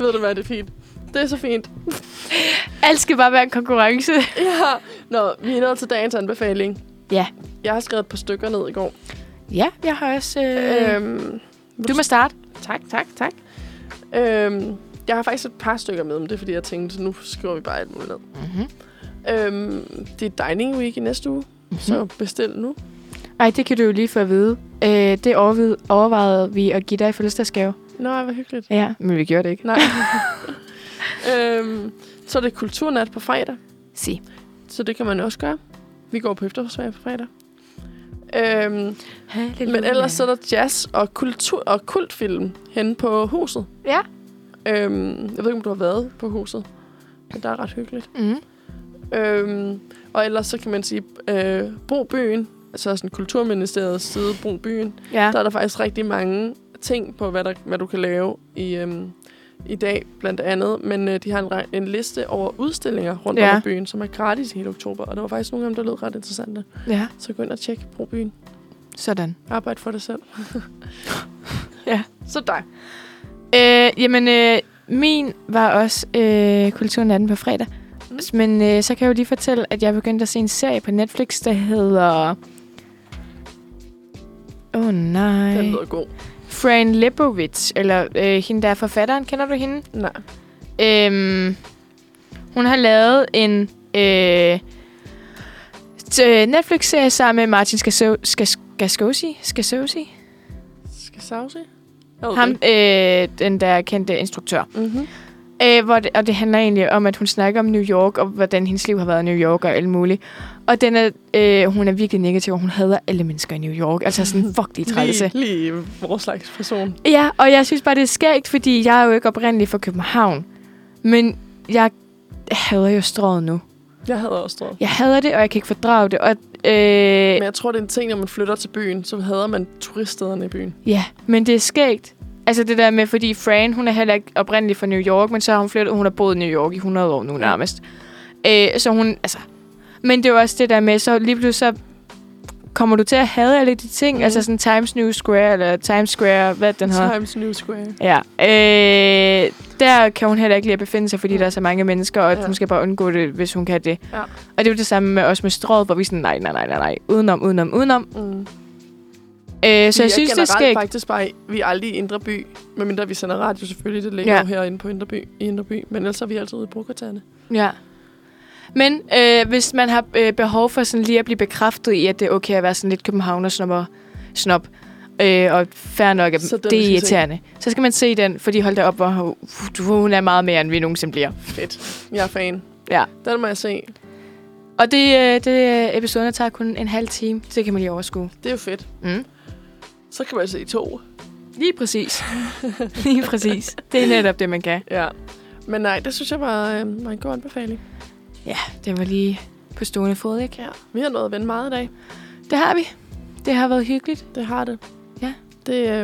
B: ved du hvad, det er fint. Det er så fint.
A: Alt skal bare være en konkurrence.
B: Ja. Nå, vi er nået til dagens anbefaling.
A: Ja.
B: Jeg har skrevet et par stykker ned i går.
A: Ja, jeg har også... Øh, øh,
B: Øhm,
A: du må starte.
B: tak, tak, tak. Øhm, jeg har faktisk et par stykker med, men det er fordi, jeg tænkte, nu skriver vi bare alt muligt ned.
A: Mm-hmm.
B: Øhm, det er dining week i næste uge,
A: Så.
B: så bestil nu.
A: Ej, det kan du jo lige få at vide. Øh, det overvejede, overvejede vi at give dig i fødselsdagsgave.
B: Nå, hvor hyggeligt.
A: Ja, men vi gjorde det ikke.
B: Nej. øhm, så er det kulturnat på fredag,
A: Se.
B: så det kan man også gøre. Vi går på efterårsferie på fredag. Øhm, men ellers så er der jazz og, kultur og kultfilm hen på huset.
A: Ja.
B: Øhm, jeg ved ikke, om du har været på huset, men der er ret hyggeligt.
A: Mm.
B: Øhm, og ellers så kan man sige, øh, brug byen, altså sådan kulturministeriets side, brug byen,
A: Ja.
B: der er der faktisk rigtig mange ting på, hvad, der, hvad du kan lave i, øhm, i dag, blandt andet. Men øh, de har en, re- en liste over udstillinger rundt
A: Ja.
B: ja. om i byen, som er gratis i hele oktober. Og der var faktisk nogle af dem, der lød ret interessante.
A: ja.
B: Så gå ind og tjek Brug byen.
A: Sådan.
B: Arbejd for dig selv.
A: Ja.
B: Så dig.
A: Øh, jamen, øh, min var også øh, Kulturnatten på fredag.
B: Mm.
A: Men øh, så kan jeg jo lige fortælle, at jeg begyndte at se en serie på Netflix, der hedder... Åh oh, nej.
B: Den lyder god.
A: Fran Lebowitz, eller øh, hende, der er forfatteren. Kender du hende?
B: Nej.
A: Øhm, hun har lavet en øh, t- øh, Netflix-serie sammen med Martin Scasso- Sca- Scasosi. Scasosi?
B: Skal Sausi?
A: Ham, øh, den der kendte instruktør.
B: Mm-hmm.
A: Øh, hvor det, og det handler egentlig om, at hun snakker om New York, og hvordan hendes liv har været i New York og alt muligt. Og den er, øh, hun er virkelig negativ, og hun hader alle mennesker i New York. Altså sådan, fuck de er trælse.
B: Lige, lige vores slags person.
A: Ja, og jeg synes bare, det er skægt, fordi jeg er jo ikke oprindelig fra København. Men jeg hader jo strået nu.
B: Jeg havde også drømt.
A: Jeg hader det, og jeg kan ikke fordrage det. Og, øh,
B: Men jeg tror, det er en ting, når man flytter til byen, så hader man turiststederne i byen.
A: Ja, men det er skægt. Altså det der med, fordi Fran, hun er heller ikke oprindelig fra New York, men så har hun flyttet, hun har boet i New York i 100 år nu nærmest. Øh, så hun, altså... Men det er jo også det der med, så lige pludselig så kommer du til at have alle de ting,
B: Mhm.
A: mm. altså sådan Times New Square, eller Times Square, hvad den hedder.
B: Times New Square.
A: Ja. Øh, der kan hun heller ikke lide at befinde sig, fordi
B: Mm.
A: der er så mange mennesker, og ja.
B: Ja.
A: hun skal bare undgå det, hvis hun kan det.
B: Ja.
A: Og det er jo det samme med os med strået, hvor vi er sådan, nej, nej, nej, nej, nej, udenom, udenom, udenom.
B: Mm.
A: Øh, så
B: vi
A: jeg synes, det er
B: generelt
A: skægt.
B: faktisk bare, i- vi er aldrig i Indre By, medmindre vi sender radio selvfølgelig, det ligger
A: Ja.
B: ja. jo herinde på Indre By, i Indre By, men ellers er vi altid ude i Brugkvarterne.
A: Ja. Men øh, hvis man har øh, behov for sådan lige at blive bekræftet i, at det er okay at være sådan lidt københavner snobber, snob, øh, og fair nok, at
B: Så den
A: det er
B: skal vi se.
A: irriterende, så skal man se den, fordi hold da op, hvor hun- du- hun er meget mere, end vi nogensinde bliver.
B: Fedt. Jeg er fan.
A: Ja.
B: Den må jeg se.
A: Og det, øh, det øh, episoden tager kun en halv time, så det kan man lige overskue.
B: Det er jo fedt.
A: Mm.
B: Så kan man se to.
A: Lige præcis. lige præcis. Det er netop det, man kan.
B: Ja. Men nej, det synes jeg var, øh, var en god anbefaling.
A: Det var lige på stående fod, ikke?
B: Ja. Vi har nået at vende meget i dag.
A: Det har vi. Det har været hyggeligt.
B: Det har det.
A: Ja.
B: Det, øh, vi har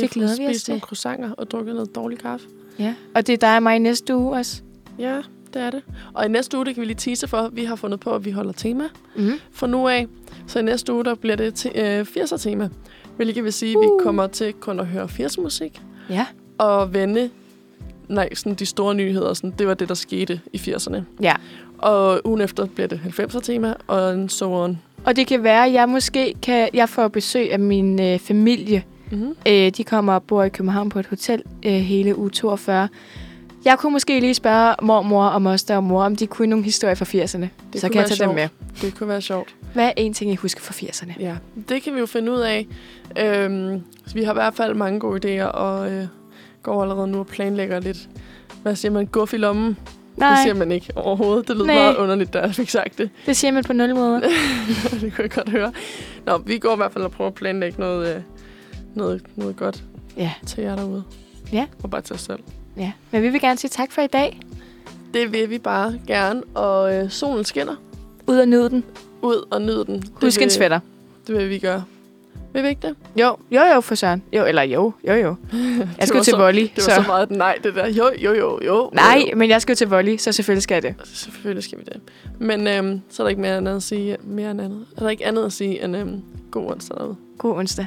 A: Det glæder
B: fået
A: vi os
B: spist
A: til.
B: nogle croissanter og drukket noget dårlig kaffe.
A: Ja. Og det er dig og mig næste uge også.
B: Ja, det er det. Og i næste uge, det kan vi lige tease for, vi har fundet på, at vi holder tema.
A: Mm.
B: fra nu af. Så i næste uge, der bliver det te- øh, 80'er tema. Hvilket vil sige, at
A: Uh.
B: vi kommer til kun at høre 80'er musik.
A: Ja.
B: Og vende nej, sådan de store nyheder. Sådan, det var det, der skete i 80'erne.
A: Ja.
B: Og ugen efter bliver det 90'er tema, og en so on.
A: Og det kan være, at jeg måske kan, jeg får besøg af min øh, familie.
B: Mm-hmm.
A: Øh, de kommer og bor i København på et hotel øh, hele uge 42. Jeg kunne måske lige spørge mormor og moster og mor, om de kunne nogle historier fra 80'erne.
B: Det
A: Så
B: kunne
A: kan jeg
B: være
A: tage dem med.
B: sjovt. Det kunne være sjovt.
A: Hvad er en ting, I husker fra 80'erne?
B: Ja. Det kan vi jo finde ud af. Øhm, så vi har i hvert fald mange gode idéer, og øh, går allerede nu og planlægger lidt. Hvad siger man? Guff i lommen? Det
A: Nej,
B: siger man ikke overhovedet. Det lød
A: Nej.
B: meget underligt, da jeg fik sagt det.
A: det siger man på nul måder.
B: det kunne jeg godt høre. Nå, vi går i hvert fald og prøver at planlægge noget, øh, noget, noget godt
A: Ja.
B: til jer derude.
A: Ja.
B: Og bare til os selv.
A: ja. Men vi vil gerne sige tak for i dag.
B: Det vil vi bare gerne, og øh, solen skinner.
A: Ud og nyde den.
B: Ud og nyd den. Det
A: Husk
B: vil,
A: en sweater.
B: Det vil vi gøre. Vil vi ikke det?
A: Jo, jo, jo, for søren. Jo, eller jo, jo, jo. Jeg skal jo
B: var
A: til
B: så-
A: volley,
B: Det
A: så...
B: var så, så meget et nej, det der. Jo, jo, jo, jo.
A: Nej,
B: Jo, jo.
A: men jeg skal jo til volley, så selvfølgelig skal jeg det.
B: Altså, Selvfølgelig skal vi det. Men øhm, så er der ikke mere andet at sige. Mere end andet. Er der ikke andet at sige end øhm, god onsdag derude?
A: God onsdag.